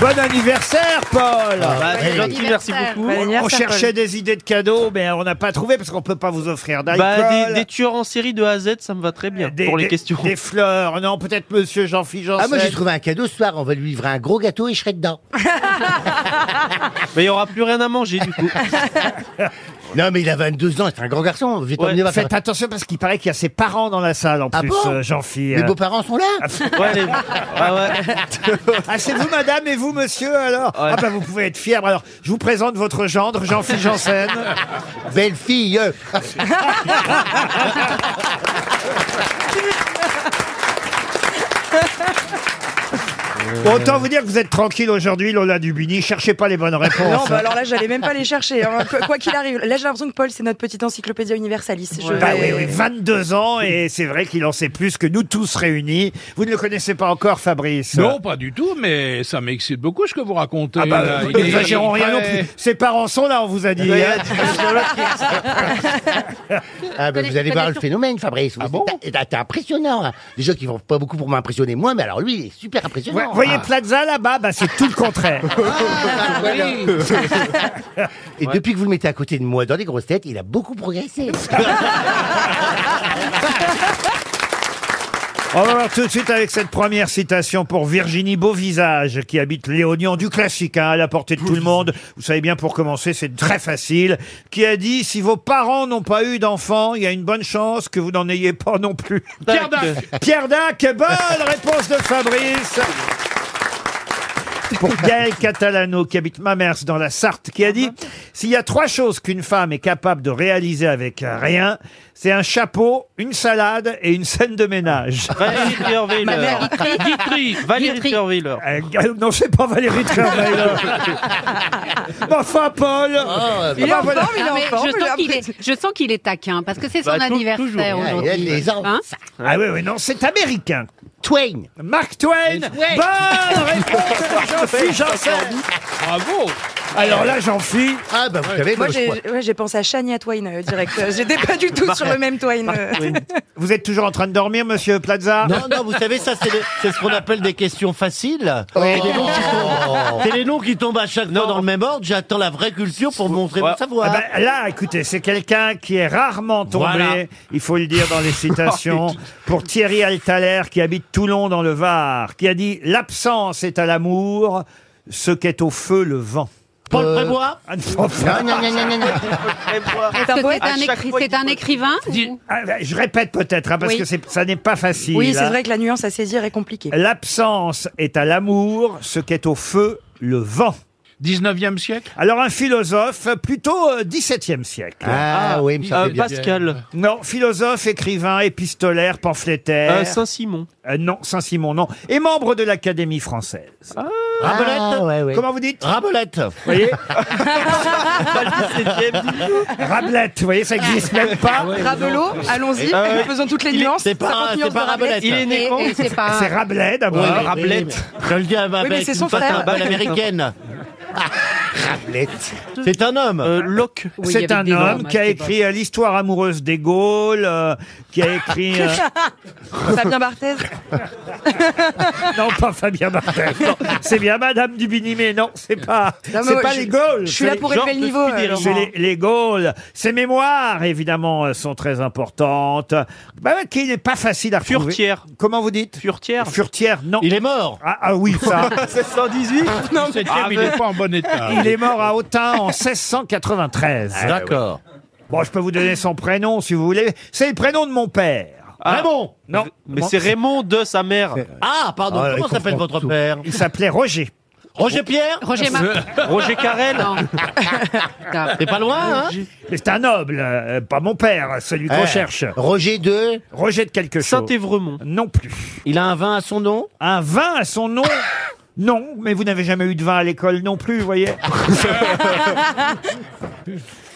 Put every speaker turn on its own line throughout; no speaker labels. Bon anniversaire, Paul
bah, c'est
Hey.
gentil, merci beaucoup.
On cherchait des idées de cadeaux, mais on n'a pas trouvé parce qu'on peut pas vous offrir d'alcool.
Bah, des, des tueurs en série de A à Z, ça me va très bien
Des-
pour les
des-
questions.
Des fleurs, non, peut-être monsieur Jean-Philippe Janssen.
Ah, moi j'ai trouvé un cadeau ce soir, on va lui livrer un gros gâteau et je serai dedans.
Mais il n'y aura plus rien à manger du coup.
Non, mais il a 22 ans, c'est un grand garçon, je vais t'emmener voir
Faites attention parce qu'il paraît qu'il y a ses parents dans la salle en
Ah
plus,
bon
euh, Jean-Philippe.
Mes beaux-parents sont là
Ouais, les- ah ouais.
Ah, c'est vous, madame, et vous, monsieur, alors
Ouais.
Ah, bah, vous pouvez être fier. Alors, je vous présente votre gendre, Jean-Philippe Janssen.
Belle fille euh.
Bon, autant vous dire que vous êtes tranquille aujourd'hui, Lola Dubini. Cherchez pas les bonnes réponses.
Non, bah alors là, j'allais même pas les chercher. hein. Qu- Quoi qu'il arrive, là, j'ai l'impression que Paul, c'est notre petite encyclopédia universaliste. Je
Bah oui,
vais-
oui, 22 ans, et c'est vrai qu'il en sait plus que nous tous réunis. Vous ne le connaissez pas encore, Fabrice
Non, pas du tout, mais ça m'excite beaucoup ce que vous racontez.
Ah bah,
là.
euh,
Il est-
n'exagérons
il est
rien non
prêt.
plus. Ses parents sont là, on vous a dit. hein.
Ah, ben vous allez voir le phénomène, Fabrice.
Ah bon
T'es t'es impressionnant. hein. Des gens qui vont pas beaucoup pour m'impressionner, moi, mais alors lui, il est super
Ouais,
impressionnant. hein.
Vous voyez Plaza là-bas, bah, c'est tout le contraire.
Ah, oui.
Et depuis que vous le mettez à côté de moi dans les grosses têtes, il a beaucoup progressé.
On va voir tout de suite avec cette première citation pour Virginie Beauvisage, qui habite Léonion, du classique, hein, à la portée de tout le monde. Vous savez bien, pour commencer, c'est très facile. Qui a dit, si vos parents n'ont pas eu d'enfants, il y a une bonne chance que vous n'en ayez pas non plus.
Tac.
Pierre Dac, bonne réponse de Fabrice pour Gaël Catalano, qui habite Mamers dans la Sarthe, qui a dit « S'il y a trois choses qu'une femme est capable de réaliser avec rien, c'est un chapeau, une salade et une scène de ménage.
Valérie Trierweiler.
Guitry.
Ah, Valérie Trierweiler.
Euh, Gaël- non, c'est pas Valérie Trierweiler. Mais enfin, Paul
Il est
Ah
en
bah voilà.
forme, il est
Ah,
en
mais
forme,
je
là.
sens qu'il est, je sens qu'il est taquin parce que c'est son
Bah, tou-
anniversaire
toujours.
Ah, il y a
aujourd'hui.
des ans.
Hein
Ah oui, oui, non, c'est américain.
Twain
Mark Twain Bonne réponse de Jean-Philippe Janssen
Bravo.
Alors là, Jean-Philippe,
Ah, bah vous savez,
Moi,
moi, je
j'ai
crois-
ouais, j'ai pensé à Shania Twain euh, direct. Euh, J'étais pas du
Bah,
tout sur le même Twain. euh.
vous êtes toujours en train de dormir, monsieur Plaza
Non, non, vous savez, ça, c'est, les- c'est ce qu'on appelle des questions faciles. C'est les noms qui tombent- C'est les noms qui tombent à chaque fois dans le même ordre. J'attends la vraie culture pour montrer
Ouais.
mon savoir.
Ah ben, là, écoutez, c'est quelqu'un qui est rarement tombé,
Voilà.
il faut le dire dans les citations, pour Thierry Altaler, qui habite Toulon dans le Var, qui a dit « L'absence est à l'amour ce qu'est au feu le vent
Paul Prébois ».
Ah, non,
Non, non, non, non, non, non.
C'est
Est-ce
un
que
poète
c'est un,
À chaque
écri-
fois,
c'est
il
un
faut-
écrivain
Dis-
ou-
ah, ben, Je répète peut-être, hein, parce
Oui.
que c'est- ça n'est pas facile.
Oui, c'est
hein.
vrai que la nuance à saisir est compliquée.
L'absence est à l'amour ce qu'est au feu le vent.
19e siècle.
Alors un philosophe, plutôt euh, 17e siècle.
Ah, oui, il me semblait
Euh,
bien.
Pascal.
Non, philosophe, écrivain, épistolaire, pamphlétaire.
Euh, Saint-Simon.
Euh, non, Saint-Simon, non. Et membre de l'Académie française.
Ah, ouais, ouais.
Comment vous dites
Rabolette.
Vous voyez Rablette, vous voyez, ça n'existe même pas.
Rabelot, allons-y,
Euh,
faisons toutes les
il est-
nuances.
c'est pas-
50
c'est
nuances
pas
de
Rabelais.
Et-
Il est né quand
et c'est pas.
C'est Rabelais d'abord.
Ouais,
Rablette.
Je le dis à ma
Oui, mais
bête,
c'est son
une patte
frère.
à balle américaine.
Rablette.
C'est un homme.
Euh, Locke.
Oui,
C'est
avec
un
des
homme
gommes,
qui a
hein, c'est
écrit euh, l'histoire amoureuse des Gaules, euh, qui a écrit... euh,
Rabelais. Fabien Barthez.
non, pas Fabien Martel. non. C'est bien Madame Dubini, mais non, c'est pas,
Non, mais
c'est
ouais,
pas
je-
les Gaules.
Je suis
c'est
là
les-
pour élever
Georges
le niveau. euh,
de Scudéry.
C'est
Laurent.
les, les Gaules. Ses mémoires, évidemment, euh, sont très importantes. Bah, ouais, qui n'est pas facile à retrouver.
Furetière.
Comment vous dites
Furetière.
Furetière, non.
Il est mort.
Ah, ah oui, ça. Ah,
718.
Non, Ah, il est pas en bon état. Ah,
Il est mort à Autun en 1693.
D'accord.
Bon, je peux vous donner son prénom si vous voulez. C'est le prénom de mon père.
Ah.
Raymond.
Non.
Mais c'est Raymond de sa mère.
Ah, pardon.
Ah,
Comment
il
s'appelle
comprend
votre
tout.
père
Il s'appelait Roger.
Roger Pierre
Roger Martin.
Roger Carrel.
Non. Putain.
T'es pas loin, hein
Mais c'est un noble, euh, pas mon père, celui qu'on
Eh,
cherche.
Roger de
Roger de quelque chose.
Saint-Évremont.
Non plus.
Il a un vin à son nom
Un vin à son nom. Non, mais vous n'avez jamais eu de vin à l'école non plus, vous voyez.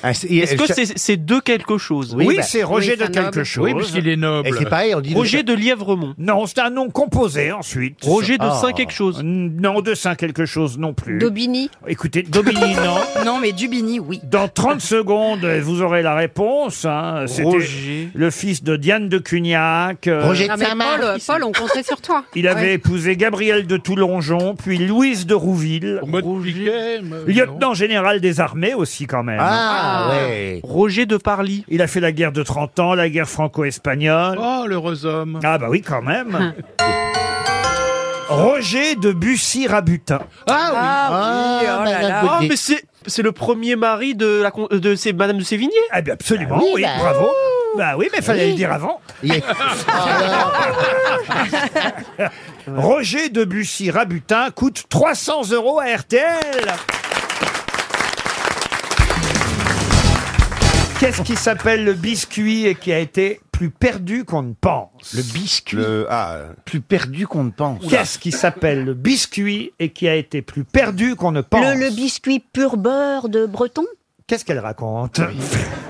Est-ce que c'est c'est de quelque chose
Oui,
bah,
c'est Roger
oui,
de
c'est un
quelque
noble.
chose.
Oui, parce qu'il est noble.
Et c'est pareil, on dit.
Roger de Lièvremont.
Non, c'est un nom composé ensuite.
Roger de
Ah.
Saint quelque chose.
Non, de Saint quelque chose non plus.
Daubigny.
Écoutez, Daubigny, non.
Non, mais Dubini, oui.
Dans 30 secondes, vous aurez la réponse. hein. C'était
Roger.
le fils de Diane de Cugnac. Euh,
Roger
Non
de
mais
Saint-Marc.
Paul, Paul, on comptait sur toi.
Il avait
Ouais.
épousé Gabrielle de Toulongeon, puis Louise de Rouville.
Mode piquet, me-
Lieutenant général des armées aussi quand même.
Ah, ouais.
Roger de Parly.
Il a fait la guerre de 30 ans, la guerre franco-espagnole.
Oh, l'heureux homme.
Ah bah oui quand même. Roger de Bussy-Rabutin.
Ah, oui, oh
bah,
là là.
Gaudi.
Ah, mais c'est c'est le premier mari de la con- euh, de c'est Madame de Sévigné.
Ah bien absolument,
Bah oui,
oui,
bah.
bravo.
oh.
Bah oui, mais fallait le dire avant.
Il y a- Ah,
Roger de Bussy-Rabutin coûte 300 euros à RTL. Qu'est-ce qui s'appelle le biscuit et qui a été plus perdu qu'on ne pense
Le ah, biscuit. Plus perdu qu'on ne pense.
Qu'est-ce qui s'appelle le biscuit et qui a été plus perdu qu'on ne pense
Le, le biscuit pur beurre de Breton
Qu'est-ce qu'elle raconte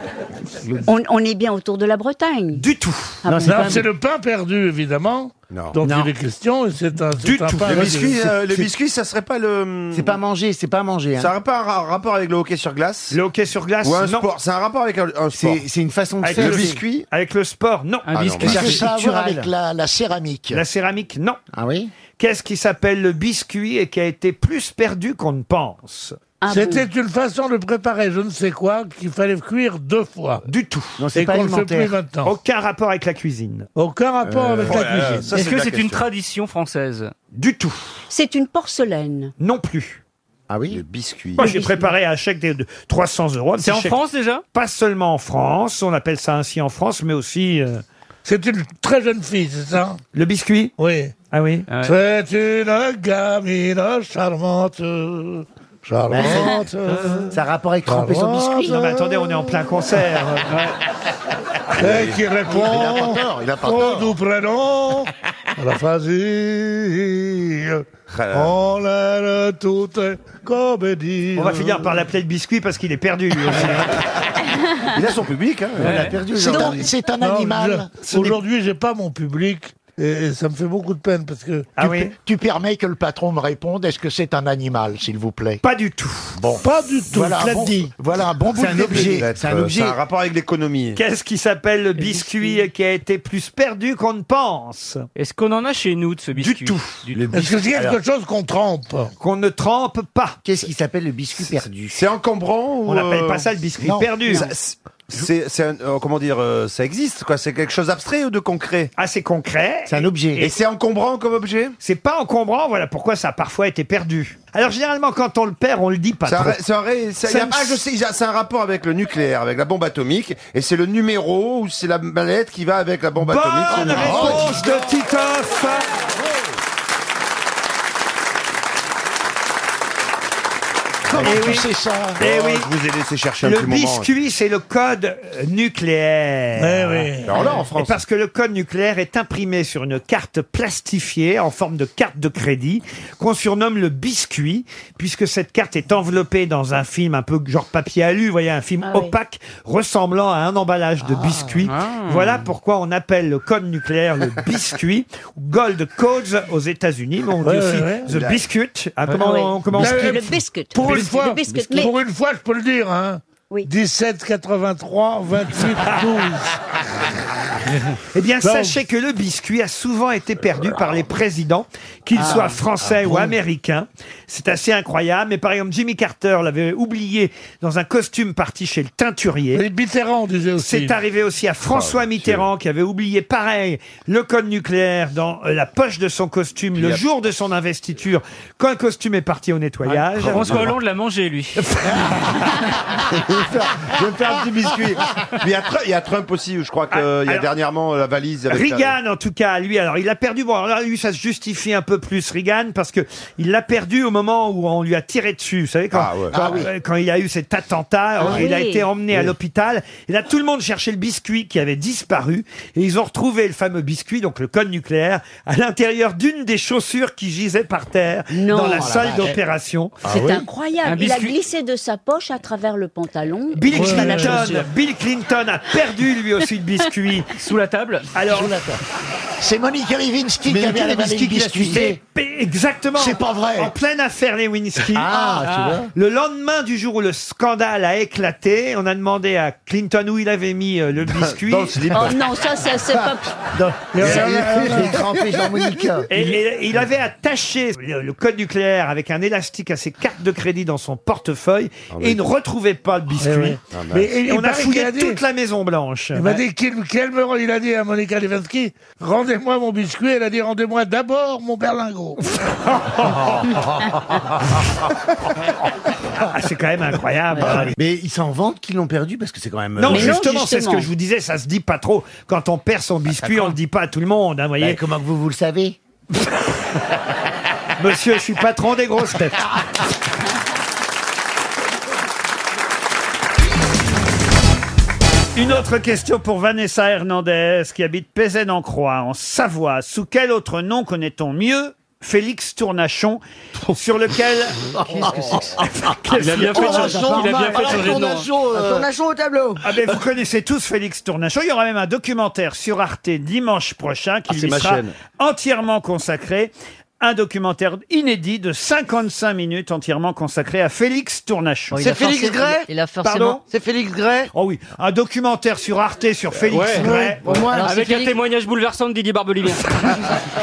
on, on est bien autour de la Bretagne.
Du tout.
Ah bon.
Non, c'est le pain perdu, évidemment, dont il est question, et c'est un, c'est
Du
un
tout.
pain
Le biscuit,
perdu.
euh, le biscuit, ça serait pas le.
C'est pas manger, c'est pas manger.
Ça aurait pas un ra- rapport avec le hockey sur glace
hein. Le hockey sur glace
Ou un
Non.
sport C'est un rapport avec un, un sport.
C'est une façon de
Avec
faire.
Le biscuit
Avec le sport Non.
Ah non, bah,
avec la, céramique.
La céramique Non.
Ah oui
Qu'est-ce qui s'appelle le biscuit et qui a été plus perdu qu'on ne pense
Ah
C'était une façon de préparer je ne sais quoi qu'il fallait cuire deux fois.
Du tout.
Non,
Et
c'est pas
qu'on ne fait plus
alimentaire. Euh,
maintenant.
Aucun rapport avec la cuisine.
Aucun rapport avec
oh
la
là là,
cuisine.
ça, de la question.
tradition française
Du tout.
bon. C'est une porcelaine.
Non plus.
Ah
Le
oui
biscuit.
Moi, j'ai préparé un chèque de de 300 euros. un petit
C'est en
chèque.
France déjà
Pas seulement en France. On appelle ça ainsi en France, mais aussi euh,
C'est une très jeune fille, c'est ça
le biscuit.
Oui.
Ah oui.
Ouais.
C'est une gamine charmante. Charmante.
Bah, Ça a rapport avec tremper son biscuit.
charmante,
Non mais attendez, on est en plein concert.
Et qui répond
tort, il a pas
Oh,
au
tort.
doux prénom à la facile.
Ah là là.
On l'aime toute comédie.
On va finir par l'appeler le biscuit parce qu'il est perdu. lui aussi, hein.
Il a son public, hein. Il a perdu. aujourd'hui.
C'est un
Non, je- Aujourd'hui, j'ai pas mon public. Et et ça me fait beaucoup de peine parce que
Ah oui.
Tu permets que le patron me réponde, est-ce que c'est un animal, s'il vous plaît
Pas du tout.
pas du tout, je l'ai dit.
voilà un bon bout de
Peut-être,
C'est un
euh,
objet.
C'est un rapport avec l'économie.
Qu'est-ce qui s'appelle le biscuit et qui a été plus perdu qu'on ne pense
Est-ce qu'on en a chez nous de ce biscuit
Du tout.
Est-ce que c'est quelque chose qu'on trempe
Qu'on ne trempe pas.
Qu'est-ce qui s'appelle le biscuit perdu
C'est encombrant ou
On n'appelle
euh,
pas ça le biscuit
non.
perdu.
ça- C'est, c'est un- euh, comment dire, euh, ça existe quoi. C'est quelque chose d'abstrait ou de concret.
Ah, c'est concret.
C'est un objet.
Et c'est encombrant comme objet.
C'est pas encombrant, voilà pourquoi ça a parfois été perdu. Alors généralement, quand on le perd, on le dit pas
C'est un,
trop.
ra- c'est un ra- c'est-
Ça
y a-
me-
ah, je sais, y a- c'est un rapport avec le nucléaire, avec la bombe atomique, et c'est le numéro ou c'est la mallette qui va avec la bombe
Bonne
atomique.
réponse de Titoff Eh oui.
ça
Eh oui.
Je vous ai laissé chercher un
Le
petit moment.
biscuit, c'est le code euh,
Eh
nucléaire.
oui.
Alors là, en
Et
France.
parce que le code nucléaire est imprimé sur une carte plastifiée en forme de carte de crédit qu'on surnomme le biscuit, puisque cette carte est enveloppée dans un film un peu genre papier alu, vous voyez, un film
Ah oui. Ah.
opaque ressemblant à un emballage de biscuit.
Ah.
Voilà pourquoi on appelle le code nucléaire le biscuit, ou Gold Codes aux États-Unis, mais on dit
Ouais,
aussi
ouais,
The Biscuit. Ah, comment,
Ah oui.
on- comment on-
Biscuit.
Le biscuit.
Pour une
Le
fois,
biscuit. Mais
pour une fois, je peux le dire, hein.
Oui.
17, 83, 28, 12.
Eh bien,
Non.
sachez que le biscuit a souvent été perdu par les présidents, qu'ils
Ah.
soient français ou américains. C'est assez incroyable. Mais par exemple, Jimmy Carter l'avait oublié dans un costume parti chez le teinturier.
Et Mitterrand, on disait aussi. Ah,
C'est arrivé aussi à François Mitterrand qui avait oublié pareil le code nucléaire dans euh, la poche de son costume le jour de son investiture quand le costume est parti au nettoyage.
Ah,
Hollande l'a mangé lui.
Je vais me faire un petit biscuit. Mais il y a Tru- il y, a Trump aussi, je crois qu'il
Ah,
y a
alors,
dernièrement la valise avec la-
Reagan, en tout cas, lui, alors il a perdu. Bon, alors là, lui, ça se justifie un peu plus, Reagan, parce que il l'a perdu au moment où on lui a tiré dessus. Vous savez, quand,
Ah ouais.
quand,
Ah oui.
euh, quand il y a eu cet attentat, euh,
Ah
il a
oui.
été emmené à
Oui.
l'hôpital. Et là, tout le monde cherchait le biscuit qui avait disparu. Et ils ont retrouvé le fameux biscuit, donc le code nucléaire, à l'intérieur d'une des chaussures qui gisait par terre dans
Oh
la
la
salle
vache.
d'opération.
C'est incroyable.
Un
Il a
biscuit.
glissé de sa poche à travers le pantalon.
Bill
jusqu'à la
Clinton,
chaussure.
Bill Clinton a perdu lui aussi le biscuit. Sous la table Alors,
C'est Monique Rivinsky qui avait avalé le biscuit.
Exactement.
C'est pas vrai.
En pleine affaire les Winsky.
Ah, tu vois.
Le lendemain du jour où le scandale a éclaté, on a demandé à Clinton où il avait mis euh, le biscuit.
Dans le slip.
Oh non, ça, ça, c'est pas.
Et-
Il est trempé, Jean-Monica.
Et, et il avait attaché le, le code nucléaire avec un élastique à ses cartes de crédit dans son portefeuille
oui.
et il ne retrouvait pas le biscuit.
Eh oui.
Ah, mince.
Mais- et-
Et on
il
a
paraît qu'il
fouillé
a dit-
toute la Maison Blanche.
Il m'a dit, quel, quel meurtre il a dit à Monica Lewinsky Rendez-moi mon biscuit. Elle a dit, rendez-moi d'abord mon berlingot.
Ah, c'est quand même incroyable.
Mais ils s'en vantent qu'ils l'ont perdu parce que c'est quand même.
Non,
euh, Mais non,
justement, c'est ce que
justement.
je vous disais, ça se dit pas trop. Quand on perd son biscuit, on le dit pas à tout le monde, hein,
Bah,
voyez.
comment que vous, vous le savez
Monsieur, je suis patron des grosses têtes. Une autre question pour Vanessa Hernandez, qui habite Pézen-en-Croix, en Savoie. Sous quel autre nom connaît-on mieux Félix Tournachon, sur lequel... Qu'est-ce qu'il y Ah, a
Oh,
hein. euh,
euh,
au tableau.
Ah ben vous connaissez tous Félix Tournachon. Il y aura même un documentaire sur Arte dimanche prochain qui lui
Ah, ma
sera
chaîne.
entièrement consacré. Un documentaire inédit de 55 minutes entièrement consacré à Félix Tournachon.
C'est Félix Gray
Il a
Pardon
forcément. C'est Félix Gray
Oh oui, un documentaire sur Arte sur Félix
ouais.
Gray.
Alors, c'est
Avec un
Félix-
témoignage bouleversant de Didier Barbelivien.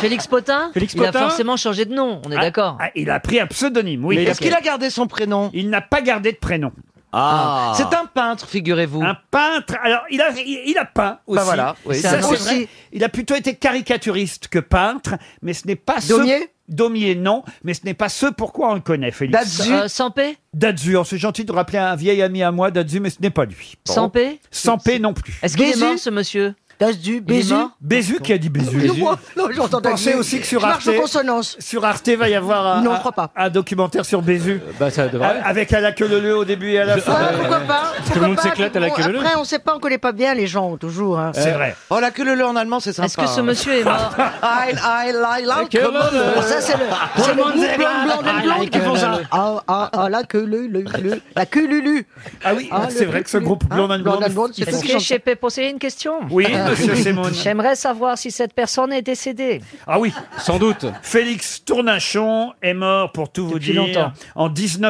Félix Potin
Félix
Il
Potin
a forcément changé de nom, on est
Ah,
d'accord.
ah, il a pris un pseudonyme, oui.
Est-ce qu'il a gardé son prénom
Il n'a pas gardé de prénom.
Ah.
C'est un peintre, figurez-vous.
Un peintre. Alors, il a, il, il a peint aussi.
Bah voilà, oui, c'est
Ça,
un
c'est
autre.
vrai. Il a plutôt été caricaturiste que peintre, mais ce n'est pas ce.
Daumier
Daumier, non, mais ce n'est pas ce pourquoi on le connaît, Félix.
Dazu
Euh, Sampé
Dazu, alors, c'est gentil de rappeler un vieil ami à moi, Dazu, mais ce n'est pas lui.
Sampé
Sampé non plus.
Est-ce qu'il est
Bézu
mort ce monsieur
Dasdu, Bézu.
mort
Bézu qui a dit Bézu.
Non, moi, non, j'entends
Vous pensez
Dasdu.
aussi que sur
Je marche
Arte-
en consonance.
Sur Arte, va y avoir un,
Non, je
un-
crois pas.
un documentaire sur Bézu.
Euh, bah,
A- Avec à la queue leu au début et à la
Ouais,
Ah,
fin.
pourquoi pas Pourquoi
le monde
pas,
s'éclate à la
bon,
queue leu.
Après, on sait pas, on connaît pas bien les gens, toujours. hein.
Euh, C'est vrai.
Oh, la queue leu en allemand, c'est sympa. hein. Ah, Est-ce que ce monsieur est mort
I, I, like, like, come on. Bon, ça, c'est le, c'est le groupe blanc, blanc, blanc, blanc qui font ça. Ah, ah, ah, la queue, le, le, le, la queue, lulu.
Ah oui,
Ah,
c'est
le
vrai que ce
plus-
groupe
hein,
Blonde and
Blonde and
Blonde,
Blonde,
ils
c'est Ah.
font-
ce qui-
peux poser une question
Oui, monsieur Simon.
J'aimerais savoir si cette personne est décédée.
Ah oui.
Sans doute.
Félix Tournachon est mort, pour tout vous
Depuis
dire,
longtemps.
en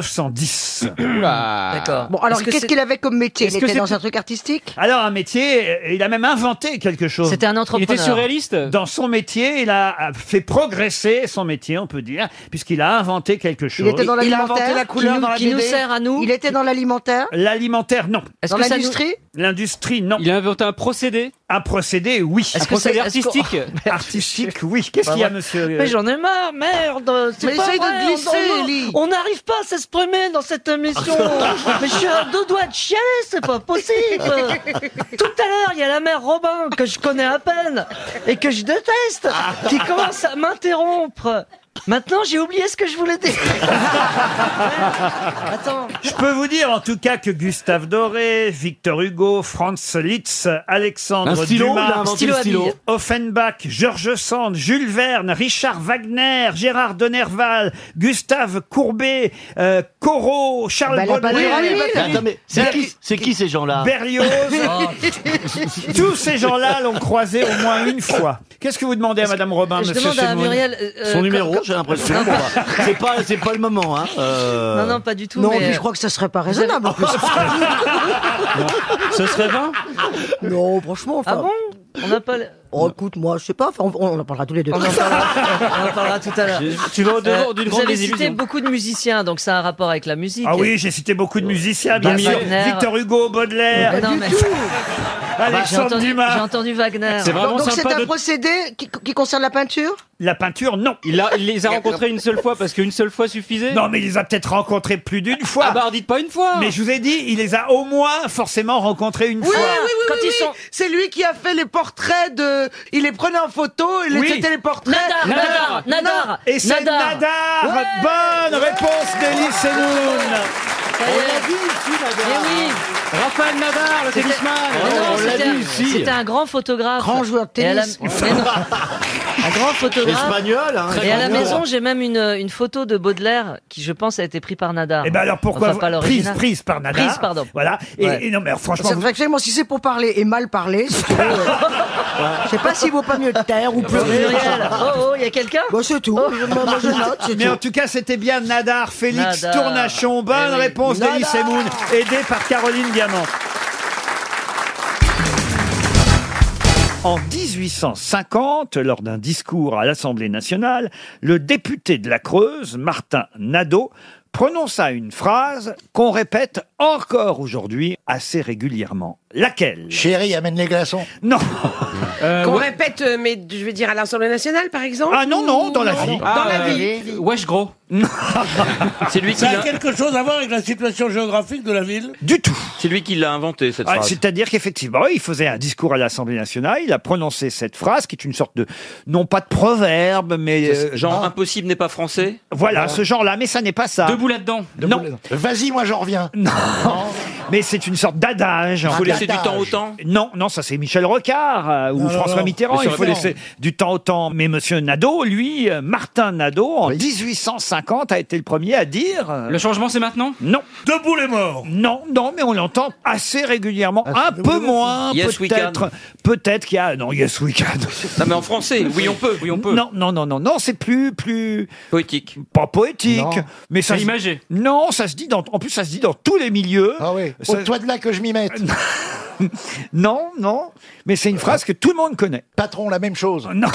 1910.
D'accord.
Bon, alors,
Est-ce que
qu'est-ce
c'est-
qu'il avait comme métier Il
Est-ce que
était
c'est
dans
plus-
un truc artistique
Alors un métier, euh, il a même inventé quelque chose.
C'était un
Il
entrepreneur.
était surréaliste
Dans son métier, il a a fait progresser son métier, on peut dire, puisqu'il a inventé quelque chose.
Il était dans l'alimentaire
Qui nous, qui nous sert à nous
Il était dans l'alimentaire
L'alimentaire, non.
Est-ce
Dans
que ça nous-
l'industrie
L'industrie, non.
Il a inventé un procédé.
Un procédé, oui.
Un
Est-ce que c'est-
procédé
est-ce qu'on-
artistique.
Artistique, oui. Qu'est-ce qu'il y a, monsieur euh,
Mais j'en ai marre, merde c'est
Mais
pas
essaye de
vrai,
glisser,
on- on-
Ellie.
On n'arrive pas à s'exprimer dans cette émission Mais je suis à deux doigts de chialer, c'est pas possible Tout à l'heure, il y a la mère Robin, que je connais à peine, et que je déteste, qui
Ah.
commence à m'interrompre Maintenant, j'ai oublié ce que je voulais dire Attends
Je peux vous dire en tout cas que Gustave Doré, Victor Hugo, Franz Liszt, Alexandre
Un stylo, il a
Dumas,
inventé
Stylo le stylo. à bille.
Offenbach, Georges Sand, Jules Verne, Richard Wagner, Gérard Denerval, Gustave Courbet, euh, Corot, Charles
Bah, la
Baudelaire,
Palais Royal.
Attends, mais c'est qui, c'est qui ces gens-là
Berlioz. Tous ces gens-là l'ont croisé au moins une fois. Qu'est-ce que vous demandez à Madame Robin,
Je
Monsieur
demande à
Semoun
Muriel... euh,
Son
euh,
numéro,
quand-
j'ai l'impression. bon, bah, c'est pas, c'est pas le moment, hein. euh.
Non, non, pas du tout,
Non,
mais...
mais je
euh,
crois que ça serait pas raisonnable en plus.
Ce serait 20
Non, franchement,
Ah
enfin.
bon On n'a pas... le-
Oh, écoute, moi, je sais pas, enfin, on, on en parlera tous les deux.
On en parlera, on en parlera tout à l'heure.
Tu vas
Euh,
au-devant d'une
vous
grande
avez cité
désillusion.
beaucoup de musiciens, donc ça a un rapport avec la musique.
Ah oui, j'ai cité beaucoup de musiciens, bien
Bah,
sûr.
Wagner. Ah,
Victor Hugo, Baudelaire,
non, mais...
Alexandre
Ah, bah, J'ai entendu-
Dumas.
J'ai entendu Wagner.
C'est vraiment
Donc,
Donc
donc
c'est
sympa
un
de-
procédé qui, qui concerne la peinture
La peinture, non.
Il, a- il les a rencontrés une seule fois parce qu'une seule fois suffisait.
Non, mais il les a peut-être rencontrés plus d'une fois. Ah
bah, dites pas une fois.
Mais je vous ai dit, il les a au moins forcément rencontrés une
oui,
fois.
oui, oui, oui, oui. C'est lui qui a fait les portraits de. Il les prenait en photo, il les
Oui.
c'était les portraits.
Nadar,
Non,
Nadar,
non.
Nadar. Et c'est Nadar. Bonne réponse d'Elie Seloun.
On l'a dit ici, Nadar. Mais oui.
Raphaël Nadar, le
C'était-
tennisman.
Mais non, c'était un- C'était un grand photographe. Grand joueur de
tennis.
un grand photographe.
Espagnol, hein,
Et à la
espagnol.
maison, j'ai même une, une photo de Baudelaire qui, je pense, a été prise par Nadar.
Et ben alors pourquoi
Enfin, pas
vous- prise
l'original.
prise par Nadar
Prise, pardon.
Voilà. Et,
Ouais.
et non mais alors, franchement,
C'est
vous-
vrai que moi, si c'est pour parler et mal parler, si tu veux, euh, je sais pas s'il vaut pas mieux taire
Ah,
ou pleurer.
bah,
Muriel, oh, oh, il y a quelqu'un
Bon, c'est tout. Moi, moi, je note, c'est
mais en
tout.
tout cas, c'était bien Nadar, Félix
Nadar.
Tournachon. Bonne
Eh oui.
réponse d'Elie
Nadar.
Semoun, aidée par Caroline Diamant. En 1850, lors d'un discours à l'Assemblée nationale, le député de la Creuse, Martin Nadeau, prononça une phrase qu'on répète encore aujourd'hui assez régulièrement. Laquelle Chérie, amène les glaçons. Non.
Qu'on répète, euh, mais je veux dire à l'Assemblée nationale, par exemple
Ah non, non, dans la Ah, vie.
Dans la vie.
Wesh gros. C'est lui qui
Ah, Ça a
l'a.
quelque chose à voir avec la situation géographique de la ville
Du tout.
C'est lui qui l'a inventé cette
Ah,
phrase.
C'est-à-dire qu'effectivement, il faisait un discours à l'Assemblée nationale, il a prononcé cette phrase qui est une sorte de, non pas de proverbe, mais... euh,
Genre impossible n'est pas français.
Voilà, ce genre-là, mais ça n'est pas ça.
Ah. Debout là-dedans.
Non. Vas-y, moi j'en reviens. Non. Mais c'est une sorte d'adage. en
Faut
fait.
laisser du temps au temps.
Non, non, ça c'est Michel Rocard euh, ou
Non, non,
François
non.
Mitterrand.
Mais
Il
ça
faut
va pas.
laisser du temps au temps. Mais Monsieur Nadeau, lui, euh, Martin Nadeau, en 1850, a été le premier à dire. euh,
Le changement c'est maintenant
Non. Debout les morts. Non, non, mais on l'entend assez régulièrement, un peu moins
Yes, we can.
peut-être. Peut-être qu'il y a non, yes we can.
Non mais en français, oui on peut, oui on peut.
Non, non, non, non, non, c'est plus, plus
poétique.
Pas poétique,
Non.
mais ça.
C'est
se-
imagé.
Non, ça se dit dans. En plus, ça se dit dans tous les milieux. Ah oui.
Ôte-toi
de là que je m'y mette. non, non, mais c'est une phrase que tout le monde connaît. Patron, la même chose. Non.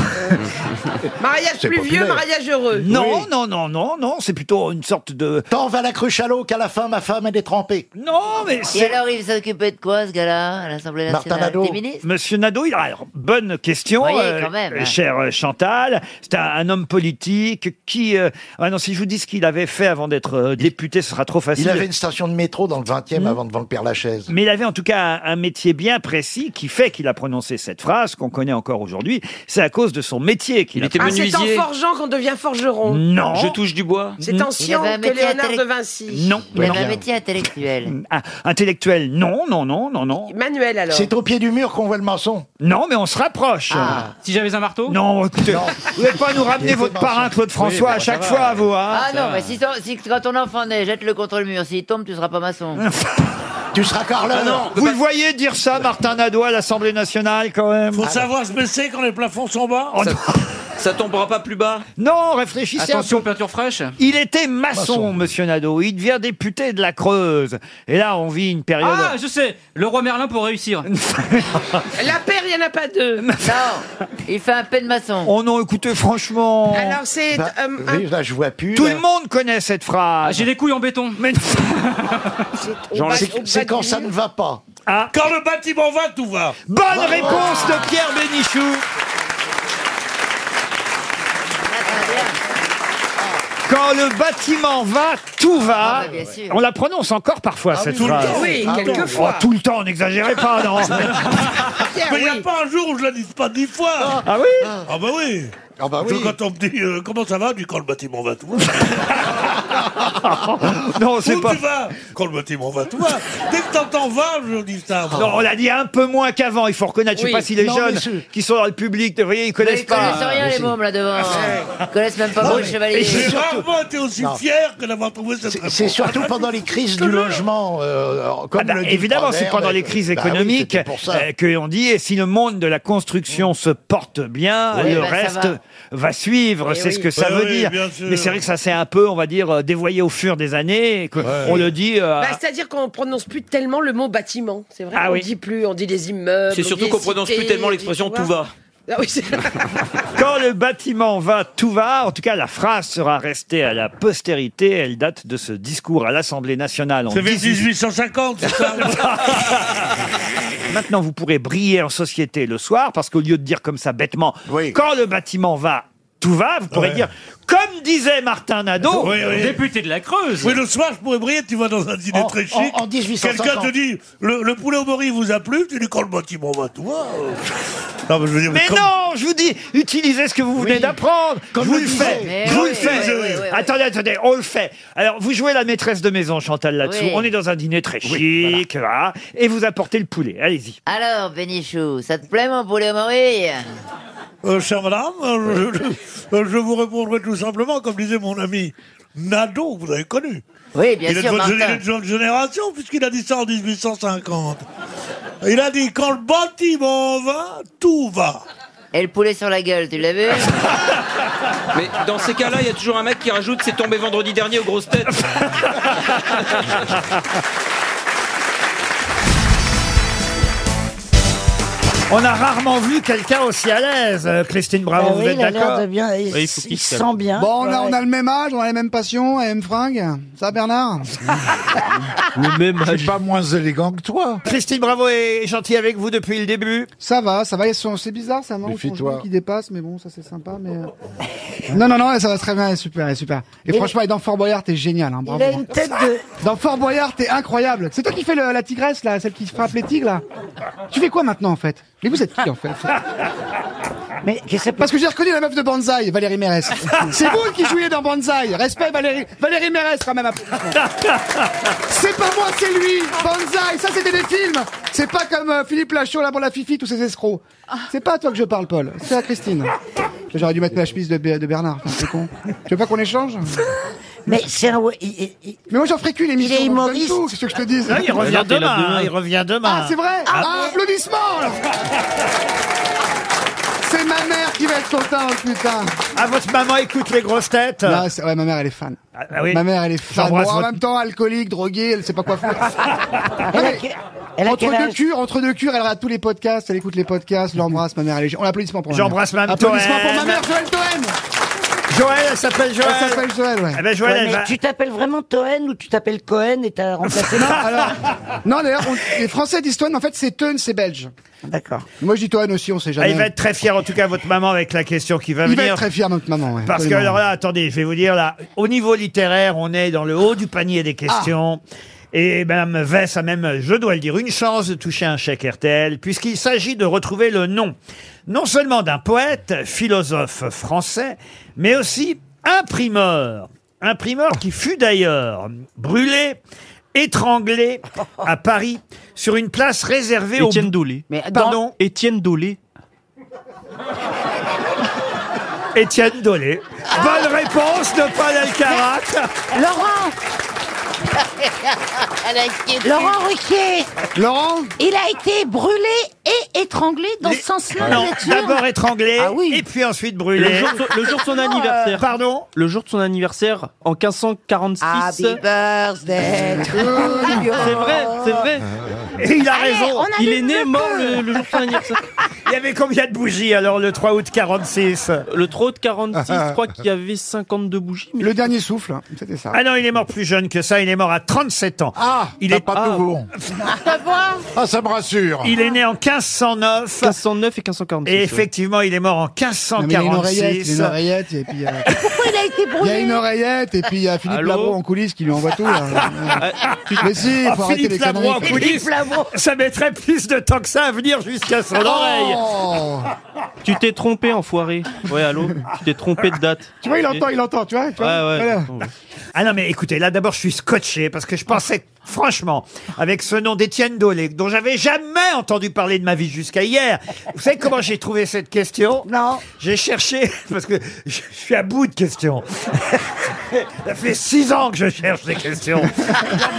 Mariage
C'est
pluvieux,
populaire.
mariage heureux.
Non, non, non, non, non, c'est plutôt une sorte de. Tant va la cruche à l'eau qu'à la fin ma femme elle est trempée. Non, mais
Et
c'est.
alors, il s'occupait de quoi, ce gars-là, à l'Assemblée nationale Des ministres
Monsieur Nadeau, il a alors, bonne question,
Voyez, quand même, hein.
cher euh, Chantal. C'est un, un homme politique qui. euh, ah non, si je vous dis ce qu'il avait fait avant d'être euh, député, ce sera trop facile. Hmm.
Il avait une station de métro dans le 20e avant de vendre Père Lachaise.
Mais il avait en tout cas un, un métier bien précis qui fait qu'il a prononcé cette phrase qu'on connaît encore aujourd'hui. C'est à cause de son métier qu'il a
Ah, c'est en forgeant qu'on devient forgeron.
Non.
Je touche du bois.
C'est en
Il
sciant
avait un
que
métier
Léonard
intellect-
de Vinci.
Non.
Il
non.
avait un métier intellectuel.
Ah, intellectuel, non, non, non, non, non.
Manuel alors.
C'est au pied du mur qu'on voit le mensonge.
Non, mais on se rapproche.
Si j'avais un marteau
Non, écoutez, vous n'allez pas nous
Il
ramener
était
votre
marchand.
parrain Claude François
Oui,
à
bon,
chaque
ça
fois
va.
à vous. hein.
Ah non, mais si, ton- si- quand ton enfant naît, jette-le contre le mur. S'il tombe, tu seras pas maçon.
tu seras carleur.
Ah non, vous le voyez dire ça, Martin Nadeau, à l'Assemblée nationale, quand même
Faut savoir se baisser quand les plafonds sont bas.
Oh, non.
Ça tombera pas plus bas.
Non, réfléchissez
Attention
un peu.
peinture fraîche.
Il était maçon, monsieur Nadeau. Il devient député de la Creuse. Et là, on vit une période.
Ah, je sais, le roi Merlin pour réussir.
La paire, il n'y en a pas deux.
Non, il fait un peu de maçon.
Oh non, écoutez, franchement.
Alors c'est.
Bah, Ah,
euh, un-
oui, là, je vois plus.
Tout
là.
le monde connaît cette phrase.
J'ai les couilles en béton.
Mais
au
Genre,
bas-
c'est-
au bas
c'est
du
quand
mur.
ça ne va pas.
Ah.
Quand le bâtiment va, tout va.
Bonne réponse de Pierre Bénichou. Quand le bâtiment va, tout va.
Ah bah, bien sûr.
On la prononce encore parfois cette
tout le
phrase.
temps. Oui, Ah, quelquefois.
Oh, tout le temps, n'exagérez pas, non.
Mais il n'y a pas un jour où je la dise pas dix fois.
ah oui
Ah bah oui.
Ah bah
Je-
oui.
Quand on me dit euh, comment ça va, je dis quand le bâtiment va, tout va.
Non, c'est
Où
pas.
tu vas Quand le bâtiment va, tout va. Dès que t'entends va, je dis ça. moi.
Non, on l'a dit un peu moins qu'avant, il faut reconnaître. Je
Oui.
sais pas si les
Non,
jeunes
mais c'est-
qui sont dans le public, vous voyez, ils
Mais
connaissent
ils
pas.
connaissent rien, les mômes, là devant. Ils connaissent même pas
Non,
moi, le
mais-
chevalier.
J'ai rarement été aussi
Non.
fier que d'avoir trouvé cette réponse.
C'est surtout pendant les crises du logement. euh, comme
Ah bah,
le dit le
évidemment, c'est
proverbe,
pendant les
euh,
crises
bah oui,
économiques
c'était pour ça.
euh, que on dit et si le monde de la construction se porte bien,
Oui,
le
bah, ça
reste
va.
va. suivre.
Eh
c'est
oui.
ce que ça
Eh
veut
oui,
dire.
bien sûr.
Mais c'est vrai que ça s'est un peu, on va dire, euh, dévoyé au fur des années. Et que On le dit. euh,
Bah, C'est-à-dire qu'on prononce plus tellement le mot bâtiment. C'est vrai
Ah
qu'on
oui.
dit plus, on dit les immeubles.
C'est
on
surtout
dit
qu'on
les
prononce plus
cités,
tellement
on dit-
l'expression
tu
tout
vois.
va.
Quand le bâtiment va, tout va. En tout cas, la phrase sera restée à la postérité. Elle date de ce discours à l'Assemblée nationale en
C'est vers
18...
1850, c'est ça
Maintenant, vous pourrez briller en société le soir parce qu'au lieu de dire comme ça bêtement, quand le bâtiment va, tout va, vous pourrez
Ouais.
dire, comme disait Martin Nadeau,
Oui, oui.
député de la Creuse.
Oui, le soir, je pourrais briller, tu vas dans un dîner
En-
très chic.
en- en 1850.
Quelqu'un te dit, le, le poulet au mori vous a plu, tu dis, quand le bâtiment va, tout va. euh. Non, mais je veux dire,
Mais
comme-
non, je vous dis, utilisez ce que vous venez d'apprendre.
Comme
vous
le
le
disait.
faites.
Mais
Vous
oui,
le faites.
oui, oui, oui, oui.
Attendez, attendez, on le fait. Alors, vous jouez la maîtresse de maison, Chantal, là-dessous.
Oui.
On est dans un dîner très chic, voilà. Et vous apportez le poulet. Allez-y.
Alors, Bénichou, ça te plaît mon poulet au mori
Euh, chère madame, euh, je, euh, je vous répondrai tout simplement, comme disait mon ami Nadeau, que vous avez connu.
Oui, bien
il
sûr,
Est de votre,
Martin.
il est de votre génération, puisqu'il a dit ça en 1850. Il a dit, quand le bâtiment
Ah,
va, tout va.
Et le poulet sur la gueule, tu l'as vu
Mais dans
Ah.
ces cas-là, il y a toujours un mec qui rajoute c'est tombé vendredi dernier aux grosses têtes.
On a rarement vu quelqu'un aussi à l'aise. Euh, Christine Bravo,
Ah
vous
oui,
êtes
il a l'air
d'accord
de bien- il-
Oui, il faut qu'il
il
se
sent
calme.
bien.
Bon, on a,
Ouais.
on a le même âge, on a les mêmes passions et les mêmes fringues. Ça, Bernard
Le même
suis pas moins élégant que toi.
Christine Bravo est gentille avec vous depuis le début.
Ça va, ça va. ils sont- C'est bizarre, ça marche.
Méfie-toi.
qui dépasse, mais bon, ça c'est sympa. Mais euh, non, non, non, ça va très bien, elle est super, elle est super. Et,
Il-
franchement, et dans Fort Boyard, t'es génial. Hein, bravo.
a une tête de-
Dans Fort Boyard, t'es incroyable. C'est toi qui fais le- la tigresse là, celle qui frappe les tigres là. Tu fais quoi maintenant en fait Mais vous êtes qui en fait Mais Parce que j'ai reconnu la meuf de Banzai, Valérie Mérès. C'est vous qui jouiez dans Banzai. Respect Valérie, Valérie Mérès quand même. applaudissements. C'est pas moi, c'est lui. Banzai, ça c'était des films. C'est pas comme euh, Philippe Lachaud là pour la Fifi, tous ces escrocs. C'est pas à toi que je parle, Paul. C'est à Christine. J'aurais dû mettre la chemise de, Bé- de Bernard. putain, C'est con. Tu veux pas qu'on échange Mais c'est un. Mais moi j'en ferai qu'une émission. Il est humoriste. C'est ce que je te dis.
Non, Ah, il revient demain, hein, il revient demain.
Ah, c'est vrai
Ah,
Ah, applaudissements alors. C'est ma mère qui va être contente, putain.
Ah, votre maman écoute les grosses têtes
Non, c'est- ouais, ma mère, elle est fan.
ah oui.
Ma mère, elle est fan.
J'embrasse
Bon, en
votre-
même temps, alcoolique, droguée, elle sait pas quoi faire.
Elle a
mais-
que- elle a
entre,
quel
deux
âge
cures, entre deux cures, elle regarde tous les podcasts, elle écoute les podcasts, l'embrasse, ma mère. Elle est... On applaudissement pour ma mère.
J'embrasse Mme
Applaudissements pour
Toen.
ma mère, Joël Toen.
Joël, elle s'appelle Joël.
Elle s'appelle Joël, ouais.
Eh ben, Joël,
Ouais,
elle
mais
va-
Tu t'appelles vraiment Toen ou tu t'appelles Cohen et t'as remplacé
Non, alors, non d'ailleurs, on- les Français disent Toen, mais en fait, c'est Toen, c'est belge. D'accord. Moi, je dis Toen aussi, on sait
Ah,
jamais.
il va être très fier, en tout cas, votre maman, avec la question qui va
Il va
venir.
être très fier, notre maman. ouais,
Parce que,
absolument.
alors là, attendez, je vais vous dire, là, au niveau littéraire, on est dans le haut du panier des
Ah.
questions. Et Madame Vess a même, je dois le dire, une chance de toucher un chèque RTL, puisqu'il s'agit de retrouver le nom, non seulement d'un poète, philosophe français, mais aussi imprimeur. Imprimeur qui fut d'ailleurs brûlé, étranglé à Paris, sur une place réservée au...
Étienne Doulé. Mais dans-
Pardon
Étienne Doulé.
Étienne Dolé. Bonne réponse de Paul Alcarat.
Laurent Laurent Ruquier
Laurent
Il a été brûlé et étranglé dans ce sens-là.
Non,
bien sûr.
d'abord étranglé,
Ah
et puis ensuite brûlé. Ah,
Le jour, de son- le jour de son
Non, euh,
anniversaire.
Pardon
Le jour de son anniversaire, en 1546.
Happy birthday to you.
C'est vrai, c'est vrai.
Et il a
Allez,
raison.
on allume
Il est né
le
mort
feu.
le, le jour de son anniversaire.
Il y avait combien de bougies alors le 3 août 46
Le 3 août 46, je crois qu'il y avait 52 bougies. mais-
Le dernier souffle, hein, c'était ça.
Ah non, il est mort plus jeune que ça, il est mort à 37 ans.
Ah,
il
t'as
est
pas de nouveau.
Ah, ça me rassure. Il est né en 1509.
1509 et 1546.
Et
ouais.
effectivement, il est mort en
Non, mais il y a une oreillette, il y a
1546.
une oreillette, et puis. euh,
Pourquoi il a été brûlé
Il y a une oreillette et puis il y a Philippe
Allô
Labro en coulisses qui lui envoie tout.
Ah,
là. Mais si,
Ah,
faut arrêter les
Philippe Labro en
conneries. quoi.
coulisses, ça mettrait plus de temps que ça à venir jusqu'à son
Oh
oreille.
Tu t'es trompé, enfoiré. Ouais, allô Tu t'es trompé de date.
Tu vois, il entend, il entend, tu vois. tu vois
Ouais, ouais.
Voilà.
Ah non, mais écoutez, là d'abord, je suis scotché parce que je pensais, franchement, avec ce nom d'Étienne Dolé, dont j'avais jamais entendu parler de ma vie jusqu'à hier. Vous savez comment j'ai trouvé cette question
Non.
J'ai cherché, parce que je suis à bout de questions. Ça fait six ans que je cherche des questions.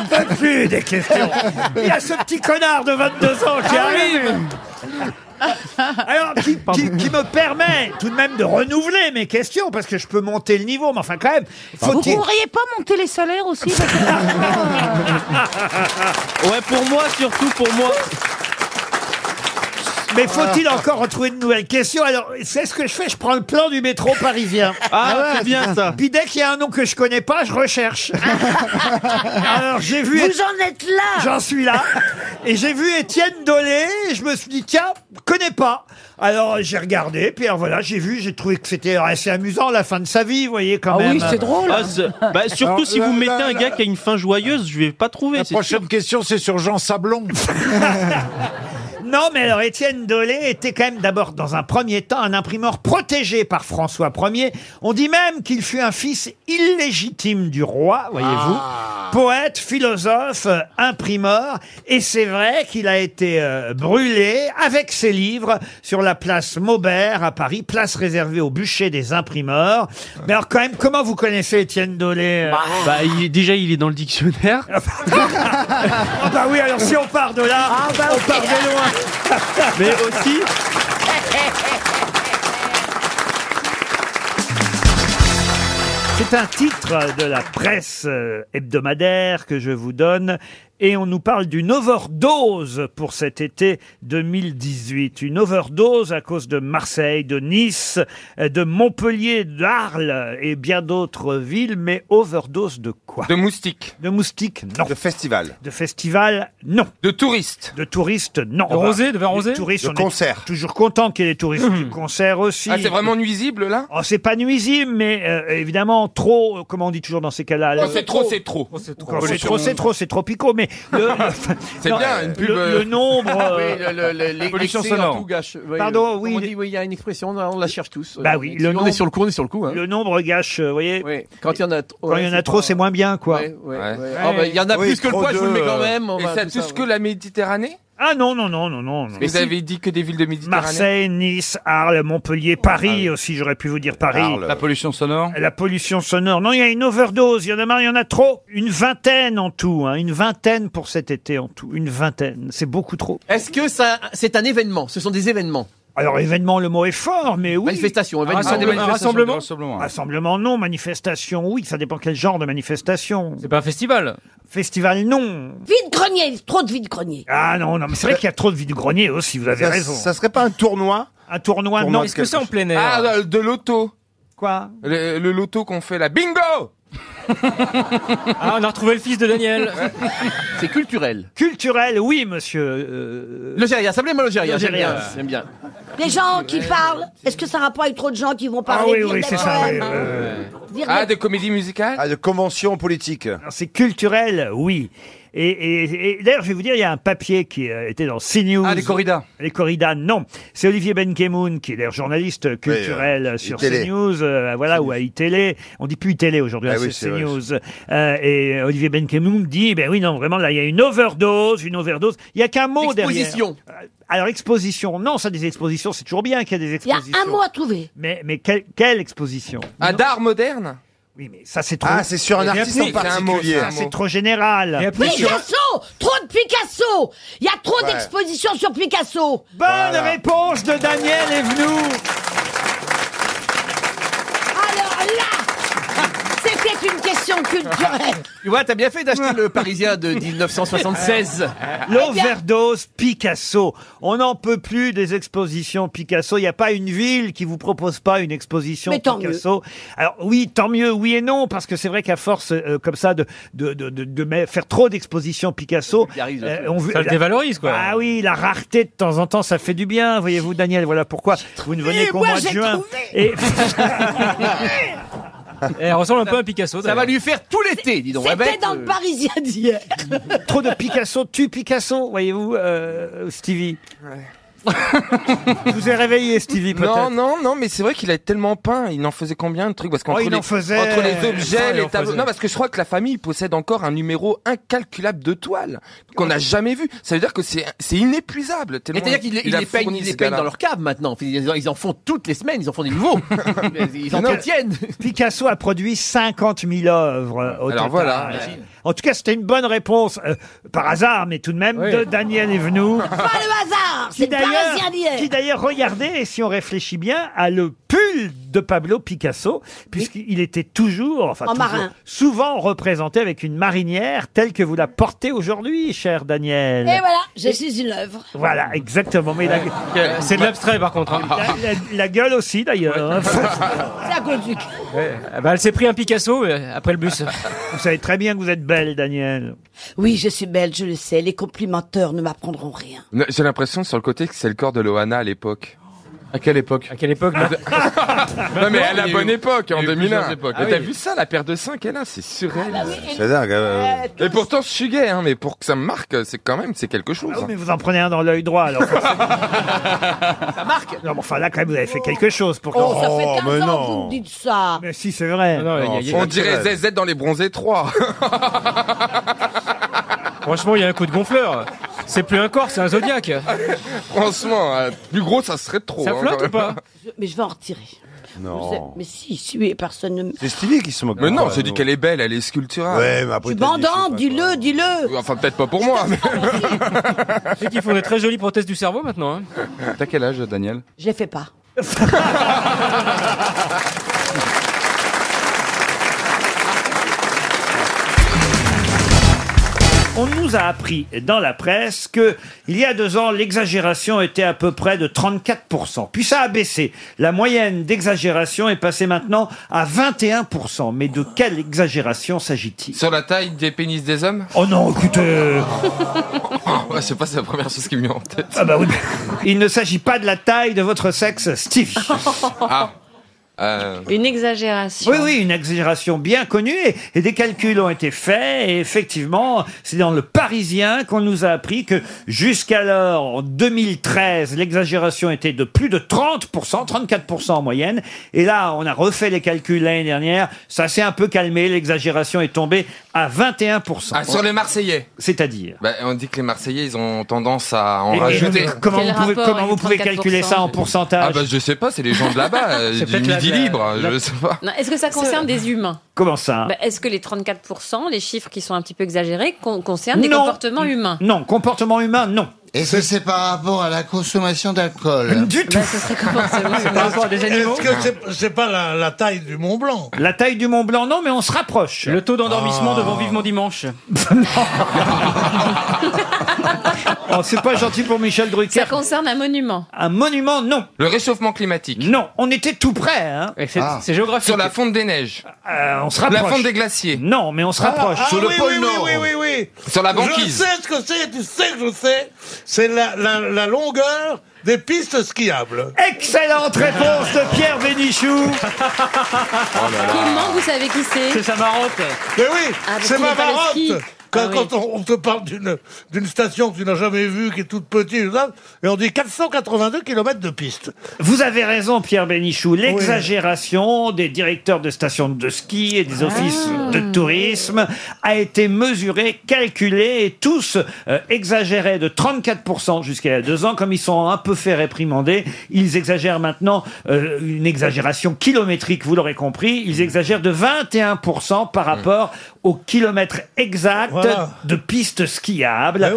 J'en peux plus des questions. Il y a ce petit connard de 22 ans qui arrive. Alors, qui, qui- qui me permet tout de même de renouveler mes questions, parce que je peux monter le niveau, mais enfin, quand même,
Vous
faut-il.
pourriez pas monter les salaires aussi parce que
Ouais, pour moi, surtout pour moi.
Mais faut-il encore retrouver une nouvelle question Alors, c'est ce que je fais, je prends le plan du métro parisien.
Ah, Ah ouais, c'est bien, ça.
Puis dès qu'il y a un nom que je connais pas, je recherche. Alors, j'ai vu...
Vous en êtes là
J'en suis là. Et j'ai vu Étienne Dolé, et je me suis dit, tiens, connais pas. Alors, j'ai regardé, puis alors, voilà, j'ai vu, j'ai trouvé que c'était assez amusant, la fin de sa vie, vous voyez, quand même.
Ah, c'est- bah, surtout
Alors,
si
la-
vous mettez
la-
un
la-
gars qui a une fin joyeuse, je vais pas trouver.
La prochaine
question, c'est sur Jean Sablon.
Non, mais alors Étienne Dolé était quand même d'abord, dans un premier temps, un imprimeur protégé par François Ier. On dit même qu'il fut un fils illégitime du roi, voyez-vous.
Ah.
Poète, philosophe, euh, imprimeur. Et c'est vrai qu'il a été euh, brûlé avec ses livres sur la place Maubert à Paris, place réservée au bûcher des imprimeurs. Mais alors quand même, comment vous connaissez Étienne Dolé euh
Bah, il est- déjà, il est dans le dictionnaire.
Ah bah oui, alors si on part de là, on part de loin.
Ah bah Mais aussi,
C'est un titre de la presse euh, hebdomadaire que je vous donne. Et on nous parle d'une overdose pour cet été 2018. Une overdose à cause de Marseille, de Nice, euh, de Montpellier, d'Arles et bien d'autres villes. Mais overdose de quoi De moustiques. De moustiques, non. De
festival.
De festival, non. De touristes. De touristes, non.
De rosée, de vin rosé
Les touristes,
De
on est
concert.
Toujours content qu'il y ait des touristes du concert aussi.
Ah, c'est vraiment nuisible là
Oh, c'est pas nuisible, mais euh, évidemment, trop, euh, comment on dit toujours dans ces cas-là
Oh,
le-
C'est trop, c'est trop.
Quand c'est trop, c'est trop, c'est trop picot, mais le,
C'est
non,
bien, une
le-
pub,
Le,
euh,
nombre. euh,
Pollution sonore.
Pardon, oui.
euh, On dit, oui, il y a une expression, on la cherche tous.
Bah oui,
le
le
on
nombre-
est sur le coup, on est sur le coup. hein.
Le nombre gâche, euh, vous voyez.
Quand il y en a, trop-
Quand il y en a trop, c'est moins bien, quoi.
ouais, ouais. Ah, bah, il y en a
Oui,
plus que le
trop
poids, je vous le mets
de-
quand même. on
Et
va-
c'est
tout
tout
ça,
ce que la Méditerranée
Ah non, non, non, non, non. non.
Mais Vous avez dit que des villes de Méditerranée
Marseille, Nice, Arles, Montpellier, Paris aussi, j'aurais pu vous dire Paris.
La pollution sonore
La pollution sonore. Non, il y a une overdose. Il y en a marre, il y en a trop. Une vingtaine en tout. hein. Une vingtaine pour cet été en tout. Une vingtaine. C'est beaucoup trop.
Eh,
Est-ce que ça, c'est un événement Ce sont des événements.
Alors, événement, le mot est fort, mais oui.
Manifestation, événement.
rassemblement non. Manifestation, oui. Ça dépend quel genre de manifestation. C'est pas un festival Festival, non.
Vide-grenier, trop de vide-grenier.
Ah non, non, mais c'est vrai qu'il y a trop de vide-grenier aussi, vous avez
Ça-
raison.
ça serait pas un tournoi
Un tournoi,
Tournoi
non.
de Est-ce que quelque c'est en chose. plein air
Ah, euh, de l'auto.
Quoi
Le, le loto qu'on fait là. Bingo
Ah, on a retrouvé le fils de Daniel. c'est culturel.
Culturel, oui, monsieur. euh,
L'Algérie, ça me plaît, moi, l'Algérie. J'aime
L'Algérie,
bien.
ouais.
J'aime bien.
Les gens qui parlent, est-ce que ça a rapport avec trop de gens
Ah
qui vont parler dire des hein poèmes Dire
Ah,
des-
de comédie musicale
Ah, de convention politique.
Alors, C'est culturel, oui. Et, et- et d'ailleurs, je vais vous dire, il y a un papier qui euh, était dans CNews. Ah, les corridas. Les corridas, non. C'est Olivier Benkemoun, qui est d'ailleurs journaliste culturel
euh,
sur
iTélé.
CNews, euh, voilà, ou à iTélé. On dit plus iTélé aujourd'hui,
Ah
hein,
oui,
c'est
c'est vrai.
CNews. Euh, et Olivier Benkemoun dit, ben oui, non, vraiment, là, il y a une overdose, une overdose. Il y a qu'un mot
Exposition.
derrière. Euh, Alors, exposition, non, ça, des expositions, c'est toujours bien qu'il y a des
Il y a
expositions.
un mot à trouver.
Mais, mais quelle, quelle exposition
Un d'art moderne
Oui, mais ça, c'est trop...
Ah, c'est sur un
Bien
artiste en
pris, c'est un mot,
particulier.
ça, C'est trop général.
Picasso Trop de Picasso Il y a trop
Ouais.
d'expositions sur Picasso
Bonne réponse de Daniel Evenou
Alors là C'était une question culturelle
Tu vois, t'as bien fait d'acheter le Parisien de 1976.
L'overdose Picasso. On n'en peut plus des expositions Picasso. Il n'y a pas une ville qui vous propose pas une exposition
Mais tant
Picasso. Alors oui, tant mieux, oui et non, parce que c'est vrai qu'à force euh, comme ça de, de, de, de- de me- faire trop d'expositions Picasso, euh,
vulgarise le truc.
veut-
Ça le dévalorise, quoi.
Ah oui, la rareté de temps en temps, ça fait du bien, voyez-vous, Daniel. Voilà pourquoi vous ne venez qu'au
moi,
mois de
j'ai
juin.
trouvé.
Et...
Eh, Elle ressemble un peu à Picasso. Ça va lui faire tout l'été, dis donc.
C'était
avec,
dans
euh,
le Parisien d'hier
Trop de Picasso tue Picasso, voyez-vous, euh, Stevie. Je vous ai réveillé, Stevie, peut-être.
Non, non, non, mais c'est vrai qu'il a tellement peint. Il en faisait combien de trucs Parce qu'entre
Oh, il
les,
en faisait.
entre les
Ah,
objets,
il en
les tableaux.
faisait.
Non, parce que je crois que la famille possède encore un numéro incalculable de toiles qu'on n'a jamais vu. Ça veut dire que c'est c'est inépuisable.
Mais
tellement
c'est-à-dire qu'ils les-
il
ils
a
les peignent,
fourni
ils
ce
les peignent
gars-là.
dans leur cave maintenant. Enfin, Ils ils en font toutes les semaines, ils en font des nouveaux. Ils en
Non.
tiennent.
Picasso a produit 50 000 œuvres euh,
Alors
au total.
voilà.
Euh,
Imagine.
En tout cas, c'était une bonne réponse, euh, par hasard, mais tout de même, de Daniel Evenou.
Pas le hasard
Qui
C'est le
d'ailleurs-
Parisien d'hier
Qui d'ailleurs, regardez, si on réfléchit bien, à le pull de Pablo Picasso, puisqu'il était toujours, enfin
En
toujours,
marin.
souvent représenté avec une marinière telle que vous la portez aujourd'hui, cher
Et
Daniel.
voilà, je suis une œuvre.
Voilà, exactement. Mais la- Euh,
C'est de l'abstrait par contre.
la, hein. la gueule aussi d'ailleurs. hein.
C'est à cause du.
bah, elle s'est pris un Picasso euh, après le bus.
Vous savez très bien que vous êtes belle, Daniel.
Oui, je suis belle, je le sais. Les complimenteurs ne m'apprendront rien.
Non, J'ai l'impression sur le côté que c'est le corps de Loana à l'époque. À quelle époque
À quelle époque
Non mais à la
il y a eu-
bonne époque, en
il y a eu plusieurs
2001.
époques.
Mais
Ah
T'as
oui.
vu ça, la paire de 5 elle a, c'est surréel.
Ah bah oui,
c'est dingue. euh, Et pourtant je suis gay, hein, mais pour que ça me marque, c'est quand même c'est quelque chose.
Ah
hein.
Mais vous en prenez un dans l'œil droit, alors.
Ça marque
Non, mais enfin, là, quand même, vous avez fait quelque chose pour
Oh, ça fait 15 ans que vous me dites ça.
Mais si,
Ah
c'est vrai.
On dirait ZZ dans les bronzés 3.
Franchement, il y a un coup de gonfleur. C'est plus un corps, c'est un zodiaque.
Franchement, euh, plus gros ça serait trop.
Ça
hein,
flotte
quand même.
ou pas
Je- Mais je vais en retirer. Vous êtes-
Non.
Mais si, si, mais personne ne me.
C'est stylé qui se moque. Mais non, j'ai dit qu'elle est belle, elle est sculpturale. Ouais, mais
Tu bandantes, dis-le, dis-le.
Enfin, peut-être pas pour moi. Mais...
C'est qu'ils font des très jolies prothèses du cerveau maintenant. hein.
T'as quel âge, Daniel
Je les fais pas.
On nous a appris dans la presse que il y a deux ans, l'exagération était à peu près de 34%. Puis ça a baissé. La moyenne d'exagération est passée maintenant à 21%. Mais de quelle exagération s'agit-il
Sur la taille des pénis des hommes
Oh non, écoutez
ouais, C'est pas c'est la première chose qui me vient en tête.
Ah bah oui. Il ne s'agit pas de la taille de votre sexe, Steve.
Ah. Euh,
Une exagération.
Oui, oui, une exagération bien connue et, et des calculs ont été faits. Et effectivement, c'est dans le Parisien qu'on nous a appris que jusqu'alors, en 2013, l'exagération était de plus de 30%, 34% en moyenne. Et là, on a refait les calculs l'année dernière. Ça s'est un peu calmé. L'exagération est tombée à 21%.
ah, sur les Marseillais
C'est-à-dire
Bah, On dit que les Marseillais, ils ont tendance à en
Et- et
rajouter.
comment Quel vous pouvez- rapport comment avec vous pouvez 34% calculer ça en pourcentage
Ah bah je sais pas, c'est les gens de là-bas, euh, du
C'est peut-être la-
midi
la-
libre,
la-
je sais pas.
Non, Est-ce que ça concerne des humains
Comment ça hein
Bah, Est-ce que les 34%, les chiffres qui sont un petit peu exagérés, con- concernent des
Non.
comportements humains
Non, comportement humain, non.
Est-ce que c'est par rapport à la consommation d'alcool
Bah,
Du
Ben,
tout.
Est-ce que c'est- c'est pas la, la taille du Mont Blanc
La taille du Mont Blanc, non, mais on se rapproche.
Le taux d'endormissement
Ah.
devant Vivement Dimanche.
Oh, c'est pas gentil pour Michel Drucker.
Ça concerne un monument.
Un monument, non.
Le réchauffement climatique.
Non, on était tout près. Hein. Euh,
c'est- Ah. c'est géographique. Sur la fonte des neiges.
on se rapproche.
La fonte des glaciers.
Non, mais on se rapproche.
Ah, oui, oui, Oui, oui, oui, oui.
Sur la banquise.
Je sais ce que c'est, tu sais que je sais. C'est la, la, la longueur des pistes skiables. Oh
Excellente réponse de Pierre Bénichou. Oh
Comment vous savez qui c'est
C'est sa marotte. Mais oui,
Ah, parce
c'est
qu'il
ma
est pas le
marotte.
ski.
Quand,
Ah oui.
quand on, on te parle d'une d'une station que tu n'as jamais vue, qui est toute petite, et on dit 482 km de piste.
Vous avez raison, Pierre Bénichou. L'exagération des directeurs de stations de ski et des offices de tourisme a été mesurée, calculée et tous euh, exagéraient de 34% jusqu'à il y a deux ans. Comme ils sont un peu fait réprimander, ils exagèrent maintenant euh, une exagération kilométrique, vous l'aurez compris. Ils exagèrent de 21% par rapport au kilomètre exact
Voilà.
de pistes skiables.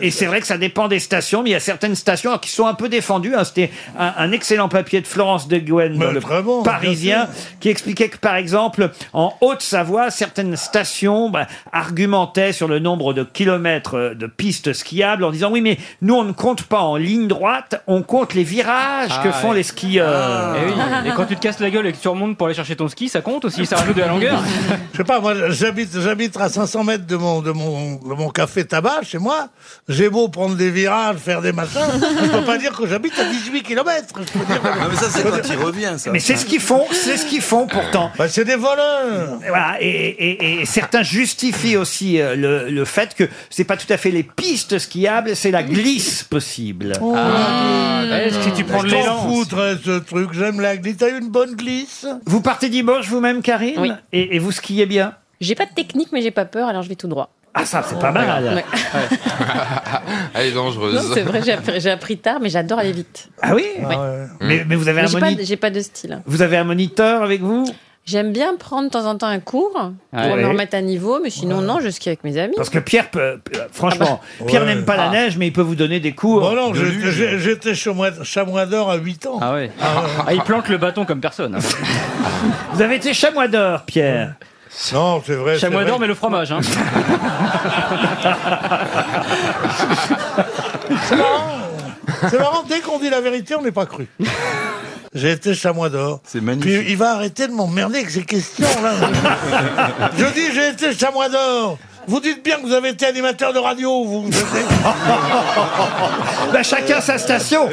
Et c'est vrai que ça dépend des stations, mais il y a certaines stations alors, qui sont un peu défendues. hein. C'était un, un excellent papier de Florence de Gouen dans le Parisien qui expliquait que, par exemple, en Haute-Savoie, certaines stations bah, argumentaient sur le nombre de kilomètres euh, de pistes skiables en disant oui, mais nous, on ne compte pas en ligne droite, on compte les virages que
Ah,
font
ouais. Ah.
les skieurs.
Et, Bah, eh oui. Et quand tu te casses la gueule et que tu remontes pour aller chercher ton ski, ça compte aussi, ça rajoute de la longueur.
Je sais pas, moi, j'habite, j'habite à 500 mètres de mon, de mon, de mon café tabac chez moi. J'ai beau prendre des virages, faire des machins, je peux pas dire que j'habite à 18 km.
Ah, mais ça, c'est quand il revient, ça.
Mais c'est ce qu'ils font, c'est ce qu'ils font pourtant.
Bah, c'est des voleurs.
Et, voilà, et, et- et certains justifient aussi euh, le, le fait que c'est pas tout à fait les pistes skiables, c'est la glisse possible.
Ah,
Ah, eh,
si tu prends foutre, ce truc, j'aime la glisse. T'as une bonne glisse
Vous partez dimanche vous-même, Karine
Oui.
et, et vous skiez bien
J'ai pas de technique, mais j'ai pas peur, alors je vais tout droit.
Ah ça, c'est pas mal.
Ouais.
Elle est
Non,
dangereuse.
c'est vrai, j'ai appris, j'ai appris tard, mais j'adore aller vite.
Ah oui
Ouais.
mais, mais vous avez
Mais
un
j'ai pas,
moniteur
de- j'ai pas de style.
Vous avez un moniteur avec vous
J'aime bien prendre de temps en temps un cours pour
Ouais.
me remettre à niveau, mais sinon, non, je skie avec mes amis.
Parce que Pierre, peut- euh, franchement, Pierre
Ouais.
n'aime pas la
Ah.
neige, mais il peut vous donner des cours.
Bon, non,
de
je-
luge.
je- j'étais chamois, chamois d'or à 8 ans. euh,
Ah ouais. Ah, il planque le bâton comme personne. hein.
Vous avez été chamois d'or, Pierre.
Non, c'est vrai.
Chamois
c'est
d'or,
vrai.
mais le fromage. Hein.
C'est marrant. C'est marrant, dès qu'on dit la vérité, on n'est pas cru. J'ai été chamois d'or. C'est magnifique. Puis il va arrêter de m'emmerder avec ces questions-là. Je dis, j'ai été chamois d'or. Vous dites bien que vous avez été animateur de radio, vous.
Bah, chacun sa station.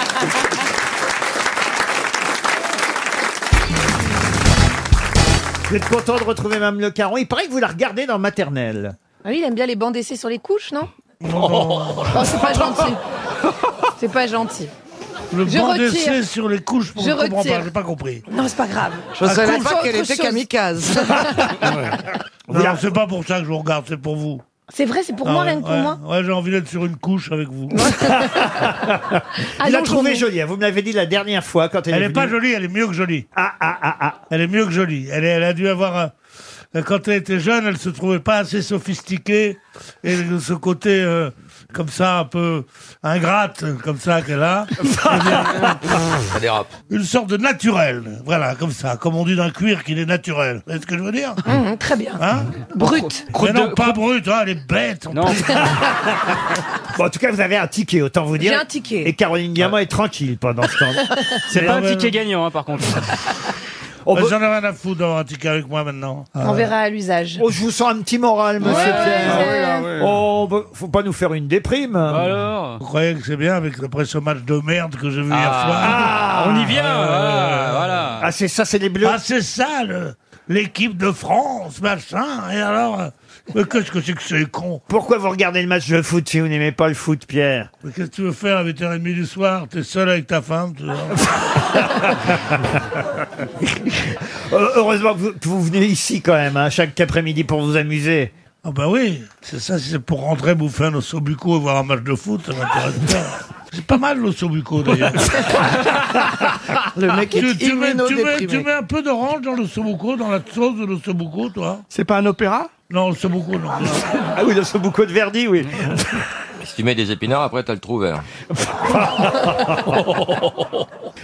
Vous êtes content de retrouver Mme Le Caron. Il paraît que vous la regardez dans maternelle.
Ah oui, il aime bien les bancs d'essai sur les couches, non
Oh,
Oh, C'est pas gentil. C'est pas gentil.
Le
Je
banc
retire.
d'essai sur les couches, je
Je
ne comprends
retire.
pas, j'ai pas compris.
Non, c'est pas grave.
Je savais pas
Coupe,
qu'elle
autre
était
chose.
kamikaze. Non, c'est pas pour ça que je vous regarde, c'est pour vous.
C'est vrai, c'est pour
Ah
moi,
ouais,
rien que pour
ouais.
moi.
Ouais, j'ai envie d'être sur une couche avec vous. Ah,
Vous la trouvez jolie. hein. Vous me l'avez dit la dernière fois quand elle,
Elle n'est
est venue.
pas jolie, elle est mieux que jolie. Ah, ah, ah, ah. Elle est mieux que jolie. Elle, est- elle a dû avoir un- euh, Quand elle était jeune, elle se trouvait pas assez sophistiquée. Et de ce côté, euh, comme ça, un peu ingrate, comme ça qu'elle a. Eh bien,
Ça dérape.
une sorte de naturel. Voilà, comme ça. Comme on dit d'un cuir qu'il est naturel. Vous voyez ce que je veux dire
Hum, très bien.
Hein
Brut.
Mais non, pas brute, hein, elle est bête. en plus.
Bon, en tout cas, vous avez un ticket, autant vous dire.
J'ai un ticket.
Et Caroline Diamant est tranquille pendant ce temps.
C'est pas un ticket gagnant, hein, par contre.
Bah, J'en ai rien à foutre d'avoir un ticket avec moi maintenant. Euh,
On verra à l'usage.
Oh, je vous sens un petit moral, monsieur Pierre.
Ah
Oh, bah, faut pas nous faire une déprime.
Alors
Vous croyez que c'est bien avec après ce match de merde que j'ai vu hier
Ah.
soir
Ah,
on y vient, ah,
voilà. Ah, c'est ça, c'est les bleus.
Ah, c'est ça, le- l'équipe de France, machin. Et alors, euh, mais qu'est-ce que c'est que c'est con
Pourquoi vous regardez le match de foot si vous n'aimez pas le foot, Pierre
Mais qu'est-ce que tu veux faire à 8h30 du soir T'es seul avec ta femme tu vois.
Euh, Heureusement que vous, que vous venez ici quand même, hein, chaque après-midi pour vous amuser.
Ah bah oui, c'est ça, c'est pour rentrer bouffer un ossobuco et voir un match de foot, ça m'intéresse pas. C'est pas mal l'ossobuco d'ailleurs.
Le mec
tu,
est
tu mets, tu, mets,
immunodéprimé.
tu mets un peu d'orange dans l'ossobuco, dans la sauce de l'ossobuco, toi C'est pas un opéra Non, l'ossobuco, non.
Ah oui, le beaucoup de Verdi, oui.
Si tu mets des épinards, après, t'as le trou vert.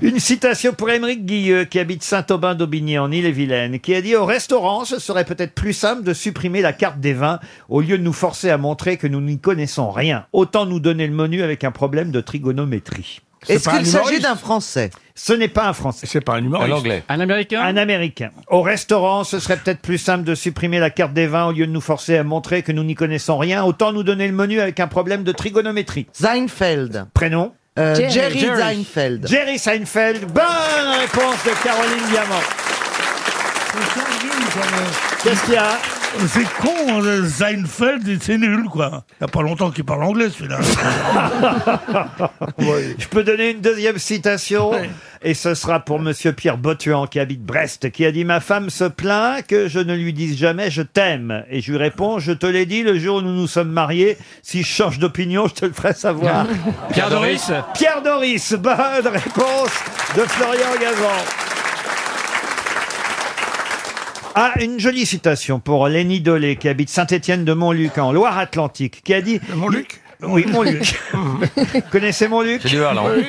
Une citation pour Émeric Guilleux, qui habite Saint-Aubin d'Aubigny en Ille-et-Vilaine, qui a dit Au restaurant, ce serait peut-être plus simple de supprimer la carte des vins au lieu de nous forcer à montrer que nous n'y connaissons rien. Autant nous donner le menu avec un problème de trigonométrie.
C'est Est-ce pas qu'il un s'agit humoriste d'un
Français Ce n'est pas un Français. C'est pas un
humoriste. Un Anglais.
Un Américain Un Américain. Au restaurant, ce serait peut-être plus simple de supprimer la carte des vins au lieu de nous forcer à montrer que nous n'y connaissons rien. Autant nous donner le menu avec un problème de trigonométrie. Seinfeld. Prénom
Euh, Jerry. Jerry Seinfeld.
Jerry Seinfeld. Bonne réponse de Caroline Diamant. Qu'est-ce qu'il y a
C'est con, hein, Seinfeld, c'est nul, quoi. Il n'y a pas longtemps qu'il parle anglais, celui-là.
Je peux donner une deuxième citation et ce sera pour monsieur Pierre Botuan qui habite Brest qui a dit ma femme se plaint que je ne lui dise jamais je t'aime et je lui réponds je te l'ai dit le jour où nous nous sommes mariés si je change d'opinion je te le ferai savoir.
Pierre Doris
Pierre Doris, bonne réponse de Florian Gazan. Ah, une jolie citation pour Lénie Dolé, qui habite Saint-Étienne de Montluc, en Loire-Atlantique, qui a dit... Montluc Oui, Montluc. Connaissez Montluc
C'est du Verlan. Oui,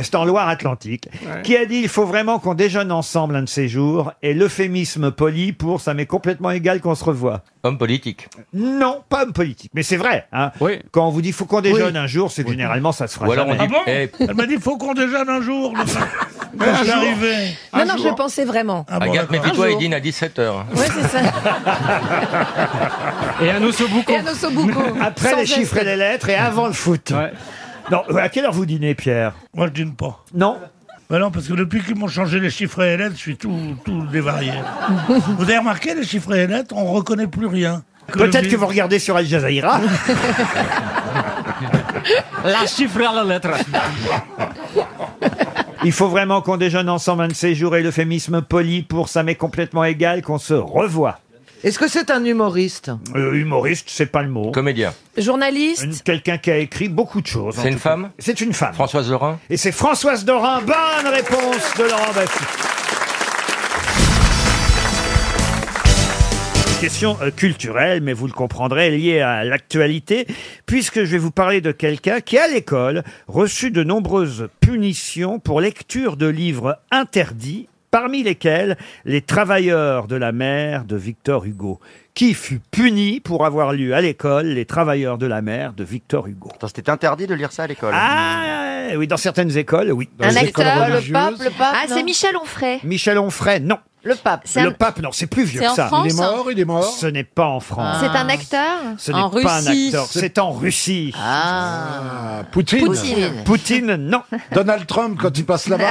C'est en Loire-Atlantique. Qui a dit, il faut vraiment qu'on déjeune ensemble un de ces jours, et l'euphémisme poli pour, ça m'est complètement égal qu'on se revoie.
Homme politique.
Non, pas homme politique, mais c'est vrai. Hein. Quand on vous dit, faut qu'on déjeune
Oui.
un jour, c'est que généralement, ça se fera
Ou alors on
jamais.
Ah bon Elle m'a dit, faut qu'on déjeune un jour. le- Quand je suis arrivé.
Non, non, je le pensais vraiment.
Ah Agathe, méfie-toi,
Un
il
jour.
dîne à 17h.
Ouais, c'est ça.
Et un ossobuco.
Et un ossobuco.
Après
Sans
les chiffres
geste.
et les lettres et avant le foot. Non, à quelle heure vous dînez, Pierre
Moi, je dîne pas.
Non
Bah non, parce que depuis qu'ils m'ont changé les chiffres et les lettres, je suis tout, tout dévarié. vous avez remarqué, les chiffres et les lettres, on reconnaît plus rien.
Peut-être que vous regardez sur Al Jazeera.
La chiffre à la lettre.
Il faut vraiment qu'on déjeune ensemble un de ces jours et l'euphémisme poli pour ça m'est complètement égal qu'on se revoie.
Est-ce que c'est un humoriste
Euh, humoriste, c'est pas le mot.
Comédien.
Journaliste.
Une- Quelqu'un qui a écrit beaucoup de choses. en
C'est une
tout cas.
femme
C'est une femme.
Françoise Laurent
Et c'est Françoise Dorin. Bonne réponse de Laurent Baffie. question euh, culturelle, mais vous le comprendrez, liée à l'actualité, puisque je vais vous parler de quelqu'un qui, à l'école, reçut de nombreuses punitions pour lecture de livres interdits, parmi lesquels Les Travailleurs de la mer de Victor Hugo, qui fut puni pour avoir lu à l'école Les Travailleurs de la mer de Victor Hugo. C'était interdit de lire ça à l'école Ah oui, dans certaines écoles, oui.
Un acteur, le pape, le pape. Ah, c'est Michel Onfray.
Michel Onfray, non. Le pape.
C'est
Le
un-
pape, non, c'est plus vieux
C'est
que
en
ça.
France, Il est hein mort,
il est mort. Ce n'est pas en France.
C'est un acteur
Ce n'est pas un acteur, c'est en Russie. Ah, Poutine.
Poutine.
non. Donald Trump quand il passe là-bas.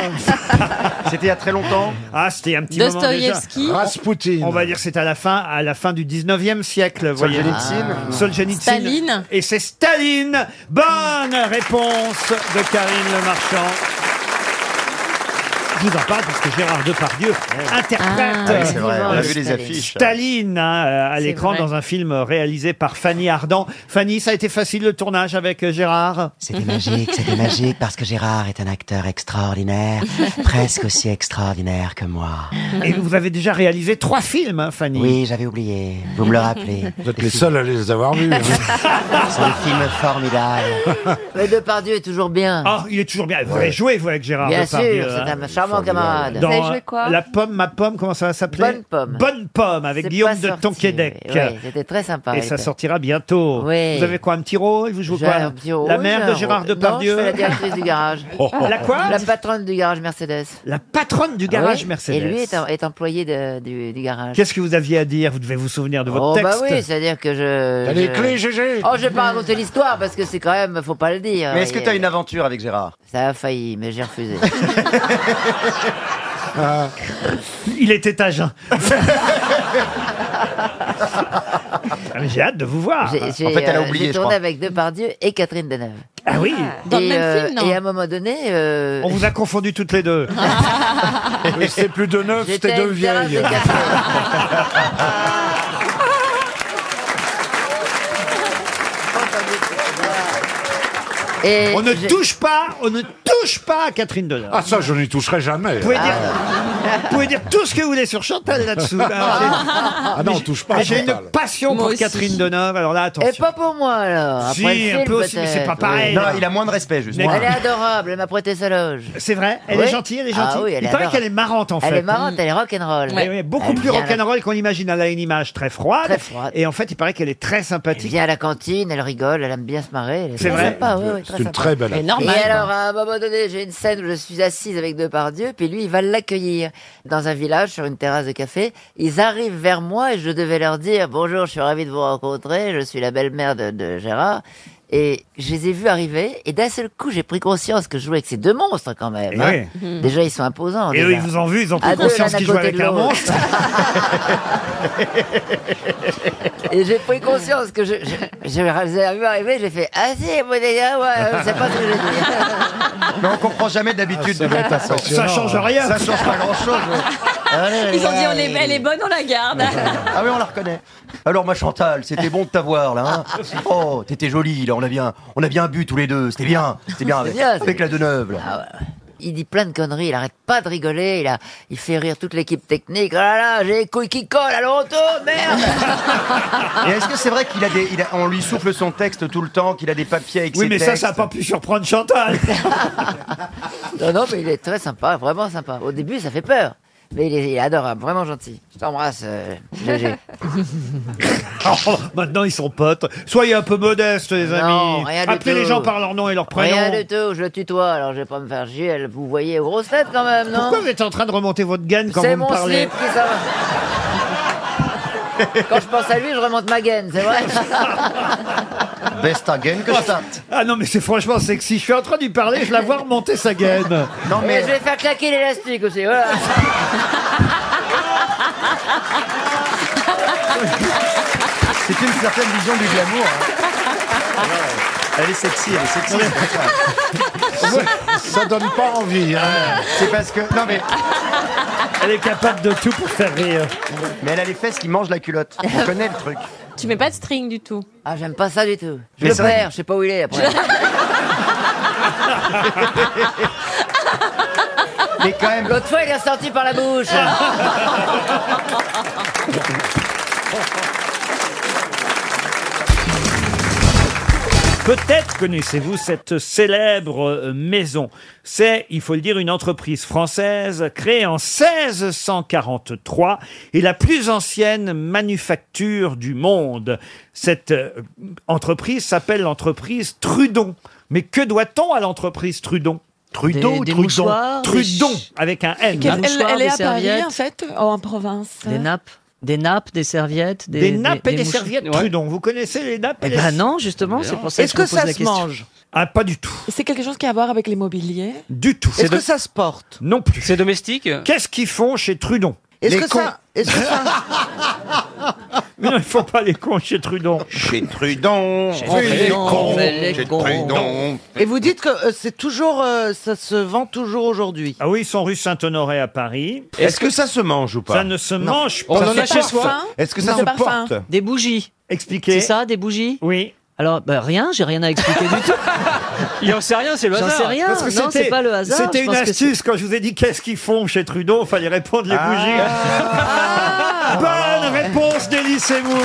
c'était il y a très longtemps. Ah, c'était un petit moment déjà.
Dostoïevski.
Rasputin. On va dire que c'est à la fin, à la fin du 19e siècle, vous voyez.
Solzhenitsyn. Ah.
Solzhenitsyn.
Staline.
Et c'est Staline. Bonne réponse de Karine Le Marchand. Je vous en parle parce que Gérard Depardieu interprète
Ah, oui, c'est vrai, on a vu les
Staline.
affiches.
Staline hein, euh, à
C'est
l'écran
vrai.
dans un film réalisé par Fanny Ardant. Fanny, ça a été facile le tournage avec euh, Gérard
C'était magique, c'était magique parce que Gérard est un acteur extraordinaire, presque aussi extraordinaire que moi.
Et vous avez déjà réalisé trois films, hein, Fanny
Oui, j'avais oublié. Vous me le rappelez.
Vous êtes
Les
les
films-
seuls à les avoir vus, hein.
Ce sont des films formidables.
Mais Depardieu est toujours bien.
Ah, il est toujours bien. Vous avez joué, vous, avec Gérard
Bien sûr,
Depardieu.
c'est
hein.
un charmant camarade.
Dans,
Vous avez joué quoi
euh, La pomme, ma pomme, comment ça va s'appeler Bonne pomme. Bonne pomme, avec
C'est
Guillaume
pas
de
sorti,
Tonquédec.
oui, oui, c'était très sympa,
Et
il
ça
était.
sortira bientôt.
Oui.
Vous avez quoi, un petit rôle Vous jouez
J'ai
quoi
un petit rôle,
La mère
j'ai
de
un
Gérard
rôle.
Depardieu
Oh, Non, je
Oh.
fais la directrice du garage.
La quoi
La patronne du garage Mercedes.
La patronne du garage
Oui,
Mercedes.
Et lui est, est employé de- du, du garage.
Qu'est-ce que vous aviez à dire Vous devez vous souvenir de votre
oh
texte.
bah oui, c'est-à-dire que je...
T'as les
Euh, je-
clés, Gégé.
Oh, je vais pas raconter l'histoire parce que c'est quand même, faut pas le dire.
Mais est-ce que
voyez.
t'as une aventure avec Gérard
Ça a failli, mais j'ai refusé.
Ah.
Il était à jeun.
euh,
Ah, mais J'ai hâte de vous voir.
J'ai- j'ai, euh, J'ai tourné avec Depardieu et Catherine Deneuve.
Ah oui
et, euh, Et à un moment donné... euh,
On vous a confondu toutes les deux.
Oui, c'est
plus de neuf,
J'étais c'était de une vieille. terrasse de café.
on ne touche pas, on ne touche pas à Catherine Deneuve.
Ah ça, je n'y toucherai jamais. Ah.
Vous pouvez, dire, vous pouvez dire tout ce que vous voulez sur Chantal là-dessous. là.
Ah non, on touche pas à
Mais J'ai une
Chantal.
passion
Moi
pour
aussi.
Catherine Deneuve. Alors là, attention.
Et pas pour moi, alors. Après
Si,
le
un
film,
peu aussi, mais c'est
peut-être.
pas pareil.
Oui.
Non, il a
Moins de respect, juste.
Mais-
Elle est adorable, elle m'a prêté sa loge.
C'est vrai Elle est gentille, elle est gentille.
Ah oui, elle
Il
est
paraît
adorable.
qu'elle est marrante en fait.
Elle est marrante, elle est rock'n'roll.
Oui, oui, beaucoup
Elle
plus
vient à la-
rock'n'roll qu'on imagine. Elle a une image très froide.
Très froide.
Et en fait, il paraît qu'elle est très sympathique.
Elle vient à la cantine, elle rigole, elle aime bien se marrer. elle est
C'est
très
vrai
sympa, oui, oui,
C'est une
sympa.
très belle actrice. normal,
Et
quoi.
alors, à un moment donné, j'ai une scène où je suis assise avec Depardieu, puis lui, il va l'accueillir dans un village, sur une terrasse de café. Ils arrivent vers moi et je devais leur dire « Bonjour, je suis ravi de vous rencontrer, je suis la belle-mère de, de Gérard. » Et je les ai vus arriver, et d'un seul coup, j'ai pris conscience que je jouais avec ces deux monstres, quand même.
Eh
hein.
oui.
Déjà, ils sont imposants.
Et eux,
déjà.
ils vous ont vu, ils ont pris
À deux,
conscience
l'un à
qu'ils jouaient
côté
avec
de
un
l'autre.
monstre.
Et j'ai pris conscience que je, je, je les ai vus arriver, j'ai fait Ah si, bon les gars, ouais, je sais pas ce que j'ai dit.
Mais on comprend jamais d'habitude.
Ah, ça
de
va être
toute façon.
impressionnant. Ça change rien.
Ça change pas grand-chose. Allez,
Ils ont dit, on
allez.
est, elle est bonne, on la garde.
Ah oui, on la reconnaît. Alors ma Chantal, c'était bon de t'avoir là. hein. oh, t'étais jolie là. On a bien, on a bien bu tous les deux. C'était bien, c'était bien avec,
C'est bien, c'est-
avec la Deneuve. là.
Ah,
Il dit plein de conneries, il arrête pas de rigoler, il, a, il fait rire toute l'équipe technique. Oh là là, j'ai les couilles qui collent, alors on tourne, merde
Et est-ce que c'est vrai qu'il a des, il a- on lui souffle son texte tout le temps, qu'il a des papiers avec
Oui,
ses
mais ça,
textes
ça n'a pas pu surprendre Chantal.
Non, non, mais il est très sympa, vraiment sympa. Au début, ça fait peur. Mais il est, il est adorable, vraiment gentil. Je t'embrasse, euh, GG.
Oh, maintenant, ils sont potes. Soyez un peu modestes, les
Non,
amis.
rien du
Appelez
tout.
les gens par leur nom et leur prénom.
Rien du tout, je le tutoie, alors je vais pas me faire chier. elle- Vous voyez, aux grosses têtes quand même, non
Pourquoi vous êtes en train de remonter votre gaine quand vous
C'est
me
mon
parlez
slip qui s'en va. Quand je pense à lui, je remonte ma gaine, c'est vrai
Best again que ça.
Ah non, mais c'est franchement sexy. Je suis en train de lui parler, je la vois remonter sa gaine.
Non, mais... je vais faire claquer l'élastique aussi, voilà.
C'est une certaine vision du glamour. hein. Elle est sexy, elle est sexy.
Ça donne pas envie. hein.
C'est parce que. Non mais.
Elle est capable de tout pour faire rire.
Mais elle a les fesses qui mangent la culotte. On connaît le truc.
Tu mets pas de string du tout. Ah, j'aime pas ça du tout. Je
Mais
le
ça-
perds, je sais pas où il est après.
Mais quand même.
Ah.
L'autre fois, il est sorti par la bouche.
Peut-être connaissez-vous cette célèbre euh, maison. C'est, il faut le dire, une entreprise française créée en 1643 et la plus ancienne manufacture du monde. Cette euh, entreprise s'appelle l'entreprise Trudon. Mais que doit-on à l'entreprise Trudon
Des-
Trudon
ou des Trudon mouchoirs, des
Trudon, avec un N.
Quel- elle- elle est à Paris,
en fait, en province.
Des nappes, des nappes, des serviettes, des,
Des nappes et des
mouches-
serviettes
Ouais.
Trudon. Vous connaissez les nappes et
Eh
les-
ben non, justement, c'est pour ça Est-ce que je me pose ça la se question. mange
Ah, pas du tout.
C'est quelque chose qui a à voir avec l'immobilier
Du tout.
Est-ce que ça
se porte Non plus. C'est domestique Qu'est-ce qu'ils font chez Trudon
Est-ce
Les
que
cons.
ça-
Mais non, ils font pas les cons chez Trudon.
Chez Trudon.
Chez
on fait les
Trudon,
cons,
on fait les
chez
cons.
Trudon.
Et vous dites que euh, c'est toujours, euh, ça se vend toujours aujourd'hui.
Ah oui, ils sont rue Saint-Honoré à Paris.
Est-ce que ça se mange ou pas
Ça ne se
Non.
mange
On
pas.
en a chez soi. Est-ce que ça se porte
Des bougies.
Expliquez.
C'est ça, des bougies
Oui.
Alors, bah, rien, j'ai rien à expliquer du tout.
Il en sait rien, c'est le
J'en
hasard.
sais rien.
Parce que
non,
c'était-
c'est pas le hasard.
C'était
je
une
pense que c'est-
astuce quand je vous ai dit qu'est-ce qu'ils font chez Trudeau, fallait répondre les
Ah.
bougies. Bonne réponse d'Élise Moon.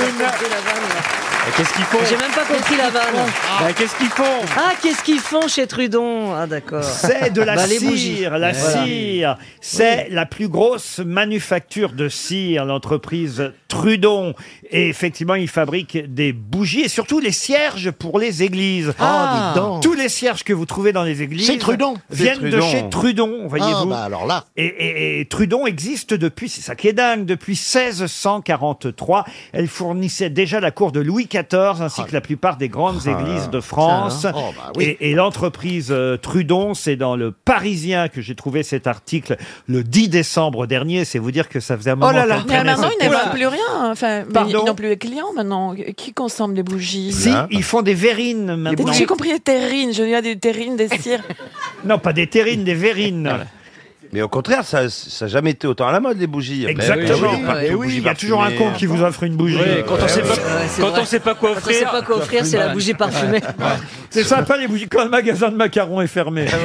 Qu'est-ce qu'ils font
J'ai même pas compris la vanne.
Bah, Qu'est-ce qu'ils font
Ah, qu'est-ce qu'ils font chez Trudon Ah, d'accord.
C'est de la
Bah, les bougies.
cire, la
Voilà.
cire. C'est la plus grosse manufacture de cire, l'entreprise Trudon. Et effectivement, ils fabriquent des bougies et surtout les cierges pour les églises.
Ah, dis donc.
Tous les cierges que vous trouvez dans les églises
Chez Trudon.
viennent
C'est
de
Trudon.
chez Trudon, voyez-vous.
Ah, bah alors là.
Et, et- et Trudon existe depuis, c'est ça qui est dingue, depuis 1643. Elle fournissait déjà la cour de Louis XIV ainsi que la plupart des grandes
Ah.
églises de France.
Ça, hein. Oh, bah oui.
Et- et l'entreprise euh, Trudon, c'est dans le Parisien que j'ai trouvé cet article le 10 décembre dernier. C'est vous dire que ça faisait un moment.
là là.
qu'elle
Mais
traînait
Euh, maintenant,
cette
ils n'ont
question.
plus rien. Enfin, mais
Pardon
ils n'ont plus de clients maintenant. Qui consomme les bougies
Si, ils font des verrines
Des-
maintenant.
J'ai compris les terrines. Je viens des terrines, des cires.
Non, pas des terrines, des verrines.
Mais au contraire, Euh, ça n'a jamais été autant à la mode, les bougies. Ben
Exactement. Eh oui, il y a toujours un con qui
hein.
vous offre une bougie.
Ouais,
Quand on sait pas, quand on sait pas quoi
Quand on sait
offrir.
pas quoi offrir, c'est la bougie parfumée.
C'est sympa les bougies quand le magasin de macarons est fermé.
Ah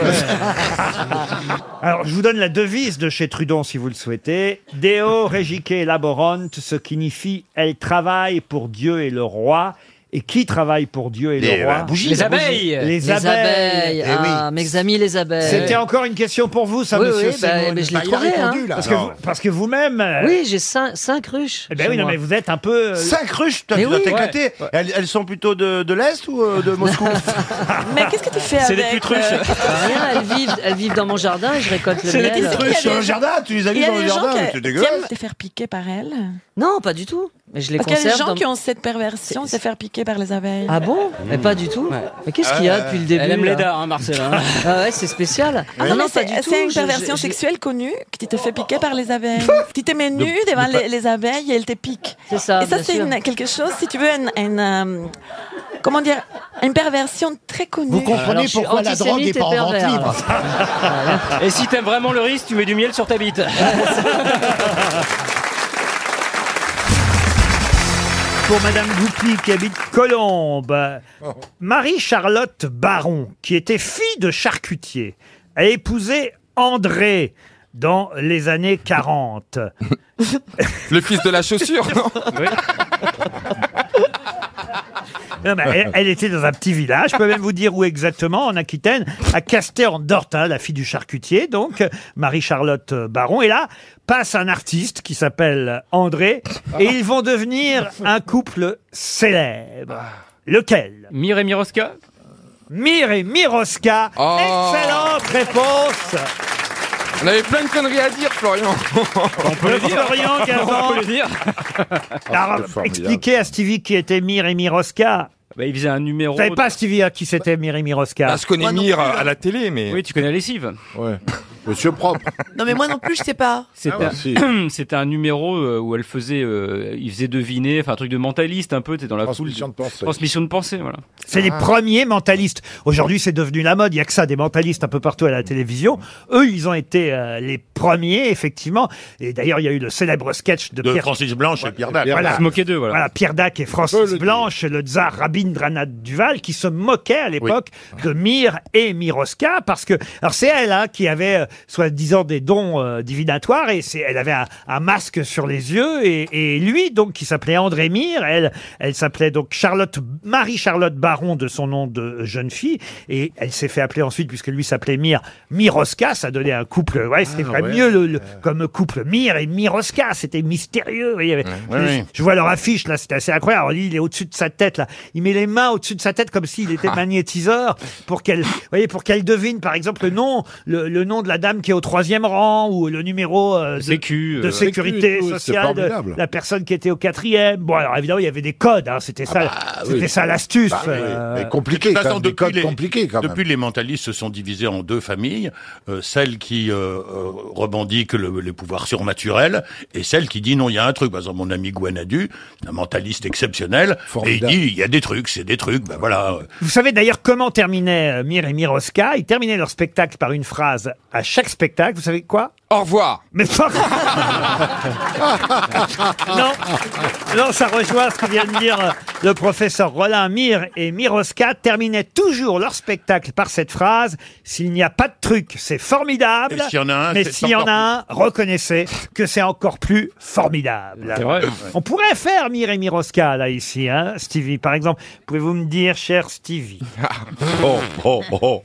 Alors, je vous donne la devise de chez Trudon si vous le souhaitez. Deo regique laborant, ce qui signifie elle travaille pour Dieu et le roi. Et qui travaille pour Dieu et
Les,
le roi
euh, bougies. Les abeilles.
Les,
Les
abeilles.
abeilles.
Eh
Ah, mes amis les abeilles.
C'était encore une question pour vous, ça,
Oui,
monsieur
oui, bah,
Semoun
mais je l'ai Bah, il a trouvé, répondu, hein. là.
Parce que
Non.
vous- Parce que vous-même... euh,
Oui, j'ai cinq, cinq ruches.
eh ben oui,
chez
non,
moi.
mais vous êtes un peu... euh,
Cinq ruches, toi,
Mais
tu dois
oui.
t'éclater. Elles, elles sont plutôt de, de l'Est ou euh, de Moscou
Mais qu'est-ce que tu fais
C'est
avec
des
euh,
Ah, Rien, elles vivent, elles vivent dans mon jardin et je récolte le
C'est des
miel.
petites truches
dans le jardin, tu les as
Il y
mis
a
dans le
des gens
jardin,
qui
mais c'est
qui
dégueulasse.
aiment se faire piquer par elles.
Non, pas du tout. Mais je les
Parce qu'il y a des
conserve.
gens
dans-
qui ont cette perversion de se faire piquer par les abeilles.
Ah bon Mais pas du tout. Mais qu'est-ce qu'il y a
Euh,
depuis le début
elle aime les
là
dards, hein, Marcella, hein.
Ah ouais, c'est spécial.
Ah non, mais
pas
c'est
du tout.
c'est une
Je- je-
perversion
je-
sexuelle connue que tu te fais piquer par les abeilles. tu te mets nu
De-
devant
de pas-
les, les abeilles et elles te piquent.
C'est ça,
Et ça,
bien
c'est
sûr.
une- quelque chose, si tu veux, une, une, euh, comment dire, une perversion très connue.
Vous comprenez Alors, je suis pourquoi la drogue antisémite est pas et en vente pervers. libre.
Et si t'aimes vraiment le risque, tu mets du miel sur ta bite.
pour Madame Goupy qui habite Colombes.
Oh.
Marie-Charlotte Baron, qui était fille de charcutier, a épousé André dans les années 40.
Le fils de la chaussure, non
Non, mais elle, elle était dans un petit village, je peux même vous dire où exactement, en Aquitaine, à Casté-en-Dorte, hein, la fille du charcutier, donc, Marie-Charlotte euh, Baron. Et là, passe un artiste qui s'appelle André, et ils vont devenir un couple célèbre. Lequel
Mire et Miroska
Mire et Miroska.
Oh.
Excellente réponse
On avait plein de conneries à dire, Florian. On
peut le dire. Florian Gazan.
On peut le dire.
Ah,
Alors, expliquez à Stevie qui était Mire et Miroska.
Bah, il faisait un numéro.
Vous savez pas, Stevie, à qui c'était Mire et Miroska
Bah, je connais Mire
hein.
hein.
à la télé, mais.
Oui, tu connais la lessive.
Ouais. Monsieur propre.
Non, mais moi non plus, je sais pas.
C'était
Ah ouais,
un- c'était un numéro euh, où elle faisait, euh, il faisait deviner, enfin un truc de mentaliste un peu, t'es dans la transmission
de pensée. Ah.
Transmission de pensée, voilà.
C'est
Ah.
les premiers mentalistes. Aujourd'hui, c'est devenu la mode. Il y a que ça, des mentalistes un peu partout à la télévision. Eux, ils ont été euh, les premiers, effectivement. Et d'ailleurs, il y a eu le célèbre sketch de,
De
Pierre.
Francis Blanche et Pierre Dac.
Voilà.
se moquer d'eux, voilà.
Oh,
Voilà, Pierre Dac et Francis Blanche, le tsar Rabbi Rabindranath Duval qui se moquait à l'époque de Mire et Miroska parce que alors c'est elle hein, qui avait euh, soi-disant des dons euh, divinatoires et c'est elle avait un, un masque sur les yeux et, et lui donc qui s'appelait André Mire, elle elle s'appelait donc Charlotte Marie Charlotte Baron de son nom de euh, jeune fille et elle s'est fait appeler ensuite puisque lui s'appelait Mire Miroska, ça donnait un couple ouais, c'est
Ah,
pas
ouais.
mieux le- le- comme couple Mire et Miroska, c'était mystérieux, vous voyez.
Ouais,
je,
ouais.
je vois leur affiche là, c'était assez incroyable. Alors, lui, il est au-dessus de sa tête là. Il met les mains au-dessus de sa tête comme s'il
Ah.
était magnétiseur pour qu'elle, vous voyez, pour qu'elle devine par exemple le nom, le, le nom de la dame qui est au troisième rang ou le numéro euh, de,
Sécu,
de
euh,
sécurité
Sécu et tout, c'est
sociale, de-
formidable.
la personne qui était au quatrième. Bon alors évidemment il y avait des codes, hein, c'était ça, c'était
Ah bah, oui.
ça l'astuce.
Bah, oui.
euh,
Mais de toute façon, depuis les- Depuis, les mentalistes se sont divisés en deux familles, euh, celle qui euh, euh, revendique le- les pouvoirs surnaturels et celle qui dit non, il y a un truc. Par exemple, mon ami Guanadu, un mentaliste exceptionnel, et il dit il y a des trucs, c'est des trucs, ben voilà.
Vous savez d'ailleurs comment terminaient euh, Mire et Miroska Ils terminaient leur spectacle par une phrase à chaque spectacle. Vous savez quoi
Au revoir.
Mais pas... non, non, ça rejoint ce que vient de dire euh, le professeur Roland Mire et Miroska terminaient toujours leur spectacle par cette phrase S'il n'y a pas de truc, c'est formidable.
Et s'il y en a un,
mais
c'est
s'il y en
encore
a un, reconnaissez que c'est encore plus formidable.
C'est vrai.
On pourrait faire Mire et Miroska là ici, hein, Stevie. Par exemple, pouvez-vous me dire, cher Stevie
Oh, oh, oh, oh,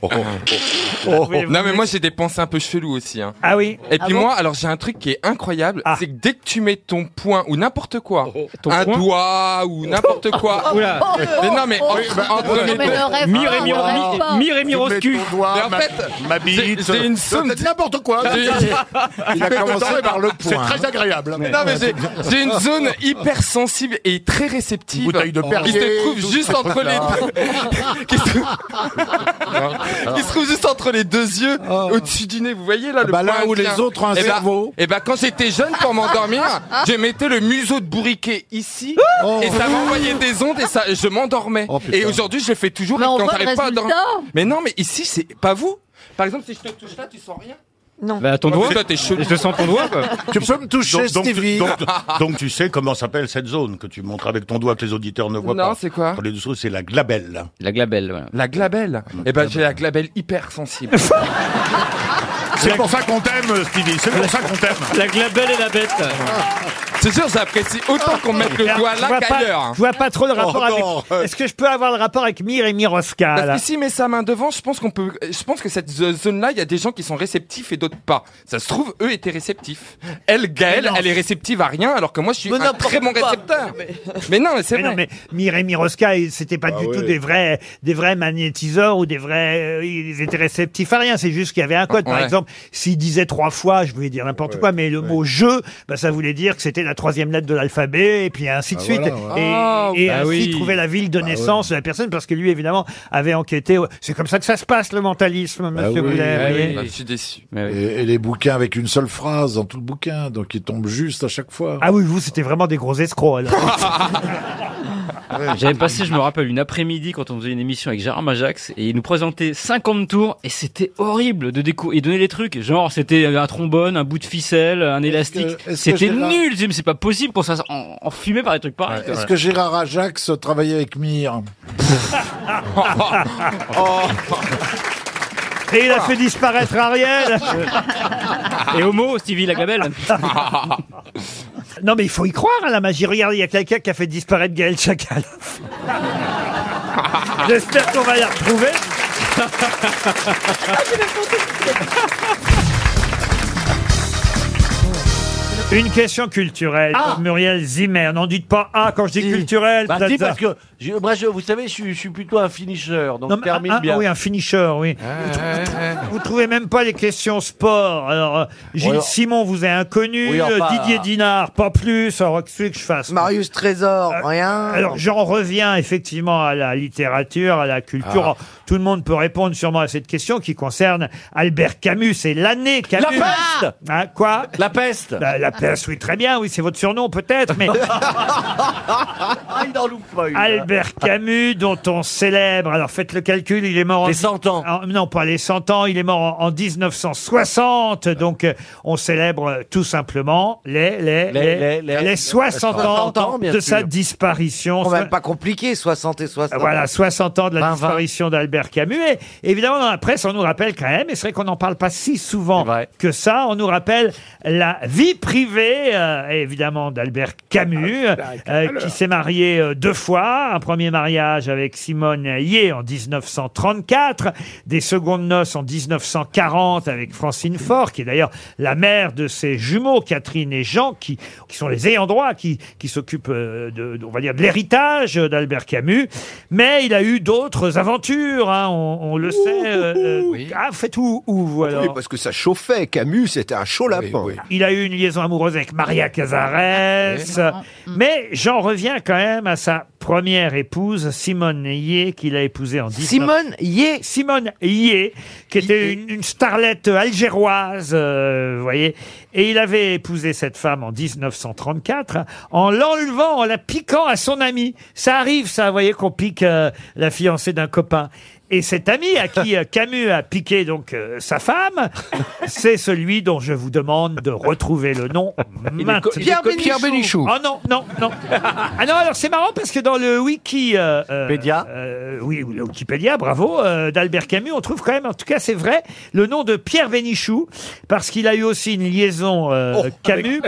oh.
Non mais moi j'ai des pensées un peu cheloues aussi. hein.
Ah oui.
Et puis
Ah bon
moi, alors j'ai un truc qui est incroyable, c'est que dès que tu mets ton poing ou n'importe quoi,
Ah. Ton
un
poing
doigt ou n'importe quoi.
Oula.
Mais non mais
Oui,
entre,
bah,
entre
non,
les
oh, mais
deux-
ne rêve Mire et pas, Miro- ne rêve Mi- pas. Mire et Miroscu.
Tu mets ton doigt, Mais en fait,
ma
j'ai
bite,
j'ai une somme
peut-être n'importe quoi.
J'ai-
Il a
Tu mets ton
commencé
doigt,
par le
C'est
poing.
très agréable.
Mais-
Non mais j'ai- j'ai une zone hyper sensible et très réceptive.
Bouteille de
qui
Perrier,
se trouve
tout
juste
ce
entre les
truc-là.
deux. qui se trouve- qui se trouve juste entre les deux yeux,
Ah.
au-dessus du nez. Vous voyez là le
Bah, là
point
où les
tient.
autres ont un
Eh ben-
cerveau.
Eh ben quand j'étais jeune pour m'endormir,
Ah.
je mettais le museau de bourriquet ici et ça
Oh.
m'envoyait des ondes et ça je m'endormais. et aujourd'hui je le fais toujours
Mais
et
on
quand
voit le
t'arrives pas à dormir.
résultat.
Mais non mais ici c'est pas vous. Par exemple si je te touche là tu sens rien.
Non.
Bah, ton doigt. Toi, t'es chelou.
Je te sens ton doigt, quoi.
Tu peux me toucher, Stevie.
donc,
donc
tu sais comment s'appelle cette zone que tu montres avec ton doigt que les auditeurs ne voient
Non,
pas.
c'est quoi
Pour les dessous, c'est la glabelle. La glabelle, voilà.
La glabelle. Eh ben j'ai la glabelle hyper sensible.
C'est pour
ça qu'on t'aime Stevie, c'est pour ça qu'on t'aime.
La glabelle et la bête.
C'est sûr j'apprécie autant qu'on mette le
Alors,
doigt
je vois
là
pas-
qu'ailleurs.
Je vois pas trop le rapport
Oh, non.
avec. Est-ce que je peux avoir le rapport avec Mire et Miroska là
Parce que s'il met sa main devant, je pense qu'on peut. Je pense que cette zo- zone-là, il y a des gens qui sont réceptifs et d'autres pas. Ça se trouve, eux étaient réceptifs. Elle,
Mais
Gaëlle,
non.
elle est réceptive à rien, alors que moi, je suis un très bon récepteur. Mais non, mais c'est
Mais non,
vrai.
mais Mire et Miroska, ils- c'était pas
Ah
du tout
ouais.
des vrais, des vrais magnétiseurs ou des vrais. euh, Ils étaient réceptifs à rien. C'est juste qu'il y avait un code. Par
Ouais.
exemple, s'ils disaient trois fois, je voulais dire n'importe quoi, mais le mot jeu, bah, ça voulait dire que c'était la troisième lettre de l'alphabet et puis ainsi de
Ah,
suite.
voilà, ouais.
Et,
Ah,
et
bah
ainsi
oui.
trouver la ville de
Bah
naissance de la personne parce que lui, évidemment, avait enquêté. C'est comme ça que ça se passe, le mentalisme,
Bah
Ah monsieur Boulet,
Ah
vous voyez.
Ah, Je suis déçu.
Et, et les bouquins avec une seule phrase dans tout le bouquin, donc ils tombent juste à chaque fois.
Ah oui, vous, c'était vraiment des gros escrocs,
Ah
J'avais passé, je me rappelle, une après-midi quand on faisait une émission avec Gérard Majax et il nous présentait 50 tours et c'était horrible de découvrir. Il donnait les trucs, genre c'était un trombone, un bout de ficelle, un élastique.
que- est-ce que
C'était
Gérard-
nul, Jim, c'est pas possible qu'on soit en- enfumé par des trucs pareils.
Est-ce que Gérard Ajax travaillait avec Mire
Oh.
Et
Ah.
il a fait disparaître Ariel.
Et Homo, Stevie Lagabelle.
Non, mais il faut y croire à la magie. Regardez, il y a quelqu'un qui a fait disparaître Gaël Chacal. J'espère qu'on va la retrouver. Une question culturelle
Ah.
pour Muriel Zimmer. N'en dites pas ah quand je dis culturel.
Bah, dis
Plaza.
parce que je- moi, je- vous savez, je, suis- je suis plutôt un finisher, donc
Non, mais
termine
un- un-
bien.
oui, un finisher, oui. Vous trou- Vous trouvez même pas les questions sport. Alors, euh, Gilles
Oui, alors-
Simon vous est inconnu,
Oui, alors,
euh,
pas-
Didier Dinard, pas plus, alors que celui que je fasse. Marius Trésor, rien. Ah, Alors, j'en reviens effectivement à la littérature, à la culture.
Ah.
Alors, Tout le monde peut répondre sûrement à cette question qui concerne Albert Camus et l'année Camus.
La peste
Hein, Quoi
La peste
La, la Perse, oui, très bien, oui, c'est votre surnom peut-être, mais
il n'en loupe pas une.
Albert Camus, dont on célèbre, alors faites le calcul, il est mort en... Les 100 ans. non, pas les 100 ans, il est mort en, en 1960, donc euh, on célèbre euh, tout simplement les, les, les,
Les- les- les-
les 60 ans,
60 ans, bien
de sa
sûr.
disparition.
Quand même
pas
compliqué, 60 et 60.
Voilà, 60 ans de la
20.
disparition d'Albert Camus. Et évidemment, dans la presse, on nous rappelle quand même, et c'est vrai qu'on n'en parle pas si souvent que ça, on nous rappelle la vie privée, euh, évidemment, d'Albert Camus, euh, qui s'est marié euh, deux fois. Un premier mariage avec Simone Hayé en 1934, des secondes noces en 1940 avec Francine Faure, qui est d'ailleurs la mère de ses jumeaux, Catherine et Jean, qui, qui sont les ayants droit, qui, qui s'occupent euh, de, de- on va dire, de l'héritage d'Albert Camus. Mais il a eu d'autres aventures, hein, on, on le sait. euh, euh, Ah, faites où, où vous alors
parce que ça chauffait. Camus, c'était un chaud lapin.
il a eu une liaison amoureuse avec Maria
Ah,
Cazares.
Mm.
Mais j'en reviens quand même à sa première épouse, Simone Yé, qu'il a épousée en 19...
Simone
Yé Simone Yé, qui était une, une starlette algéroise, euh, vous voyez. Et il avait épousé cette femme en 1934 hein, en l'enlevant, en la piquant à son ami. Ça arrive, ça, vous voyez, qu'on pique euh, la fiancée d'un copain. Et cet ami à qui euh, Camus a piqué donc euh, sa femme, c'est celui dont je vous demande de retrouver le nom
Il est
maintenant.
co- il est Pierre co- Pierre Bénichou. Bénichou.
Oh non, non, non. Ah non, alors c'est marrant parce que dans le wiki... euh, euh, euh, oui, ou le Wikipédia, bravo, euh, d'Albert Camus, on trouve quand même, en tout cas c'est vrai, le nom de Pierre Bénichou, parce qu'il a eu aussi une liaison euh, Camus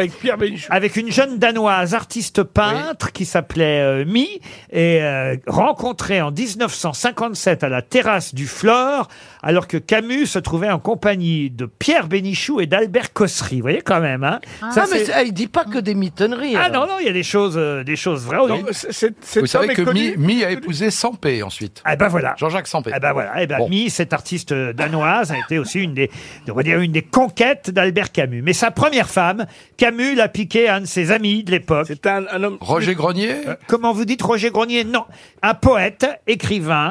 avec, une jeune danoise artiste peintre qui s'appelait euh, Mi et euh, rencontrée en 1957 à la terrasse du Flore alors que Camus se trouvait en compagnie de Pierre Bénichou et d'Albert Cossery. Vous voyez quand même, hein
Ça, mais
c'est-
c'est- ah, il dit pas que des mitonneries.
Ah
alors.
non, non, il y a des choses, euh, des choses vraies.
Non, c'est- c'est- cet
Vous savez
homme est
que
connu-
Mi-
Mi a épousé Sampé ensuite.
Ah ben voilà.
Jean-Jacques Sampé.
Ah bah voilà, eh ben, Mi, cette artiste euh, danoise, a été aussi une des, on va dire, une des conquêtes d'Albert Camus. Mais sa première femme, Camus l'a piqué à un de ses amis de l'époque. C'est un, homme.
Roger Grenier
Comment vous dites Roger Grenier Non, un poète, écrivain,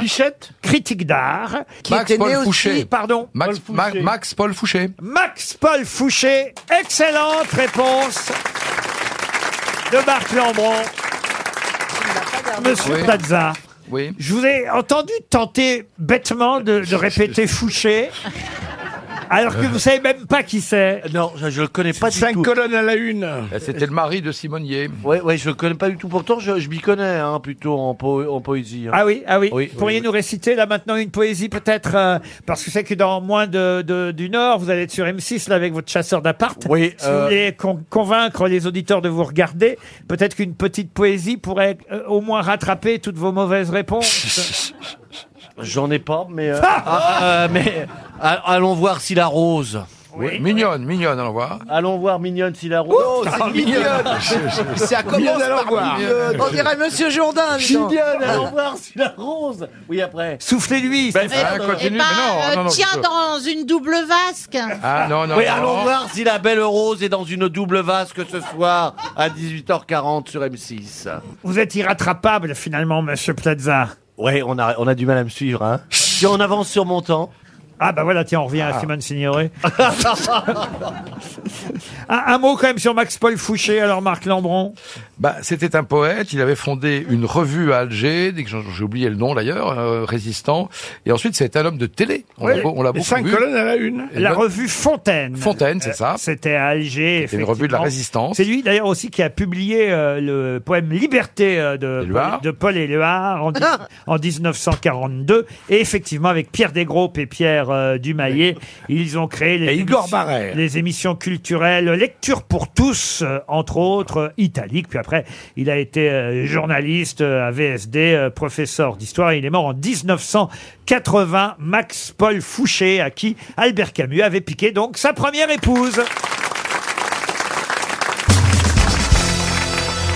critique d'art,
Max Paul Fouché.
pardon,
Max Paul Fouché. Max Paul Fouché.
Max Paul Fouché. Excellente réponse de Marc Lambron. Monsieur
Oui.
Plaza.
Oui.
Je vous ai entendu tenter bêtement de, de répéter Fouché. Alors que vous savez même pas qui c'est.
Non, je, je le connais pas du tout. Cinq
colonnes à la une. Euh, C'était le mari de Simonier.
Ouais, ouais, je le connais pas du tout. Pourtant, je, je m'y connais, hein, plutôt en, po- en poésie. hein.
Ah oui, ah oui. Pourriez
oui.
nous réciter là maintenant une poésie peut-être euh, Parce que c'est que dans moins de, de- d'une heure, vous allez être sur M6 là avec votre chasseur d'appart.
Oui,
Si vous
euh,
voulez con- convaincre les auditeurs de vous regarder, peut-être qu'une petite poésie pourrait euh, au moins rattraper toutes vos mauvaises réponses.
J'en ai pas, mais. euh, ah, euh, mais a- allons voir si la rose.
Oui. Mignonne, mignonne, allons voir.
Allons voir mignonne si la rose.
Oh, c'est mignonne.
Ça commence
Mignonne,
par
allons voir.
mignonne. On dirait Monsieur Jourdain, dis donc.
Mignonne, allons voir si la rose. Oui, après.
Ah. Soufflez-lui.
Ben, ah, continue, mais non, non, non, je-
dans une double vasque.
Ah non, non,
Oui,
non.
allons voir si la belle rose est dans une double vasque ce soir à 18h40 sur M6.
Vous êtes irrattrapable finalement, Monsieur Plaza.
Ouais, on a, on a du mal à me suivre, hein. Si on avance sur mon temps.
Ah bah voilà, tiens, on revient à Simone Signoret. un, un mot quand même sur Max Paul Fouché, alors Marc Lambron.
Bah, c'était un poète. Il avait fondé une revue à Alger. Dès que j'en- j'ai oublié le nom d'ailleurs, euh, résistant. Et ensuite, c'est un homme de télé. On
Oui.
l'a beau- on l'a
Les
beaucoup
cinq
vu.
colonnes à la une.
Et
La
bonne-
revue Fontaine. Euh,
Fontaine, c'est ça.
C'était à Alger.
C'était une revue de la
effectivement.
Résistance.
C'est lui d'ailleurs aussi qui a publié euh, le poème Liberté euh, de, Paul,
Éluard.
de Paul Éluard en, dix- en 1942. Et effectivement, avec Pierre Desgroupes et Pierre euh, Dumaillet, ils ont créé les,
Igor
émissions-
Barrère.
les émissions culturelles Lecture pour tous, euh, entre autres, euh, italique. Puis après, il a été euh, journaliste euh, à VSD, euh, professeur d'histoire. Il est mort en 1980. Max Paul Fouché, à qui Albert Camus avait piqué donc sa première épouse.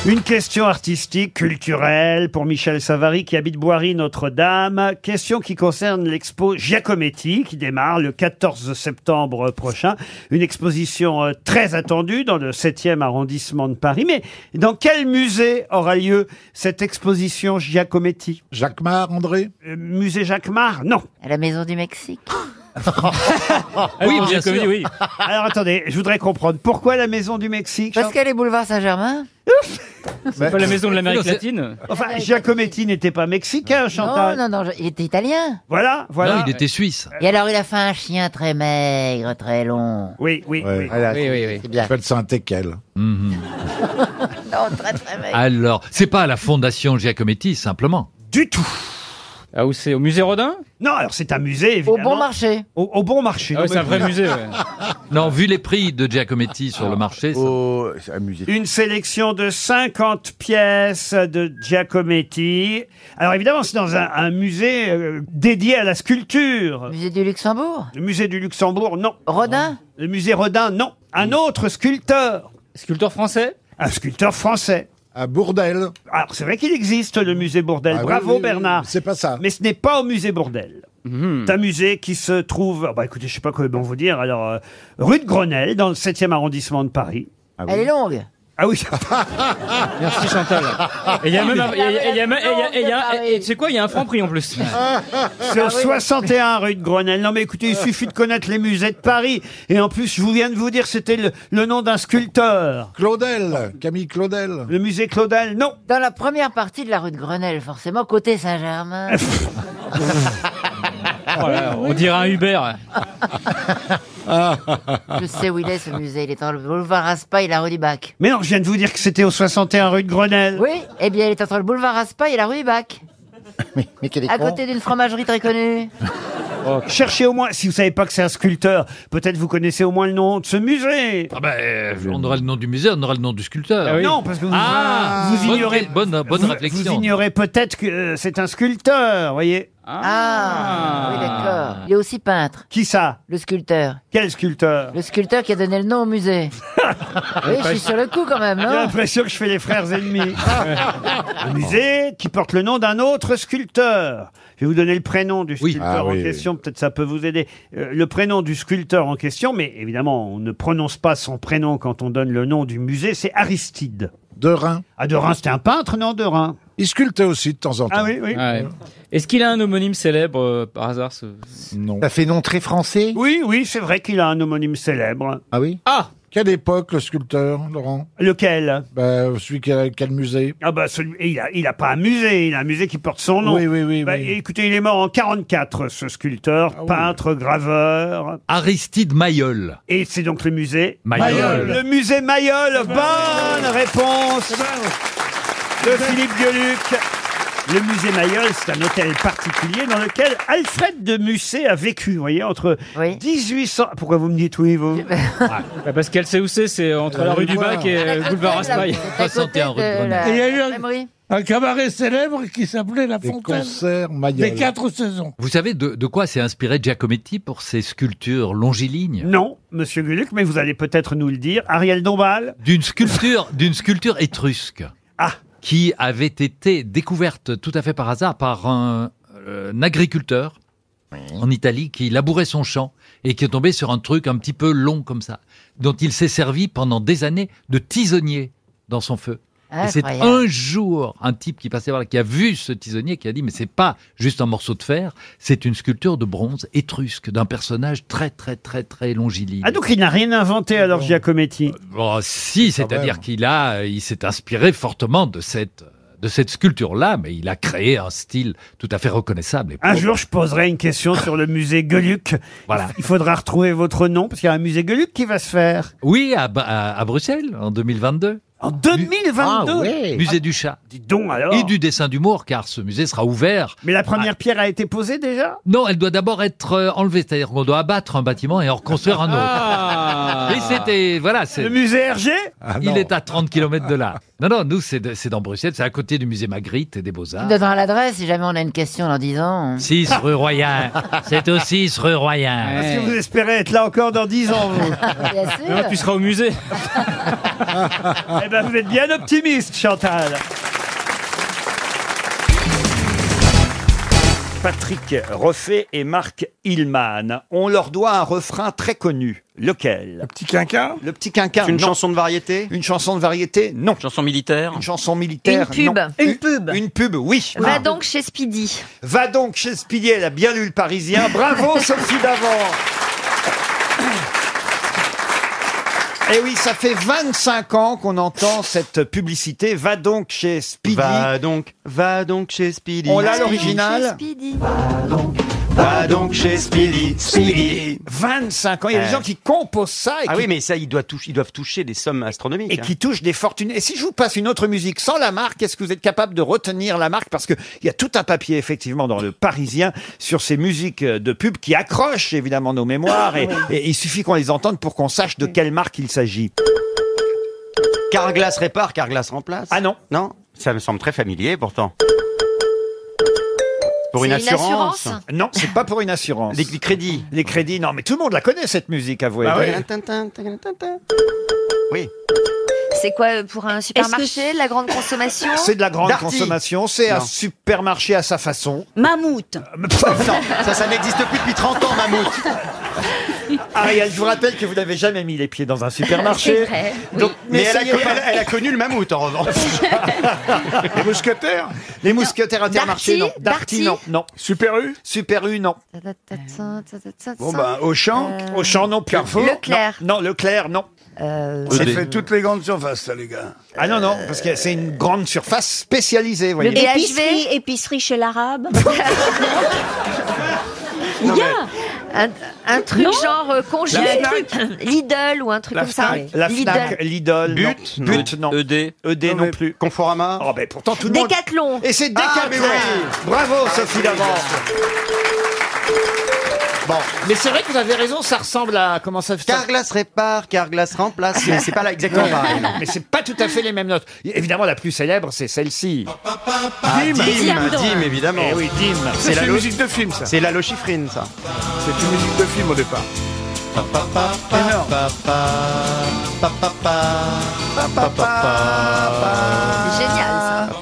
Une question artistique, culturelle pour Michel Savary qui habite Boiry Notre-Dame. Question qui concerne l'expo Giacometti qui démarre le 14 septembre prochain. Une exposition euh, très attendue dans le 7e arrondissement de Paris. Mais dans quel musée aura lieu cette exposition Giacometti Jacquemart, André Musée Jacquemart Non.
À la Maison du Mexique.
Ah, oui,
bien sûr. comédie, oui.
Alors attendez, je voudrais comprendre. Pourquoi la maison du Mexique
Parce qu'elle est boulevard Saint-Germain
C'est
pas la maison de l'Amérique latine
Enfin, Giacometti n'était pas mexicain,
Non,
Chantal.
non, non, je- il était italien.
Voilà, voilà.
Non, il était suisse.
Et alors, il a fait un chien très maigre, très long.
Oui, oui, oui.
oui, oui, oui.
C'est bien.
Appelle ça un teckel.
Non, très, très maigre.
Mhm. Alors, c'est pas à la Fondation Giacometti, simplement.
Du tout.
Ah, où c'est Au musée Rodin Ah
Non, alors c'est un musée, évidemment.
Au bon marché.
Au, au bon
Ah
marché.
Non, vu les prix de Giacometti sur le marché, ça-
Une sélection de 50 pièces de Giacometti. Alors évidemment, c'est dans un, un musée euh, dédié à la sculpture.
Musée du Luxembourg
Le musée du Luxembourg, non.
Rodin
Le musée Rodin, non. Un autre sculpteur. Sculpteur français Un sculpteur français. À Bourdel. Alors c'est vrai qu'il existe le musée Bourdel.
Ah oui,
Bravo
oui, oui.
Bernard. C'est pas ça. Mhm. Mais ce n'est pas au musée Bourdel. C'est un musée qui se trouve, ah bah écoutez, je sais pas comment vous dire, alors euh, rue de Grenelle, dans le 7e arrondissement de Paris.
Elle est longue.
Ah oui.
Merci Chantal. Et il y a même un- et il y a- et il y a même- et il y a- et il y a- et- et tu sais quoi, il y a un franc prix en
Ah,
plus.
C'est au 61 rue de Grenelle. Non mais écoutez, il suffit de connaître les musées de Paris. Et en plus, je vous viens de vous dire, c'était le, le nom d'un sculpteur. Claudel, Camille Claudel. Le musée Claudel, non.
Dans la première partie de la rue de Grenelle, forcément, côté Saint-Germain. Ah,
Voilà, on dirait un Uber.
je sais où il est ce musée, il est dans le boulevard Aspa et la rue du Bac.
Mais non, je viens de vous dire que c'était au 61 rue de Grenelle.
Oui, eh bien, il est entre le boulevard Aspa et la rue du Bac.
Mais quel
À côté d'une fromagerie très connue.
Cherchez au moins, si vous savez pas que c'est un sculpteur, peut-être vous connaissez au moins le nom de ce musée.
Ah ben, euh, on aura le nom du musée, on aura le nom du sculpteur.
Ah oui. Non, parce que vous-
Ah,
vous
bonne-
ignorez-
Bonne, bonne,
vous,
réflexion.
vous ignorez peut-être que euh, c'est un sculpteur, voyez.
Ah, oui, d'accord. Il est aussi peintre.
Qui ça
Le sculpteur.
Quel sculpteur
Le sculpteur qui a donné le nom au musée. oui, je suis sur le coup quand même, hein.
J'ai
non
l'impression que je fais les frères ennemis. Un musée qui porte le nom d'un autre sculpteur. Je vais vous donner le prénom du sculpteur
Ah
en
oui, oui.
question, peut-être ça peut vous aider. Euh, le prénom du sculpteur en question, mais évidemment, on ne prononce pas son prénom quand on donne le nom du musée, c'est Aristide.
De Rhin.
Ah, de Rhin, c'était un peintre, non, de Rhin
Il sculptait aussi de temps en temps.
Ah oui, oui.
Ouais. Est-ce qu'il a un homonyme célèbre euh, par hasard ce... Non.
Ça fait nom très français
Oui, oui, c'est vrai qu'il a un homonyme célèbre.
Ah oui
Ah
Quelle époque le sculpteur, Laurent
Lequel
bah, Celui qui a, qui a le musée.
Ah bah celui, et il a, il a pas un musée, il a un musée qui porte son nom.
Oui, oui, oui,
Bah,
oui. Ah
Écoutez, il est mort en 44, ce sculpteur, peintre, graveur.
Aristide Mailleul.
Et c'est donc le musée
Mayol.
Le musée Mayol. Bonne réponse de Philippe Gueluc. Le musée Mayol, c'est un hôtel particulier dans lequel Alfred de Musset a vécu, vous voyez, entre 1800... Pourquoi vous me dites oui, vous
Bah, Parce qu'elle sait où c'est, c'est entre la rue du Bac et euh, le boulevard Raspail.
Et il y a eu un, un cabaret célèbre qui s'appelait La Fontaine.
concerts Mayol.
des quatre saisons.
Vous savez de, de quoi s'est inspiré Giacometti pour ses sculptures longilignes
Non, monsieur Gueluc, mais vous allez peut-être nous le dire. Ariel Dombal
D'une sculpture, d'une sculpture étrusque. Qui avait été découverte tout à fait par hasard par un, euh, un agriculteur en Italie qui labourait son champ et qui est tombé sur un truc un petit peu long comme ça, dont il s'est servi pendant des années de tisonnier dans son feu. Et c'est
Incroyable.
un jour un type qui passait par là, qui a vu ce tisonnier, qui a dit mais c'est pas juste un morceau de fer, c'est une sculpture de bronze étrusque d'un personnage très très très très longiligne.
Ah donc il n'a rien inventé alors Giacometti
Euh, Bon, Ah, si, c'est-à-dire qu'il a, il s'est inspiré fortement de cette, de cette sculpture-là, mais il a créé un style tout à fait reconnaissable. et
Un
propre.
jour, je poserai une question sur le musée Gueluc.
Voilà.
Il faudra retrouver votre nom, parce qu'il y a un musée Gueluc qui va se faire.
Oui, à, Ba- à, à Bruxelles, en 2022.
En 2022
Ah ouais. Musée du chat.
Dis donc alors.
Et du dessin d'humour, car ce musée sera ouvert.
Mais la première pierre a été posée déjà
Non, elle doit d'abord être euh, enlevée, c'est-à-dire qu'on doit abattre un bâtiment et en reconstruire un autre. Mais c'était, voilà, c'est...
Ah. Le musée Hergé
Il est à 30 km de là. Non, non, nous, c'est de- c'est dans Bruxelles, c'est à côté du musée Magritte et des
Tu
Ah.
Beaux-Arts.
donneras l'adresse si jamais on a une question dans 10 ans.
6 rue Royale. C'est au 6 rue Royale.
Est-ce que vous espérez être là encore dans 10 ans, vous
Bien sûr.
Non, tu seras au musée.
Eh ben, vous êtes bien optimiste, Chantal. Patrick Roffet et Marc Hillman. On leur doit un refrain très connu. Lequel Le petit quinquin Le petit quinquin.
C'est une chanson
de variété Une chanson de variété Non.
Chanson militaire
Une chanson militaire
Une pub.
non.
Une
pub Une pub, oui.
Va donc chez Speedy.
Va donc chez Speedy, elle a bien lu le Parisien. Bravo Sophie Davant Et Eh oui, ça fait 25 ans qu'on entend cette publicité. Va donc chez Speedy. Va donc, va donc chez Speedy. On l'a l'original. Va donc chez Speedy, Speedy. 25 ans. Il y a des
Euh.
Ouais.
gens qui composent ça et,
Ah
qui,
oui, mais ça, ils doivent, toucher, ils doivent toucher des sommes astronomiques.
et
hein.
qui touchent des fortunes. Et si je vous passe une autre musique sans la marque, est-ce que vous êtes capable de retenir la marque Parce qu'il y a tout un papier, effectivement, dans le Parisien sur ces musiques euh, de pub qui accrochent, évidemment, nos mémoires. Et,
Oui.
et il suffit qu'on les entende pour qu'on sache de quelle marque il s'agit.
Carglass répare, Carglass remplace. Ah
non.
Non Ça me semble très familier pourtant. Pour une
C'est une
assurance.
assurance Non, c'est pas pour une assurance. Les crédits. Ah Les crédits, non, mais tout le monde la connaît, cette musique, avouez.
Bah oui.
C'est quoi euh, pour un supermarché La grande consommation
Ah, C'est de la grande
Darty.
consommation, c'est un
Non.
supermarché à sa façon.
Mammouth.
ça, ça n'existe plus depuis 30 ans, Mammouth. Ariel, Ah, je vous rappelle que vous n'avez jamais mis les pieds dans un supermarché.
C'est vrai, oui.
Donc,
Mais elle a
n'essayez
co-
pas.
elle- elle a connu le mammouth, en revanche.
les mousquetaires Les mousquetaires intermarchés, non.
Darty,
Darty, non. non. Super U Super U, non.
Bon
bah, Auchan
Euh,
Euh, Auchan, non. Carrefour
Leclerc.
Non, non, Leclerc, Euh, non.
Ça fait
toutes les grandes surfaces, ça, les gars. Ah non, non, parce que c'est une grande surface spécialisée, vous voyez.
Et épicerie, épicerie chez l'arabe.
Non,
un, un truc
Non.
genre euh, congé,
La
un
Fnac.
truc, Lidl ou un truc comme ça.
La
Lidl.
Fnac, Lidl, but, non. But, non. ED, ED non, plus. Conforama. Oh ben pourtant tout le monde.
Décathlon.
Et c'est Décathlon. Bravo Sophie Davant. Bon, mais c'est vrai que vous avez raison, ça ressemble à comment ça fait
Carglass répare, Carglass remplace. Mais c'est pas là exactement
Ouais.
pareil. non.
Mais c'est pas tout à fait les mêmes notes. Évidemment, la plus célèbre, c'est celle-ci.
Ah, Dim. Dim, Dim, évidemment.
Eh oui, Dim.
Ça, c'est une musique
de film, ça.
C'est la lochifrine, ça.
C'est une musique de film au départ.
Génial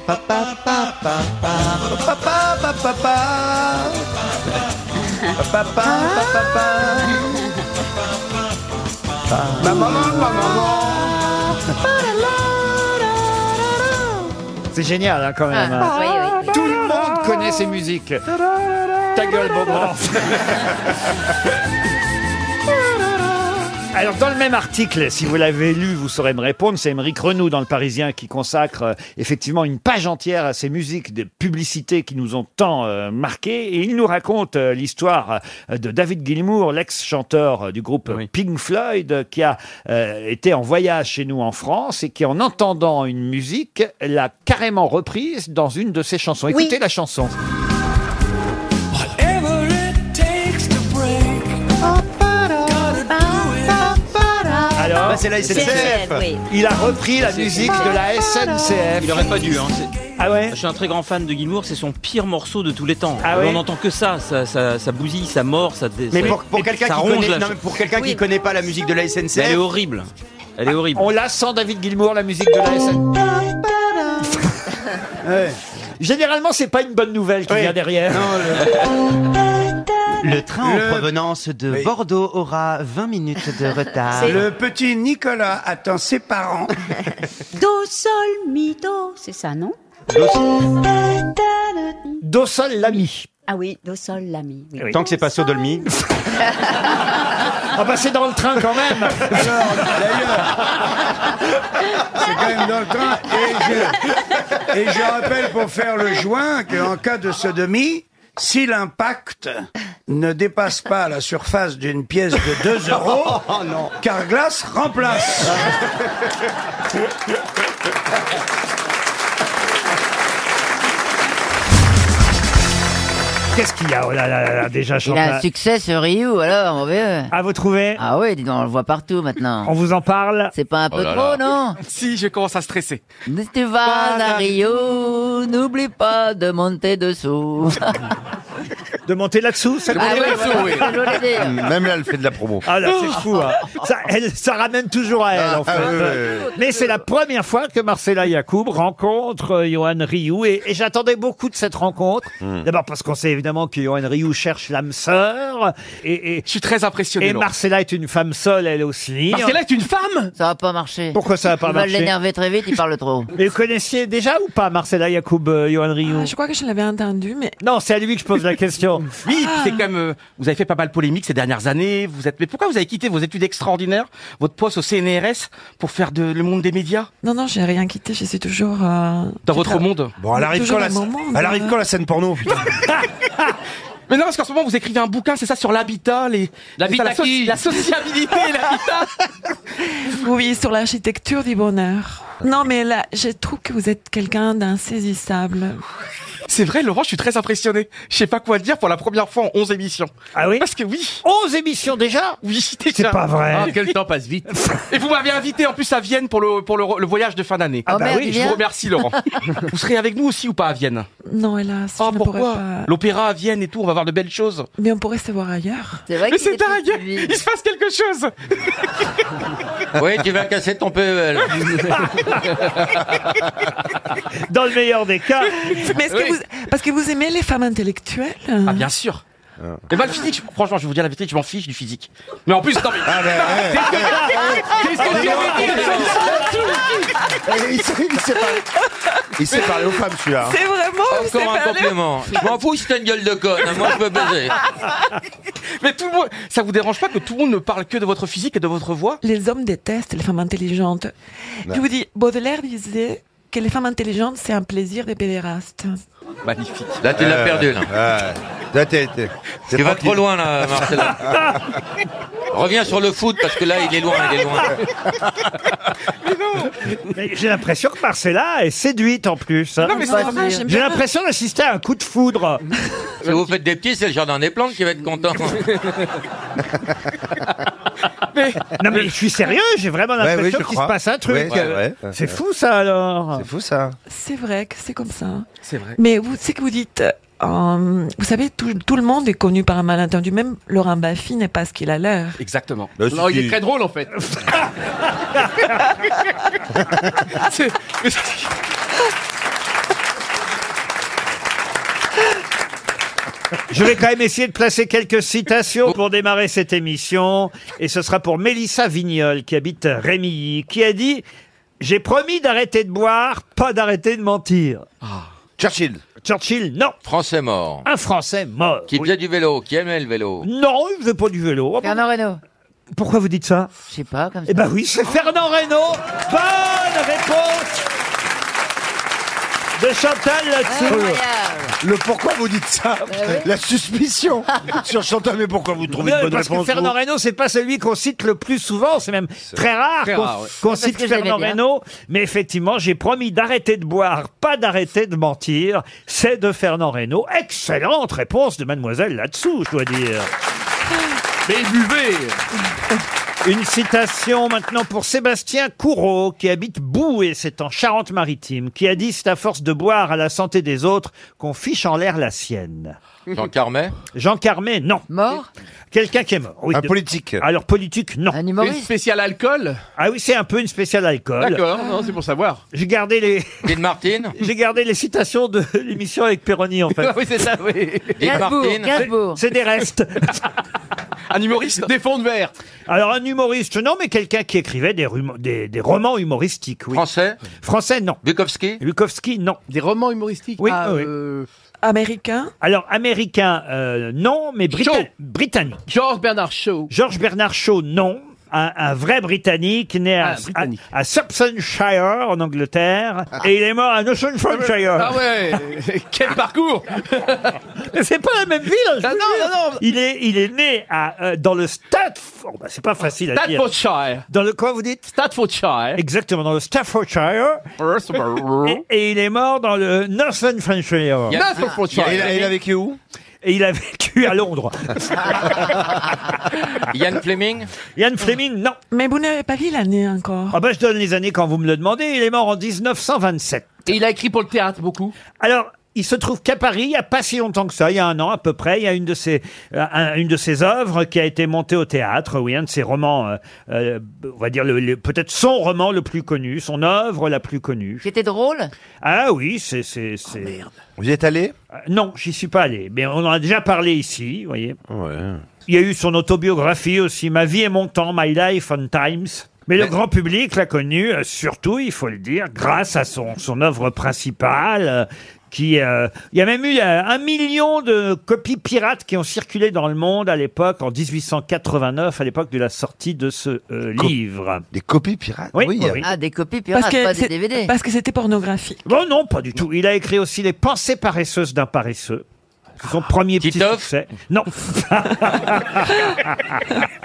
Ah.
Ah, C'est génial, hein, quand même. hein.
Ah.
Tout le monde connaît ces musiques. Ta gueule, Beaugrand. Alors, dans le même article, si vous l'avez lu, vous saurez me répondre. C'est Émeric Renou dans Le Parisien qui consacre euh, effectivement une page entière à ces musiques de publicités qui nous ont tant euh, marquées. Et il nous raconte euh, l'histoire euh, de David Gilmour, l'ex-chanteur euh, du groupe Pink Floyd, euh, qui a euh, été en voyage chez nous en France et qui, en entendant une musique, l'a carrément reprise dans une de ses chansons. Écoutez la chanson.
Whatever it takes to break.
Alors,
Bah, c'est la SNCF. oui.
Il a repris la musique de la SNCF.
Il aurait pas dû. Hein.
Ah ouais
Je suis un très grand fan de Gilmour, c'est son pire morceau de tous les temps.
Ah ouais
On n'entend que ça, ça, ça, ça bousille, ça mord, ça. dé- Mais ça- pour- pour quelqu'un ça qui ronge connaît- la- non, mais pour quelqu'un qui Oui. connaît pas la musique de la SNCF. elle est horrible. Elle est horrible.
On la sent, David Gilmour, la musique de la SNCF. Généralement, c'est pas une bonne nouvelle qui vient derrière.
Le train
Le-
en provenance de
Oui.
Bordeaux aura 20 minutes de retard.
Le petit Nicolas attend ses parents.
Do, sol, mi, do, c'est ça, non
Do, sol, l'ami.
Ah oui, do, sol, l'ami. oui.
Tant que c'est pas Sodomi.
Ah bah c'est dans le train quand même
C'est quand même dans le train. Et je, et je rappelle pour faire le joint qu'en cas de sodomie, si l'impact ne dépasse pas la surface d'une pièce de 2 euros,
Oh
Carglass remplace.
Qu'est-ce qu'il y a Oh là là là là,
Il a
déjà
un
Chantal.
succès sur Ryu, alors, mon vieux.
Ah, vous trouvez
Ah oui, dis donc, on le voit partout maintenant.
On vous en parle
C'est pas un
Oh
Oh
peu trop, non
Si, je commence à stresser.
Si tu vas à Rio, n'oublie pas de monter dessous.
de monter là-dessous. ça-
De monter Ah oui, là-dessous, voilà. oui. Je voulais dire.
Même là, elle fait de la promo. Ah là, c'est fou. hein. Ça, elle- ça ramène toujours à elle, en fait.
Ah, ah, oui, oui, oui.
Mais c'est la première fois que Marcella Yacoub rencontre euh, Johan Rioux. Et, et j'attendais beaucoup de cette rencontre. D'abord parce qu'on sait évidemment que Johan Rioux cherche l'âme sœur. Et, Je suis très impressionné. Et
Laurent.
Marcella est une femme seule, elle aussi.
est une femme Ça va pas marcher.
Pourquoi ça va pas
Il
marcher
va l'énerver très vite, il parle trop.
Mais vous connaissiez déjà ou pas Marcella Yacoub, euh, Johan Rioux
Je crois que je l'avais entendu, mais
Non, c'est à lui que je pose la question.
Oui, c'est quand même. euh, vous avez fait pas mal de polémiques ces dernières années. Vous êtes. Mais pourquoi vous avez quitté vos études extraordinaires, votre poste au CNRS, pour faire de le monde des médias
non, non, j'ai rien quitté. Je suis toujours euh,
Dans
j'ai
votre
tra-
monde.
Bon, elle arrive Toujours quand la- dans mon monde, elle arrive euh. quand la
scène porno Mais non, parce qu'en ce moment vous écrivez un bouquin, c'est ça sur l'habitat, les
L'habitat
la, so-
qui
la sociabilité, l'habitat.
Oui, sur l'architecture du bonheur. Non, mais là, je trouve que vous êtes quelqu'un d'insaisissable.
C'est vrai, Laurent, je suis très impressionné. Je sais pas quoi dire pour la première fois en 11 émissions.
Ah oui
Parce que oui.
11 émissions déjà
Oui,
C'est pas vrai. Ah,
quel temps passe vite. Et vous m'avez invité en plus à Vienne pour le, pour le, le voyage de fin d'année.
Ah bah merde, oui. il
je vous
vient
remercie, Laurent. vous serez avec nous aussi ou pas à Vienne
Non, hélas,
Oh,
je ne pourrais pas.
L'opéra à Vienne et tout, on va voir de belles choses.
Mais on pourrait se voir ailleurs.
C'est vrai
Mais c'est dingue Il se passe quelque chose
Oui, tu vas casser ton PEL.
Dans le meilleur des cas.
Mais est-ce que vous, parce que vous aimez les femmes intellectuelles
Ah, bien sûr. Et bah, le physique, je- franchement, je vais vous dire la vérité, je m'en fiche du physique. Mais en plus, attends, mais. Qu'est-ce que tu avais dit la chose
Il s'est- il s'est par- Il s'est parlé aux femmes, celui-là. hein.
C'est vraiment
c'est
Encore un
pas
complément. Je m'en fous si t'as une gueule de conne. hein, Moi, je peux baiser.
Mais tout le monde, ça vous dérange pas que tout le monde ne parle que de votre physique et de votre voix
Les hommes détestent les femmes intelligentes.
Ouais.
Je vous dis, Baudelaire disait que les femmes intelligentes, c'est un plaisir des pédérastes.
Magnifique.
Là, tu l'as perdu, là.
Là, t'es- t'es- t'es
Tu vas
tranquille.
trop loin, là, Marcella. Reviens sur le foot, parce que là, il est loin, il est loin.
Mais J'ai l'impression que Marcella est séduite en plus.
Non, mais c'est Pas vrai, sûr. j'aime
J'ai
bien.
l'impression d'assister à un coup de foudre.
Si vous faites des petits, c'est le jardin des plantes qui va être content.
Non mais je suis sérieux, j'ai vraiment
Ouais, oui,
l'impression
je
qu'il se
crois.
passe un truc.
Ouais, ouais, ouais.
C'est fou ça alors. C'est
fou ça.
C'est vrai que c'est comme ça.
C'est vrai.
Mais vous, c'est que vous dites, euh, vous savez, tout, tout le monde est connu par un malentendu. Même Laurent Baffy n'est pas ce qu'il a l'air.
Exactement.
Non, il est très
drôle en fait.
Je vais quand même essayer de placer quelques citations pour démarrer cette émission. Et ce sera pour Mélissa Vignol, qui habite Rémilly, qui a dit « J'ai promis d'arrêter de boire, pas d'arrêter de mentir.
Churchill.
Churchill, non.
Français mort.
Un Français mort.
Qui faisait du vélo, qui aimait le vélo.
Non, il faisait pas du vélo. Fernand
Reynaud.
Pourquoi vous dites ça
Je sais pas, comme ça.
Eh ben oui, c'est Fernand Reynaud. Bonne réponse de Chantal là-dessous.
Le pourquoi vous dites ça La suspicion sur Chantal, mais pourquoi vous trouvez
Non,
une bonne
parce
réponse
que Fernand
vous
Reynaud, c'est pas celui qu'on cite le plus souvent, c'est même très rare
Très
qu'on
rare, ouais.
qu'on
Parce
cite
que je l'aimais
Fernand
bien.
Reynaud. Mais effectivement, j'ai promis d'arrêter de boire, pas d'arrêter de mentir. C'est de Fernand Reynaud. Excellente réponse de mademoiselle là-dessous, je dois dire. Mais buvez Une citation maintenant pour Sébastien Courreau, qui habite Boué, c'est en Charente-Maritime, qui a dit « C'est à force de boire à la santé des autres qu'on fiche en l'air la sienne ».
Jean Carmet
Jean Carmet, non. Mort Quelqu'un qui est mort. oui.
Un
De-
politique.
Alors, politique, non. Un
humoriste Une
spéciale alcool Ah oui, c'est un peu une spéciale alcool.
c'est pour savoir.
J'ai gardé les.
Dean Martin
J'ai gardé les citations de l'émission avec Perroni, en fait.
Oui, c'est ça, oui. Dean
Gainsbourg,
Martin.
Gainsbourg. C'est des restes.
Un humoriste
Des fonds de verre. Alors, un humoriste, non, mais quelqu'un qui écrivait des, rumo- des, des romans humoristiques, oui.
Français
Français, non.
Bukowski
Bukowski, non.
Des romans humoristiques Ah, euh,
Oui, oui. Américain Alors, américain, euh, non, mais Brita- britannique. George Bernard Shaw. George Bernard Shaw, non. Un, un vrai Ah, Britannique, né à, à- à Somersetshire, en Angleterre, et il est mort à Nottinghamshire.
Ah ouais,
quel parcours Ah C'est pas la même ville, hein, je vous jure. Il est, il est né à, euh, dans le Staffordshire. c'est pas facile à dire.
Staffordshire.
Dans le quoi vous dites
Staffordshire.
Exactement, dans le Staffordshire. et, et il est mort dans le Northamptonshire.
Il y a- Northamptonshire. Il a- il a
vécu où et il a vécu à Londres.
Ian Fleming
Ian Fleming, non.
Mais vous n'avez pas vu l'année encore.
Ah bah je donne les années quand vous me le demandez. Il est mort en 1927.
Et il a écrit pour le théâtre beaucoup
Alors, Il se trouve qu'à Paris, il n'y a pas si longtemps que ça, il y a un an à peu près, il y a une de ses, euh, un- une de ses œuvres qui a été montée au théâtre, oui, un de ses romans, euh, euh, on va dire le- le- peut-être son roman le plus connu, son œuvre la plus connue.
Qui était drôle Oh,
Ah oui, c'est... c'est, merde. Vous y êtes allé Non, j'y suis pas allé, mais on en a déjà parlé ici, vous voyez. Il y a eu son autobiographie aussi, Ma vie et mon temps, My Life on Times. Mais le grand public l'a connu, euh, surtout, il faut le dire, grâce à son, son œuvre principale, euh, qui... euh, il y a même eu euh, un million de copies pirates qui ont circulé dans le monde à l'époque, en 1889, à l'époque de la sortie de ce euh, livre. Des copies pirates Oui, oui.
Ah, des copies pirates, pas des
c'est-
DVD.
parce que c'était pornographique.
Bon, non, pas du tout. Il a écrit aussi Les pensées paresseuses d'un paresseux. C'est Son premier petit succès. Non.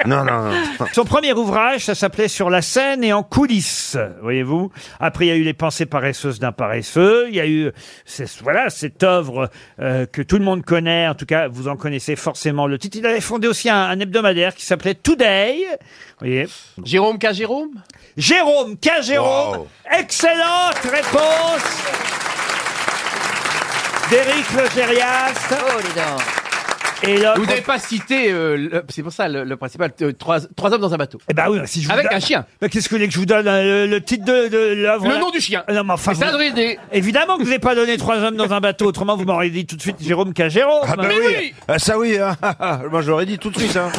Non, non, non.
Son premier ouvrage, ça s'appelait Sur la scène et en coulisses, voyez-vous. Après, il y a eu Les pensées paresseuses d'un paresseux. Il y a eu, c'est- voilà, cette œuvre euh, que tout le monde connaît. En tout cas, vous en connaissez forcément le titre. Il avait fondé aussi un, un hebdomadaire qui s'appelait Today.
Jérôme K. Jérôme
Jérôme K. Jérôme. Excellente réponse d'Éric Logérias.
Oh,
Et là,
Vous n'avez pas cité, euh, le- c'est pour ça le, le principal, euh, trois, trois hommes dans un bateau.
Eh ben oui, si je vous
Avec
donne-
un chien.
Mais qu'est-ce que vous voulez que je vous donne euh, le, le titre de, de l'œuvre
Le
là
nom du chien.
Non, mais enfin,
Mais ça
vous-
doit aider.
Évidemment que je n'ai pas donné trois hommes dans un bateau. Autrement, vous m'auriez dit tout de suite Jérôme Cagéro.
Ah bah oui. Ah, ça oui, hein. moi j'aurais dit tout de suite. Hein.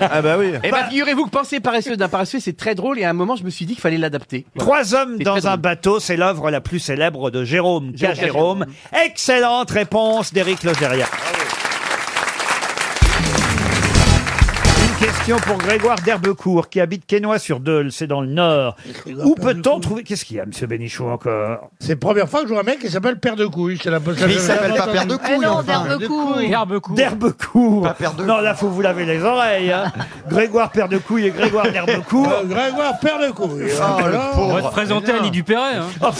ah bah oui.
Eh ben, figurez-vous que penser paresseux d'un paresseux, c'est très drôle, et à un moment, je me suis dit qu'il fallait l'adapter.
Bah,
Trois hommes
C'est
dans
très
un
drôle.
bateau, c'est l'œuvre la plus célèbre de Jérôme K.
Jérôme K.
Jérôme. Excellente réponse d'Éric Logérias. Une question pour Grégoire d'Herbecourt qui habite Quesnoy sur Deule, c'est dans le Nord. Où peut-on trouver Qu'est-ce qu'il y a, Monsieur Bénichou encore
C'est la première fois que je vois un mec qui s'appelle Père de Couilles. C'est la
Mais il s'appelle pas Père de Couilles, Mais Euh, non, enfin. Père de Couilles. D'Herbecourt. Non, là, faut vous laver les oreilles. hein. Grégoire Père de Couille et Grégoire d'Herbecourt.
Grégoire Ah, Père de Couilles.
Oh, le Oh,
On va te présenter Annie Dupéret. Hein.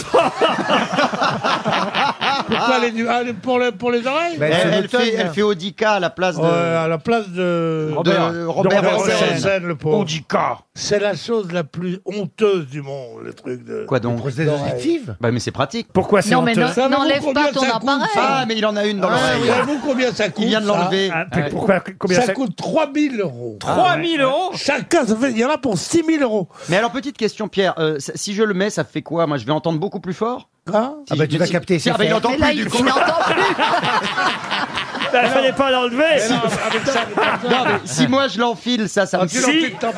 Pourquoi les nu- ah, les- pour, les, pour les oreilles
Mais Eh, elle, elle fait, elle fait Audica à la place de.
Ouais, à la place de
Robert-
de
Robert Hossein.
Hossein, le pauvre.
Audica.
C'est la chose la plus honteuse du monde, le truc de.
Quoi donc
Prothèse auditive
Bah mais c'est pratique.
Pourquoi
c'est Non, mais honteux non-
Ça vaut
n'enlève
combien
pas ton
ça coûte,
appareil.
ça Ah mais il en a une dans
Ah, oui.
l'oreille.
Savez-vous combien ça coûte
Il vient de
ça
l'enlever.
Ah, mais pourquoi- combien
ça,
ça-
coûte 3000 euros.
3000
Ah
euros Chacun, ça fait- il y en a pour 6000 euros.
Mais alors petite question Pierre, euh, ça- si je le mets ça fait quoi Moi je vais entendre beaucoup plus fort
Hein
Si je- si- si- Ah bah il entend plus du coup.
Ben,
Bah,
il fallait pas l'enlever.
Si- Non, mais si moi je l'enfile ça ça me
tu l'enfiles, tu
vas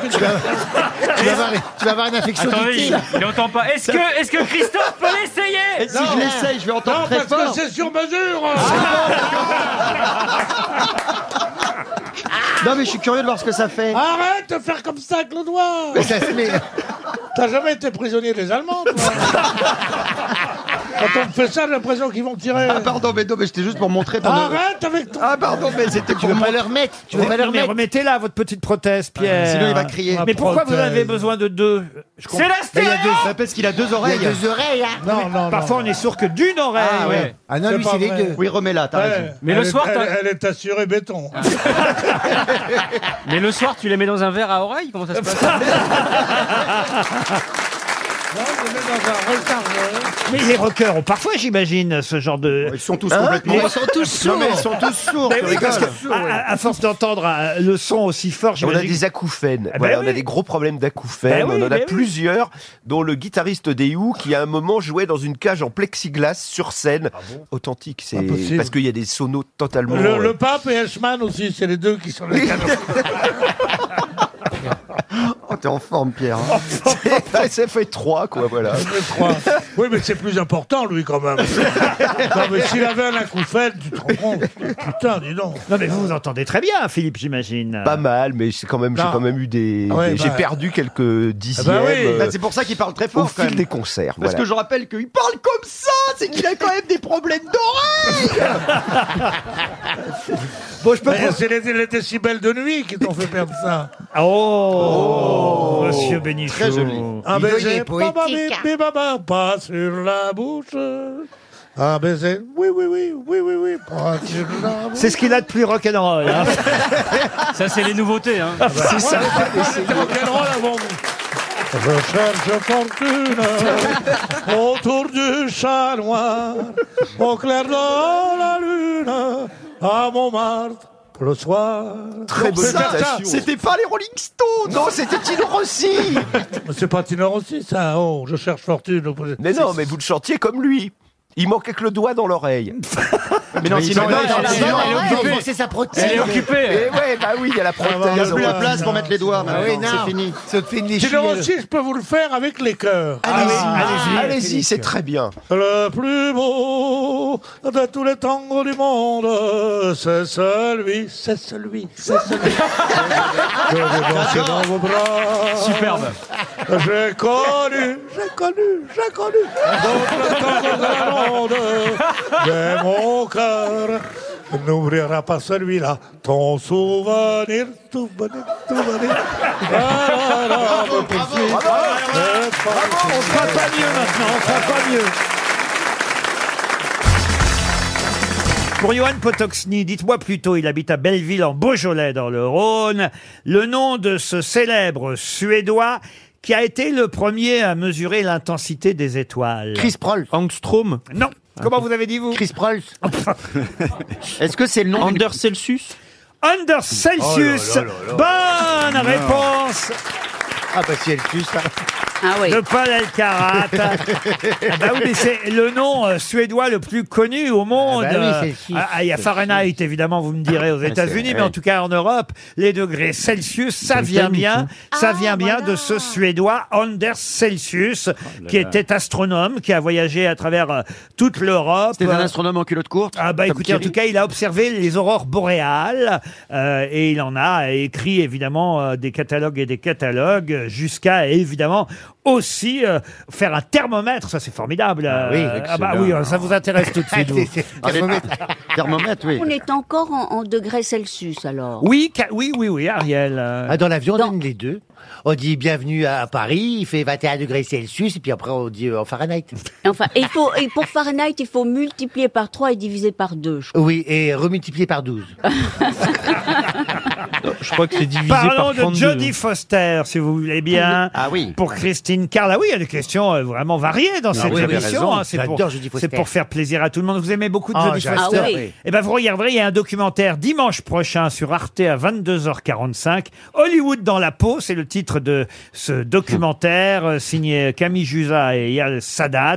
avoir, une
Attendez, il n'entend pas. Est-ce que, est que Christophe peut l'essayer
Et si je l'essaye, je vais entendre
Non,
très
parce
fort. Ah,
que c'est sur mesure
Non, mais je suis curieux de voir ce que ça fait.
Arrête de faire comme ça avec le doigt
Mais ça se met-
T'as jamais été prisonnier des Allemands, toi Quand on me fait ça, j'ai l'impression qu'ils vont tirer.
Ah, pardon, mais non, mais c'était juste pour montrer ton.
Arrête avec ton.
Ah, pardon, mais c'était pour.
pas
leur mettre.
Tu veux pas le remettre. Remettez là votre petite prothèse, Pierre.
Ah, sinon, il va crier.
Mais pourquoi vous
Prothèse.
avez besoin de deux Je comprends-
C'est la Mais il y a stéréo deux- ça pèse qu'il a deux oreilles. Il y a deux oreilles, hein. Non, non, non,
Parfois, on est sûr que d'une oreille.
Ah, ouais. Ah, non, lui, c'est les deux. Oui, remets-la, t'as raison. Ah, Mais le
Elle est-
soir,
elle,
t'as-
elle est assurée béton.
Mais le soir, tu les mets dans un verre à oreille Comment ça se passe
Mais les rockers ont parfois, j'imagine, ce genre de. Hein Ils sont
tous complètement- Ils sont tous sourds. Non, mais ils sont tous sourds, tu rigoles.
à, à- à force d'entendre euh, le son aussi fort,
On
j'imagine.
a des acouphènes.
Ah ben
Voilà,
oui.
On a des gros problèmes d'acouphènes.
Ben oui,
on en a
ben oui.
plusieurs, dont le guitariste des Who qui à un moment jouait dans une cage en plexiglas sur
Ah
scène. Authentique, c'est
Impossible.
parce qu'il y a des sonos totalement.
Le,
euh,
le pape et Eichmann aussi, c'est les deux qui sont les canons.
euh,
Oh, t'es en forme, Pierre.
hein. C'est- ça fait trois, quoi, voilà.
Oui, mais c'est plus important, lui, quand même. non, mais s'il avait un acouphène, tu te rends compte. Putain, dis donc.
Non, mais vous vous entendez très bien, Philippe,
Ah.
j'imagine.
Pas mal, mais c'est quand même, j'ai
Non.
quand même eu des,
Ouais,
des-
bah-
j'ai perdu quelques dixièmes. euh,
Ah Bah, c'est pour ça qu'il parle très
au
fort, quand
fil
même.
des concerts.
Parce
voilà.
que je rappelle qu'il parle comme ça, c'est qu'il a quand même des problèmes d'oreilles.
Bon, je peux C'est les, les décibels de nuit qui t'ont fait perdre ça.
Oh, Monsieur Bénichou.
Très joli. Un
Dis donc, il
baiser,
est poétique,
baba, bébé, baba, pas sur la bouche. Un baiser, oui, oui, oui, oui, oui, oui, pas sur la bouche.
C'est ce qu'il a de plus rock'n'roll. hein.
Ah
Ça, c'est les nouveautés. Hein.
bah,
C'est ça.
C'était rock'n'roll avant vous. Je cherche fortune autour du chat noir, au clair de la lune, à Montmartre, le soir.
Très
On
bonne
peut faire ça.
citation. C'était pas les Rolling Stones, non, c'était Tino Rossi.
Mais C'est pas Tino Rossi, ça. Oh, je cherche fortune.
Mais non, mais vous le chantiez comme lui. Il manquait que le doigt dans l'oreille. mais
non, sinon, elle- elle- elle- elle est occupée.
c'est
sa prothèse. Elle est occupée.
Et ouais, bah oui, il y a la prothèse.
Il y a plus la place pour mettre les doigts,
Ah oui,
maintenant.
non.
C'est fini.
C'est fini.
Tino Rossi, je peux vous le faire avec les chœurs.
Allez-y,
Ah,
allez-y, c'est très bien.
Le plus beau de tous les tangos du monde, c'est celui, c'est celui, c'est celui. Je vais danser dans vos bras.
Superbe.
J'ai connu, j'ai connu, j'ai connu d'autres tangos de monde, mais mon cœur n'ouvrira pas celui-là. Ton souvenir, souvenir, souvenir. Ah, là, là, mon petit. Mais pas-
On fera pas mieux maintenant, on fera pas mieux. Pour Johan Potoxny, dites-moi plutôt, il habite à Belleville en Beaujolais dans le Rhône, le nom de ce célèbre Suédois qui a été le premier à mesurer l'intensité des étoiles. Chris
Proll.
Angstrom Non. Comment vous avez dit vous
Chris Prolls.
Est-ce que c'est le nom
Anders
Celsius Anders Celsius
Oh là là là là.
Bonne
Non.
réponse
Ah bah si elle tue ça.
de Paul Elkarat. Ah bah oui, mais c'est le nom euh, suédois le plus connu au monde.
Ah bah oui,
Euh,
c'est le chiffre,
ah, ah, Il y a
c'est le
Fahrenheit, évidemment, vous me direz aux
c'est-
États-Unis, mais
ouais.
en tout cas en Europe, les degrés Celsius, ça
C'est
vient
thermique,
bien,
hein.
ça vient bien de ce Suédois Anders Celsius, qui
Oh là.
était astronome, qui a voyagé à travers euh, toute l'Europe.
C'était un
Euh,
astronome en culotte courte.
ah bah écoutez, en tout cas, il a observé les aurores boréales euh, et il en a écrit évidemment euh, des catalogues et des catalogues euh, jusqu'à évidemment aussi euh, faire un thermomètre. Ça c'est formidable.
oui,
Euh, ah bah
excellent.
oui, ça vous intéresse tout de suite. vous.
C'est- c'est- thermomètre.
thermomètre,
On est encore en, en degrés Celsius alors.
Oui, ca- oui, oui, oui, Ariel. euh,
Ah, dans l'avion, on donne les deux. On dit bienvenue à Paris, il fait 21 degrés Celsius, et puis après on dit euh, en Fahrenheit.
Enfin, et il faut, et pour Fahrenheit, il faut multiplier par 3 et diviser par 2.
Oui, et remultiplié par 12.
Je crois que c'est
divisé par
Parlons de
32.
Jodie Foster, si vous voulez bien.
Ah oui.
Pour Christine Carla. Oui, il y a des questions euh, vraiment variées dans
Ah
cette
oui, vous avez
émission.
raison.
hein. C'est pour,
J'adore Jodie Foster.
c'est pour faire plaisir à tout le monde. Vous aimez beaucoup de
Ah,
Jodie
j'adore.
Foster
Ah oui.
Eh ben, vous regarderez, il y a un documentaire dimanche prochain sur Arte à 22h45. Hollywood dans la peau, c'est le titre de ce documentaire euh, signé Camille Jusa et Yael Sadat.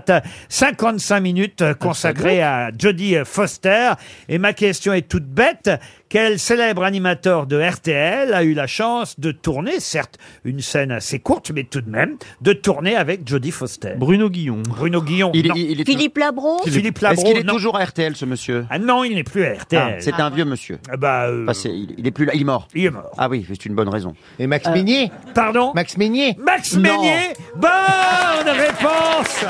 55 minutes euh, consacrées à Jodie euh, Foster. Et ma question est toute bête. Quel célèbre animateur de RTL a eu la chance de tourner, certes une scène assez courte, mais tout de même, de tourner avec Jodie Foster Bruno Guillon. Bruno Guillon.
Il est-
non.
il est-
Philippe Labro
Philippe Labro,
Est-ce qu'il est
non.
toujours à RTL, ce monsieur Ah,
Ah non, il n'est plus à RTL.
C'est un vieux monsieur.
bah,
Enfin, c'est- il, il est plus là, il est mort.
Il est mort.
Ah oui, c'est une bonne raison.
Et Max Minier
Pardon
Max Minier
Max
Non.
Meignier, bonne réponse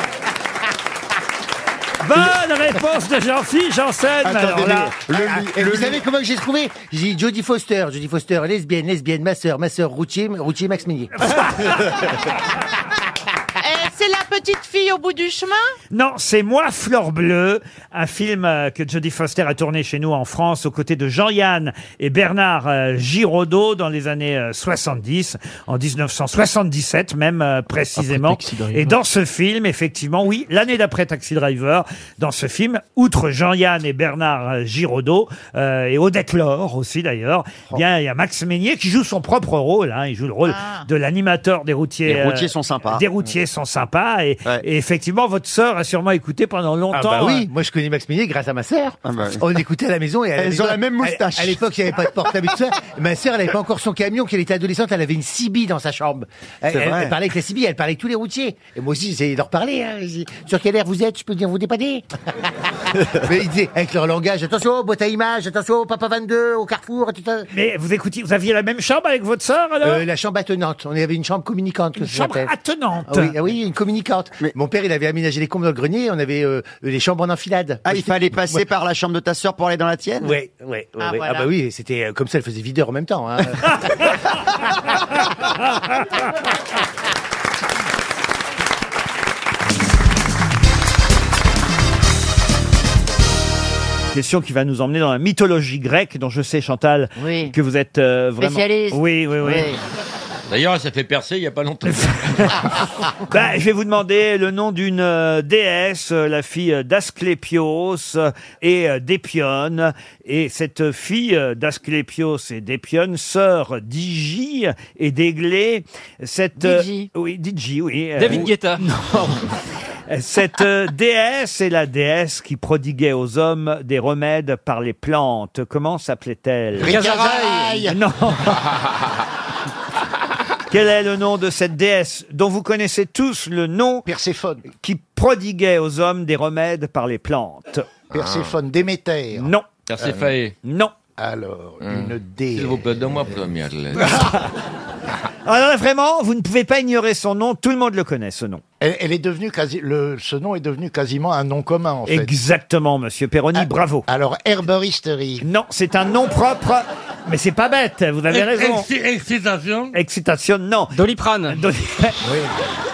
Bonne réponse de Jean-Philippe Janssen
Attendez,
alors là. Ah,
mais le- et vous savez comment j'ai trouvé J'ai dit Jodie Foster, Jodie Foster, lesbienne, lesbienne, ma sœur, ma sœur, routier, routier, Max Minier.
Eh,
c'est la petite fille au bout du chemin
Non, c'est moi, Fleur Bleue, un film euh, que Jodie Foster a tourné chez nous en France aux côtés de Jean-Yann et Bernard euh, Giraudot dans les années euh, 70, en 1977 même euh, précisément.
Taxi Driver.
Et dans ce film, effectivement, oui, l'année d'après Taxi Driver, dans ce film, outre Jean-Yann et Bernard euh, Giraudot euh, et Odette Laure aussi d'ailleurs,
Oh.
eh bien, il y a Max Meignier qui joue son propre rôle. hein. il joue le rôle de l'animateur des routiers. euh,
Les routiers sont sympas.
Des routiers sont sympas et, et effectivement, votre sœur a sûrement écouté pendant longtemps.
Ah bah oui,
euh,
moi je connais Max Minier grâce à ma sœur.
Ah bah oui.
On écoutait à la maison et à
Elles
maison-
ont la même
à-
moustache.
À, l'époque, il n'y avait pas de portable et tout ça. Ma sœur, elle n'avait pas encore son camion. Qu'elle était adolescente, elle avait une CB dans sa chambre. Elle,
C'est
elle-
vrai.
elle parlait avec la CB, elle parlait avec tous les routiers. Et moi aussi, j'essayais de leur parler. hein. J'ai dit, Sur quelle air vous êtes Je peux venir vous dépanner Mais ils disaient avec leur langage attention, boîte à images, attention, papa
Euh,
22 au carrefour. et Tout ça.
Mais vous écoutiez, vous aviez la même chambre avec votre sœur alors
Euh, La chambre attenante. On avait une chambre communicante. Une
chambre attenante.
oui, ah oui, une communicante. Mon père, il avait aménagé les combles dans le grenier. On avait euh, les chambres en enfilade.
Ah, il fallait passer par la chambre de ta sœur pour aller dans la tienne
Ouais, ouais, ouais,
Ah,
ouais.
voilà.
Ah bah oui, c'était euh, comme ça, elle faisait videur en même temps. hein.
Question qui va nous emmener dans la mythologie grecque dont je sais Chantal que vous êtes euh, vraiment
Spécialiste.
Oui, oui, oui.
Oui.
D'ailleurs, ça fait percer il n'y a pas longtemps.
Ben, je vais vous demander le nom d'une euh, déesse, euh, la fille euh, d'Asclépios euh, et euh, d'Épione. Et cette fille euh, d'Asclépios et d'Épione, sœur d'Igie et d'Églé, cette... euh,
Digi.
oui, Digi, oui. euh,
David Guetta.
Ah
cette euh, déesse est la déesse qui prodiguait aux hommes des remèdes par les plantes. Comment s'appelait-elle
Ricaraille.
Non.
Ah,
Quel est le nom de cette déesse dont vous connaissez tous le nom Perséphone. Qui prodiguait aux hommes des remèdes par les plantes.
Perséphone,
Déméter. Non. Euh,
Perséphée.
Non.
Alors,
Hum.
une
déesse. S'il vous plaît, donne-moi première lettre.
Alors là, vraiment, vous ne pouvez pas ignorer son nom. Tout le monde le connaît, ce nom.
Elle, elle est devenue quasi, le, ce nom est devenu quasiment un nom commun, en fait. Ah,
Exactement, monsieur Perroni, bravo.
Alors, herboristerie.
Non, c'est un nom propre, mais c'est pas bête, vous avez raison.
Excitation.
Excitation, non. Euh, Doliprane.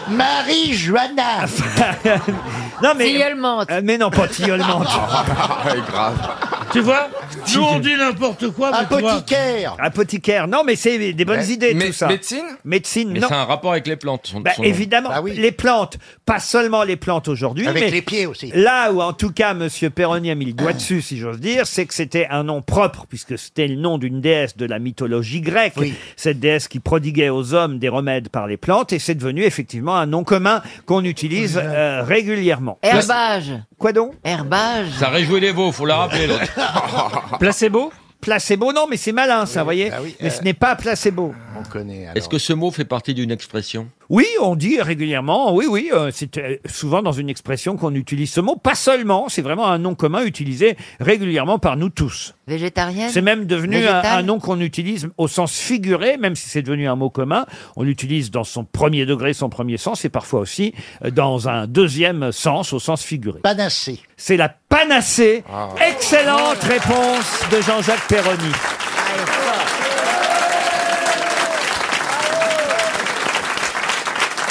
Marie Joanna.
non, mais. Euh, Mais non, pas tilleulement.
grave.
Tu vois Nous, on dit n'importe quoi. mais toi-
Apothicaire, non, mais c'est des bonnes
Mais-
idées,
mais-
tout ça.
médecine
Médecine,
Mais
non.
c'est un
rapport avec les plantes. son-
Bah,
son nom.
évidemment, les plantes, pas seulement les plantes aujourd'hui,
Avec
mais
les pieds aussi.
Là où en tout cas Monsieur Perroni a mis le doigt dessus, si j'ose dire, c'est que c'était un nom propre puisque c'était le nom d'une déesse de la mythologie grecque, cette déesse qui prodiguait aux hommes des remèdes par les plantes, et c'est devenu effectivement un nom commun qu'on utilise euh, régulièrement.
Herbage.
Quoi donc
Herbage.
Ça réjouit les veaux, faut la rappeler.
Placebo. Ah. Placebo, non, mais c'est malin, ça, vous voyez. mais ce n'est pas placebo.
On connaît. alors.
Est-ce que ce mot fait partie d'une expression
Oui, on dit régulièrement, oui, oui, euh, c'est euh, souvent dans une expression qu'on utilise ce mot, pas seulement, c'est vraiment un nom commun utilisé régulièrement par nous tous.
Végétarienne.
C'est même devenu un,
Végétale
un nom qu'on utilise au sens figuré, même si c'est devenu un mot commun, on l'utilise dans son premier degré, son premier sens, et parfois aussi euh, dans un deuxième sens, au sens figuré.
Panacée.
C'est la panacée. Excellente réponse de Jean-Jacques Perroni.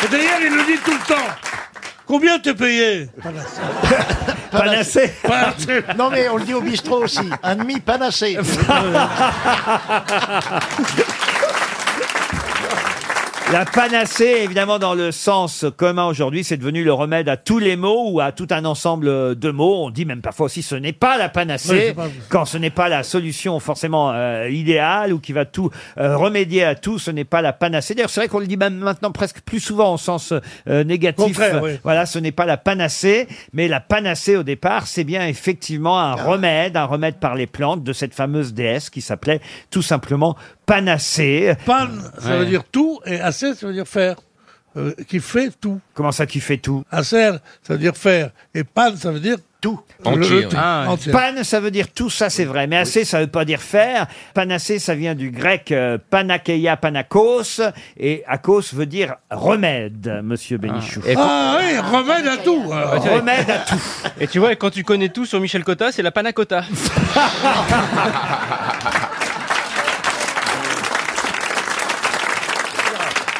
Et d'ailleurs, il nous dit tout le temps. Combien t'es payé
Panacée.
non, mais on le dit au bistrot aussi. Un demi panacé.
La panacée, évidemment, dans le sens commun aujourd'hui, c'est devenu le remède à tous les maux ou à tout un ensemble de mots. On dit même parfois aussi ce n'est pas la
Oui,
panacée
c'est pas-
quand ce n'est pas la solution forcément euh, idéale ou qui va tout euh, remédier à tout. Ce n'est pas la panacée. D'ailleurs, c'est vrai qu'on le dit même maintenant presque plus souvent en sens euh, négatif.
Contraire, oui.
Voilà, ce n'est pas la panacée, mais la panacée au départ, c'est bien effectivement un remède, un remède par les plantes de cette fameuse déesse qui s'appelait tout simplement panacée.
Pan, ça
Ouais.
veut dire tout, et assez, ça veut dire faire. Euh, qui fait tout.
Comment ça, qui fait tout
Acer, ça veut dire faire. Et pan, ça veut dire tout. Le- le tout.
Ah,
Entier.
Pan, ça veut dire tout ça, c'est vrai. Mais assez, ça veut pas dire faire. Panacée, ça vient du grec euh, panakeia, panakos. Et akos veut dire remède, monsieur Bénichou.
Ah oui, remède à tout. alors.
Remède à tout.
Et tu vois, quand tu connais tout sur Michel Cotta, c'est la panacota.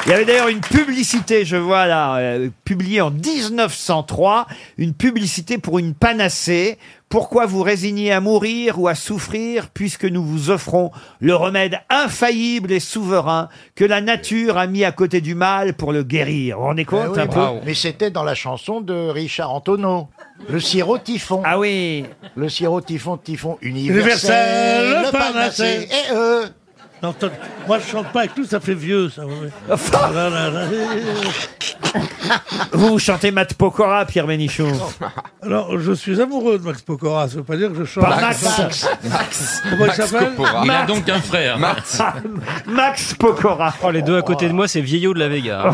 Il y avait d'ailleurs une publicité, je vois là, euh, publiée en 1903, une publicité pour une panacée. Pourquoi vous résigner à mourir ou à souffrir puisque nous vous offrons le remède infaillible et souverain que la nature a mis à côté du mal pour le guérir On est
Eh
compte
Ben oui,
un peu
Mais c'était dans la chanson de Richard Antonio. Le sirop typhon.
Ah oui.
Le sirop typhon, typhon universel.
Universel,
le panacée.
Eh,
Et euh,
Non, attends, moi, je chante pas avec tout, ça fait vieux, ça. ouais. Ah là là là.
Vous, vous chantez Mat Pokora, Pierre Bénichou.
Alors, je suis amoureux de Max Pokora, ça veut pas dire que je chante.
Par Max. Max.
Comment il s'appelle
Il a donc un frère.
Max Pokora.
Oh, les deux à côté de moi, c'est vieillot de la Vega.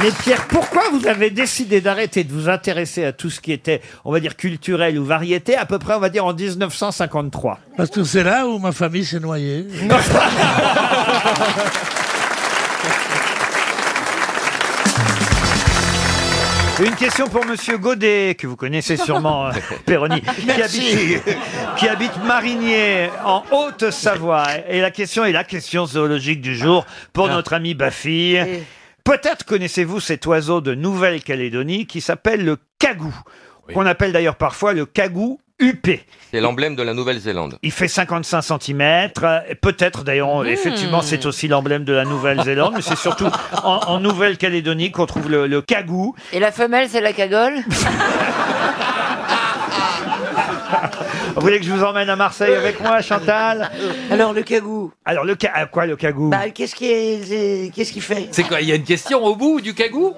Mais Pierre, pourquoi vous avez décidé d'arrêter de vous intéresser à tout ce qui était, on va dire, culturel ou variété, à peu près, on va dire, en 1953
Parce que c'est là où ma famille s'est noyée.
Une question pour Monsieur Godet, que vous connaissez sûrement, euh, Péroni, qui
Merci.
habite, qui habite Marigné, en Haute-Savoie. Et la question est la question zoologique du jour pour notre ami Baffy. Peut-être connaissez-vous cet oiseau de Nouvelle-Calédonie qui s'appelle le cagou, qu'on appelle d'ailleurs parfois le cagou huppé.
C'est l'emblème de la Nouvelle-Zélande.
Il fait 55 cm. Peut-être d'ailleurs, on- effectivement, c'est aussi l'emblème de la Nouvelle-Zélande, mais c'est surtout en, en Nouvelle-Calédonie qu'on trouve le, le kagou.
Et la femelle, c'est la cagole
Vous voulez que je vous emmène à Marseille avec moi, Chantal
Alors, le cagou.
Alors le ca- ah, quoi le cagou
Bah, qu'est-ce qui est- qu'est-ce qu'il fait
C'est quoi Il y a une question au bout du cagou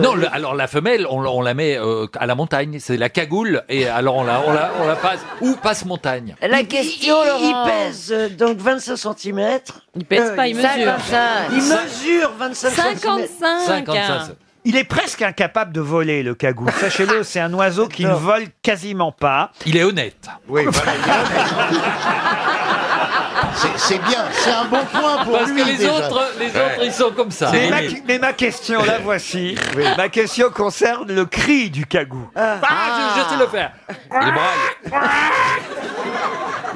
Non, le- alors la femelle, on, la- on la met euh, à la montagne, c'est la cagoule, et alors on la, on la, on la passe ou passe montagne.
La question,
il, il
Laurent.
pèse euh, donc 25 cm. Il
pèse pas, il mesure. 55.
Il mesure 25
55. 55.
Il est presque incapable de voler le cagou. Sachez-le, c'est un oiseau qui ne vole quasiment pas.
Il est honnête.
Oui,
C'est bien, c'est un bon point
pour
Parce
lui,
que les
déjà.
autres, les autres, ils sont comme ça.
Mais ma, mais ma question, la voici. Ma question concerne le cri du cagou.
Ah, je, je sais le faire.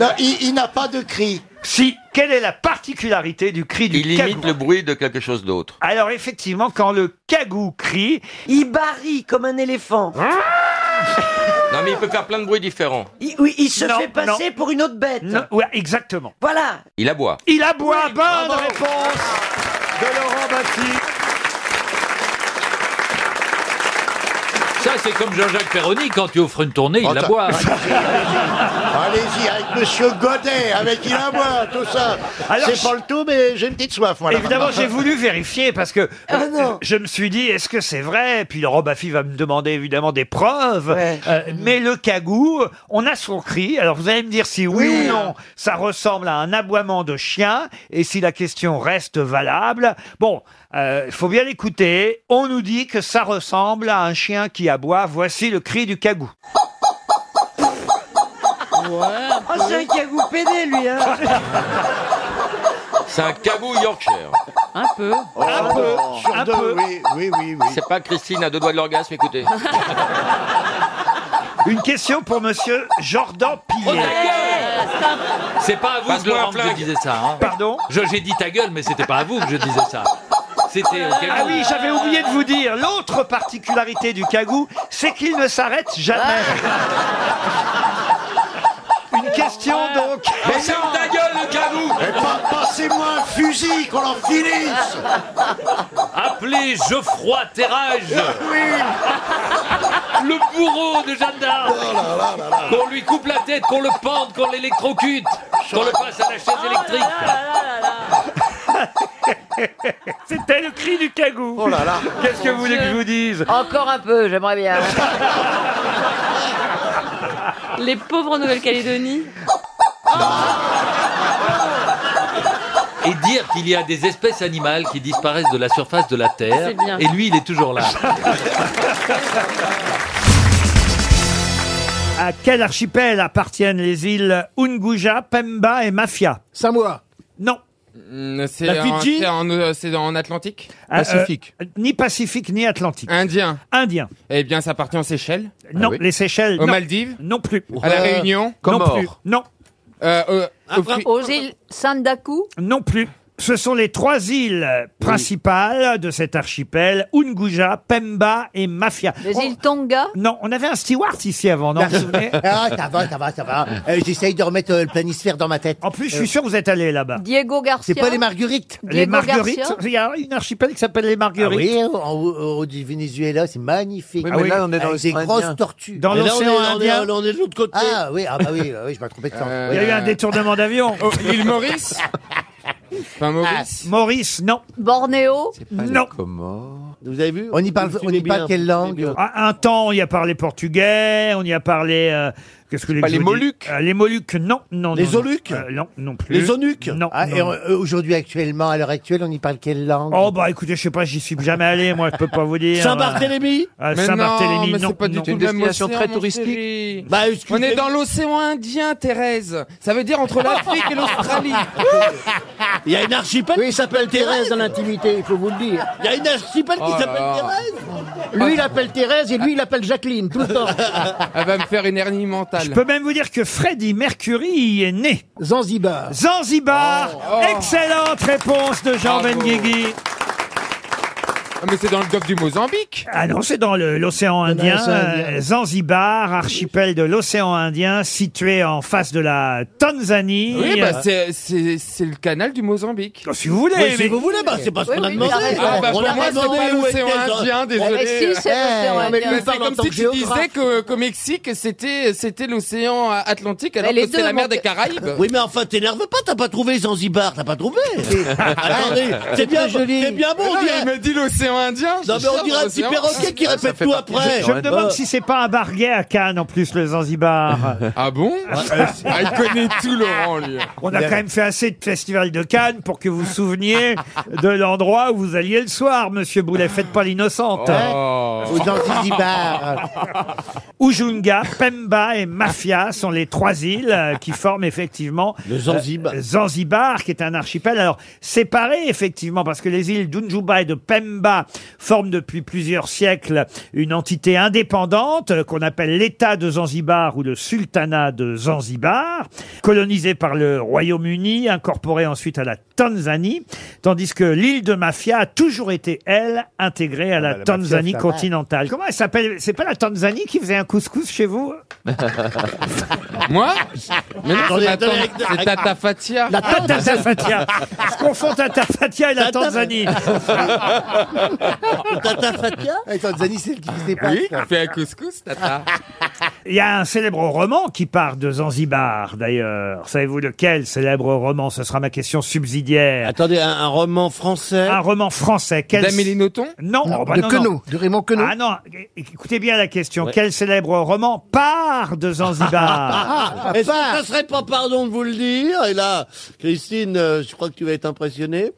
Non, il, n'a pas de cri. Si, quelle est la particularité du cri du
Il
cagou
imite le bruit de quelque chose d'autre.
Alors effectivement, quand le cagou crie, Hein il barille comme un éléphant.
Non, mais il peut faire plein de bruits différents.
Il, oui, il se
Non,
fait passer pour une autre bête.
exactement.
Voilà.
Il aboie.
Il aboie. Bonne réponse de Laurent Baffi.
Ça, c'est comme Jean-Jacques Perroni, quand tu offres une tournée, il la boit. hein.
Allez-y, avec Monsieur Godet, avec il à moi, tout ça.
Alors,
C'est pas le tout, mais j'ai une petite soif, moi. là,
Évidemment,
maintenant.
j'ai voulu vérifier parce que euh,
non.
je me suis dit, est-ce que c'est vrai Et Puis Laurent Baffy va me demander évidemment des preuves. Euh, mais le cagou, on a son cri. Alors vous allez me dire si oui, ou non, ça ressemble à un aboiement de chien. Et si la question reste valable, bon, il faut bien l'écouter. On nous dit que ça ressemble à un chien qui aboie. Voici le cri du cagou.
Oh, c'est un cagou pédé, lui, hein.
C'est un cagou Yorkshire.
Un peu.
un peu.
Oh, Sur deux, oui, Ah oui, oui, oui.
C'est pas Christine à deux doigts de l'orgasme, écoutez.
Une question pour Monsieur Jordan Pillet.
Oh, C'est pas à vous,
Passe-moi
Laurent,
un
que je
flingue.
disais ça. hein.
Pardon
Je- J'ai dit ta gueule, mais c'était pas à vous que je disais ça. C'était au cagou.
Ah oui, j'avais oublié de vous dire, l'autre particularité du cagou, c'est qu'il ne s'arrête jamais. Une question donc.
Mais ferme ta gueule, le cagou
Eh, pa- Passez-moi un fusil, qu'on en finisse
Appelez Geoffroy Terrage, le bourreau de
Oh
Jeanne d'Arc. Qu'on lui coupe la tête, qu'on le pende, qu'on l'électrocute, qu'on le passe à la
Oh
chaise électrique.
C'était le cri du cagou.
Oh là là.
Qu'est-ce que vous voulez que je vous dise
Encore un peu, j'aimerais bien.
Les pauvres Nouvelle-Calédonie.
Et dire qu'il y a des espèces animales qui disparaissent de la surface de la Terre.
C'est bien.
Et lui, il est toujours là.
À quel archipel appartiennent les îles Unguja, Pemba et Mafia Samoa. Non.
Mm, C'est
La
en,
Fidji
c'est en, euh, c'est en Atlantique
Ah, euh, ni Pacifique ni Atlantique.
Indien.
Indien.
Eh bien, ça appartient aux Seychelles.
Non, les Seychelles.
Aux
non.
Maldives.
Non plus.
À la
Euh,
Réunion.
Non plus. Non.
Euh,
Aux îles Sandaku
Non plus. Ce sont les trois îles principales de cet archipel, Unguja, Pemba et Mafia.
Les îles Tonga
Non, on avait un steward ici avant, non vous vous souvenez
Ah, ça va, ça va, ça va. Euh, J'essaye de remettre euh, le planisphère dans ma tête. Euh.
En plus, je suis sûr que vous êtes allé là-bas.
Diego Garcia
C'est pas les marguerites Ah
Les Diego Marguerites, Garcia il y a une archipel qui s'appelle les marguerites.
oui, au, au- au- du Venezuela, c'est magnifique.
Oui, mais Ah oui. là, on est dans
Avec des
l'océan Indien.
grosses tortues.
Dans Mais là, on l'océan est- on est- Indien.
on est de l'autre côté. Ah oui, ah bah oui, oui, je m'ai trompé de sens.
Euh,
Il y a eu un détournement d'avion.
Oh, l'île Maurice Enfin, Maurice.
Ah,
Maurice, non.
Bornéo
Non.
Vous avez vu On y parle, on y parle quelle langue
Ah, Un temps, on y a parlé portugais, on y a parlé. euh, Qu'est-ce que
pas
je
les
vous dis
Moluques
Euh, Les Moluques, non, non.
Les
Oluques Non, non plus.
onuques
Non.
Ah,
non,
et
non.
euh, aujourd'hui, actuellement, à l'heure actuelle, on y parle quelle langue
Oh bah écoutez, je sais pas, j'y suis jamais allé, moi je peux pas vous dire.
Saint-Barthélemy
Euh,
Mais
Saint-Barthélemy,
non, mais
non,
c'est pas du
non.
tout le même océan, mon chéri.
Bah,
On est dans l'océan Indien, Thérèse. Ça veut dire entre l'Afrique et l'Australie.
Oh
Il y a une archipel qui s'appelle Thérèse dans l'intimité, il faut vous le dire. Il y a une archipel
Oh là là.
Lui, il appelle Thérèse et lui, il appelle Jacqueline, tout le temps.
Elle va me faire une hernie mentale.
Je peux même vous dire que Freddie Mercury y est né.
Zanzibar.
Zanzibar. Excellente réponse de Jean Benguigui.
mais c'est dans le golfe du Mozambique.
Ah non, c'est dans le- l'océan
Dans
Indien,
l'océan Indien.
euh, Zanzibar, archipel de l'océan Indien, situé en face de la Tanzanie.
Oui, bah,
Euh,
c'est- c'est c'est le canal du Mozambique.
Ah,
si vous voulez, Oui, si mais- vous voulez, bah, c'est pas ce Oui, qu'on a oui, demandé. t'as raison.
Ah, bah,
On
pour
a
moi,
raison.
c'est
Où était
l'océan
le-
Indien,
Eh,
désolé.
mais si, c'est l'océan
Eh, mais bah,
Indien. On parle
C'est
en
comme
tant
si
que
tu
géographe.
disais que- qu'au Mexique, c'était c'était l'océan Atlantique, alors
Mais les
que c'est
deux
la mer
manquent-
des Caraïbes.
Oui, mais enfin, t'énerve pas, t'as pas trouvé Zanzibar, t'as pas trouvé. Attendez, c'est bien, c'est bien bon, on
Non, mais
dirait.
Il me dit l'océan Indien.
Non, mais on dirait un petit perroquet qui répète tout après.
Euh, Je me demande si c'est pas un bar gay à Cannes en plus le Zanzibar.
Ah bon Ah, il connaît tout, Laurent, lui.
On a quand même fait assez de festivals de Cannes pour que vous vous souveniez de l'endroit où vous alliez le soir, monsieur Boulet. Faites pas l'innocente. hein.
hein,
Oh. Ou Zanzibar.
Ujunga, Pemba et Mafia sont les trois îles euh, qui forment effectivement
Le Zanzibar.
euh, Zanzibar, qui est un archipel. Alors séparé effectivement parce que les îles d'Unjuba et de Pemba forment depuis plusieurs siècles une entité indépendante euh, qu'on appelle l'État de Zanzibar ou le Sultanat de Zanzibar, colonisé par le Royaume-Uni, incorporé ensuite à la Tanzanie, tandis que l'île de Mafia a toujours été elle intégrée à la,
la Mafia,
Tanzanie
ça va.
continentale. Comment elle s'appelle C'est pas la Tanzanie qui faisait un couscous chez vous
Moi Mais non,
Attendez,
c'est ma
attendez,
tante-
avec-
c'est
avec-
Tata Fatia.
La
Ah,
Tata
Ah,
Tata Fatia. Je confonds Tata Fatia et la
Tata-
Tanzanie.
Tata
Fatia
Tanzanie, c'est le qui se dépasse.
Ah Oui, on fait un couscous, Tata.
Il y a un célèbre roman qui part de Zanzibar, d'ailleurs. Savez-vous lequel célèbre roman Ce sera ma question subsidiaire.
Attendez, un, un roman français.
Un roman français. Quel...
D'Amélie
Nothomb
Non.
Non,
oh, bah
de
non,
Queneau,
non.
de Raymond Queneau.
Ah non, é- écoutez bien la question. Quel célèbre roman part de Zanzibar
Est-ce que ça serait pas pardon de vous le dire Et là, Christine, euh, je crois que tu vas être impressionnée.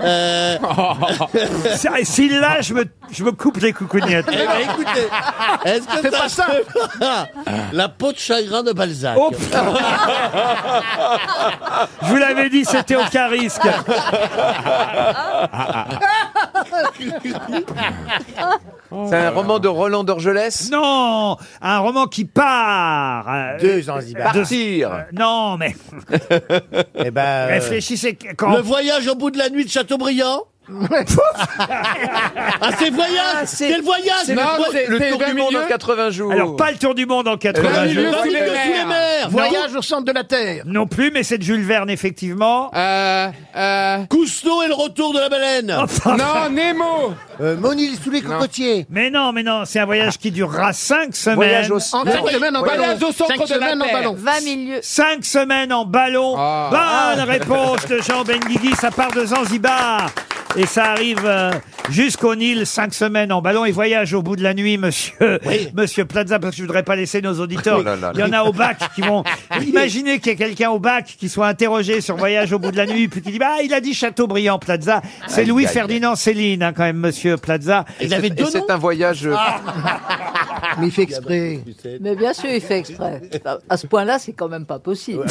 Euh...
Ça, et si là, je me, je me coupe les coucougnettes.
Eh ben, écoutez, est-ce que
Fais
ça
pas ça.
serait- La peau de chagrin de Balzac.
Oh, putain. Je vous l'avais dit, c'était aucun risque.
C'est un roman de Roland Dorgelès
Non Un roman qui part euh,
De Zanzibar.
de-
Partir.
euh, Non, mais...
Eh ben, euh,
Réfléchissez quand...
Euh, Le voyage au bout de la nuit de Chateaubriand Ah, c'est voyage Quel
Ah,
voyage
Non,
vo-
c'est- c'est le tour du monde en 80 jours.
Alors, pas le tour du monde en 80
Le
jours.
milieu sous les mers.
Voyage au centre de la Terre.
Non plus, mais c'est de Jules Verne, effectivement.
Euh,
Cousteau et le retour de la baleine
Oh, Non,
Nemo
Mon île Euh, sous les cocotiers.
Mais non, mais non, c'est un voyage qui durera 5 semaines.
Voyage au- En cinq semaines en Voyage ballon. au centre Cinq de la semaines en Terre. ballon.
20 milieux. 5 semaines en ballon.
Ah.
Bonne réponse de Jean Benguigui, ça part de Zanzibar. Et ça arrive euh, jusqu'aux Nil, 5 semaines en ballon et voyage au bout de la nuit, monsieur, monsieur Plaza, parce que je voudrais pas laisser nos auditeurs.
Oh là là.
Il y en a au bac qui vont. Imaginez qu'il y ait quelqu'un au bac qui soit interrogé sur voyage au bout de la nuit, puis qui dit, bah, il a dit Chateaubriand, Plaza. C'est
Aïe,
Louis
aïe, aïe.
Ferdinand Céline, hein, quand même, monsieur Plaza. Ah.
Il avait deux C'est un voyage. euh,
Mais il fait exprès.
Mais bien sûr, il fait exprès. À ce point-là, c'est quand même pas possible.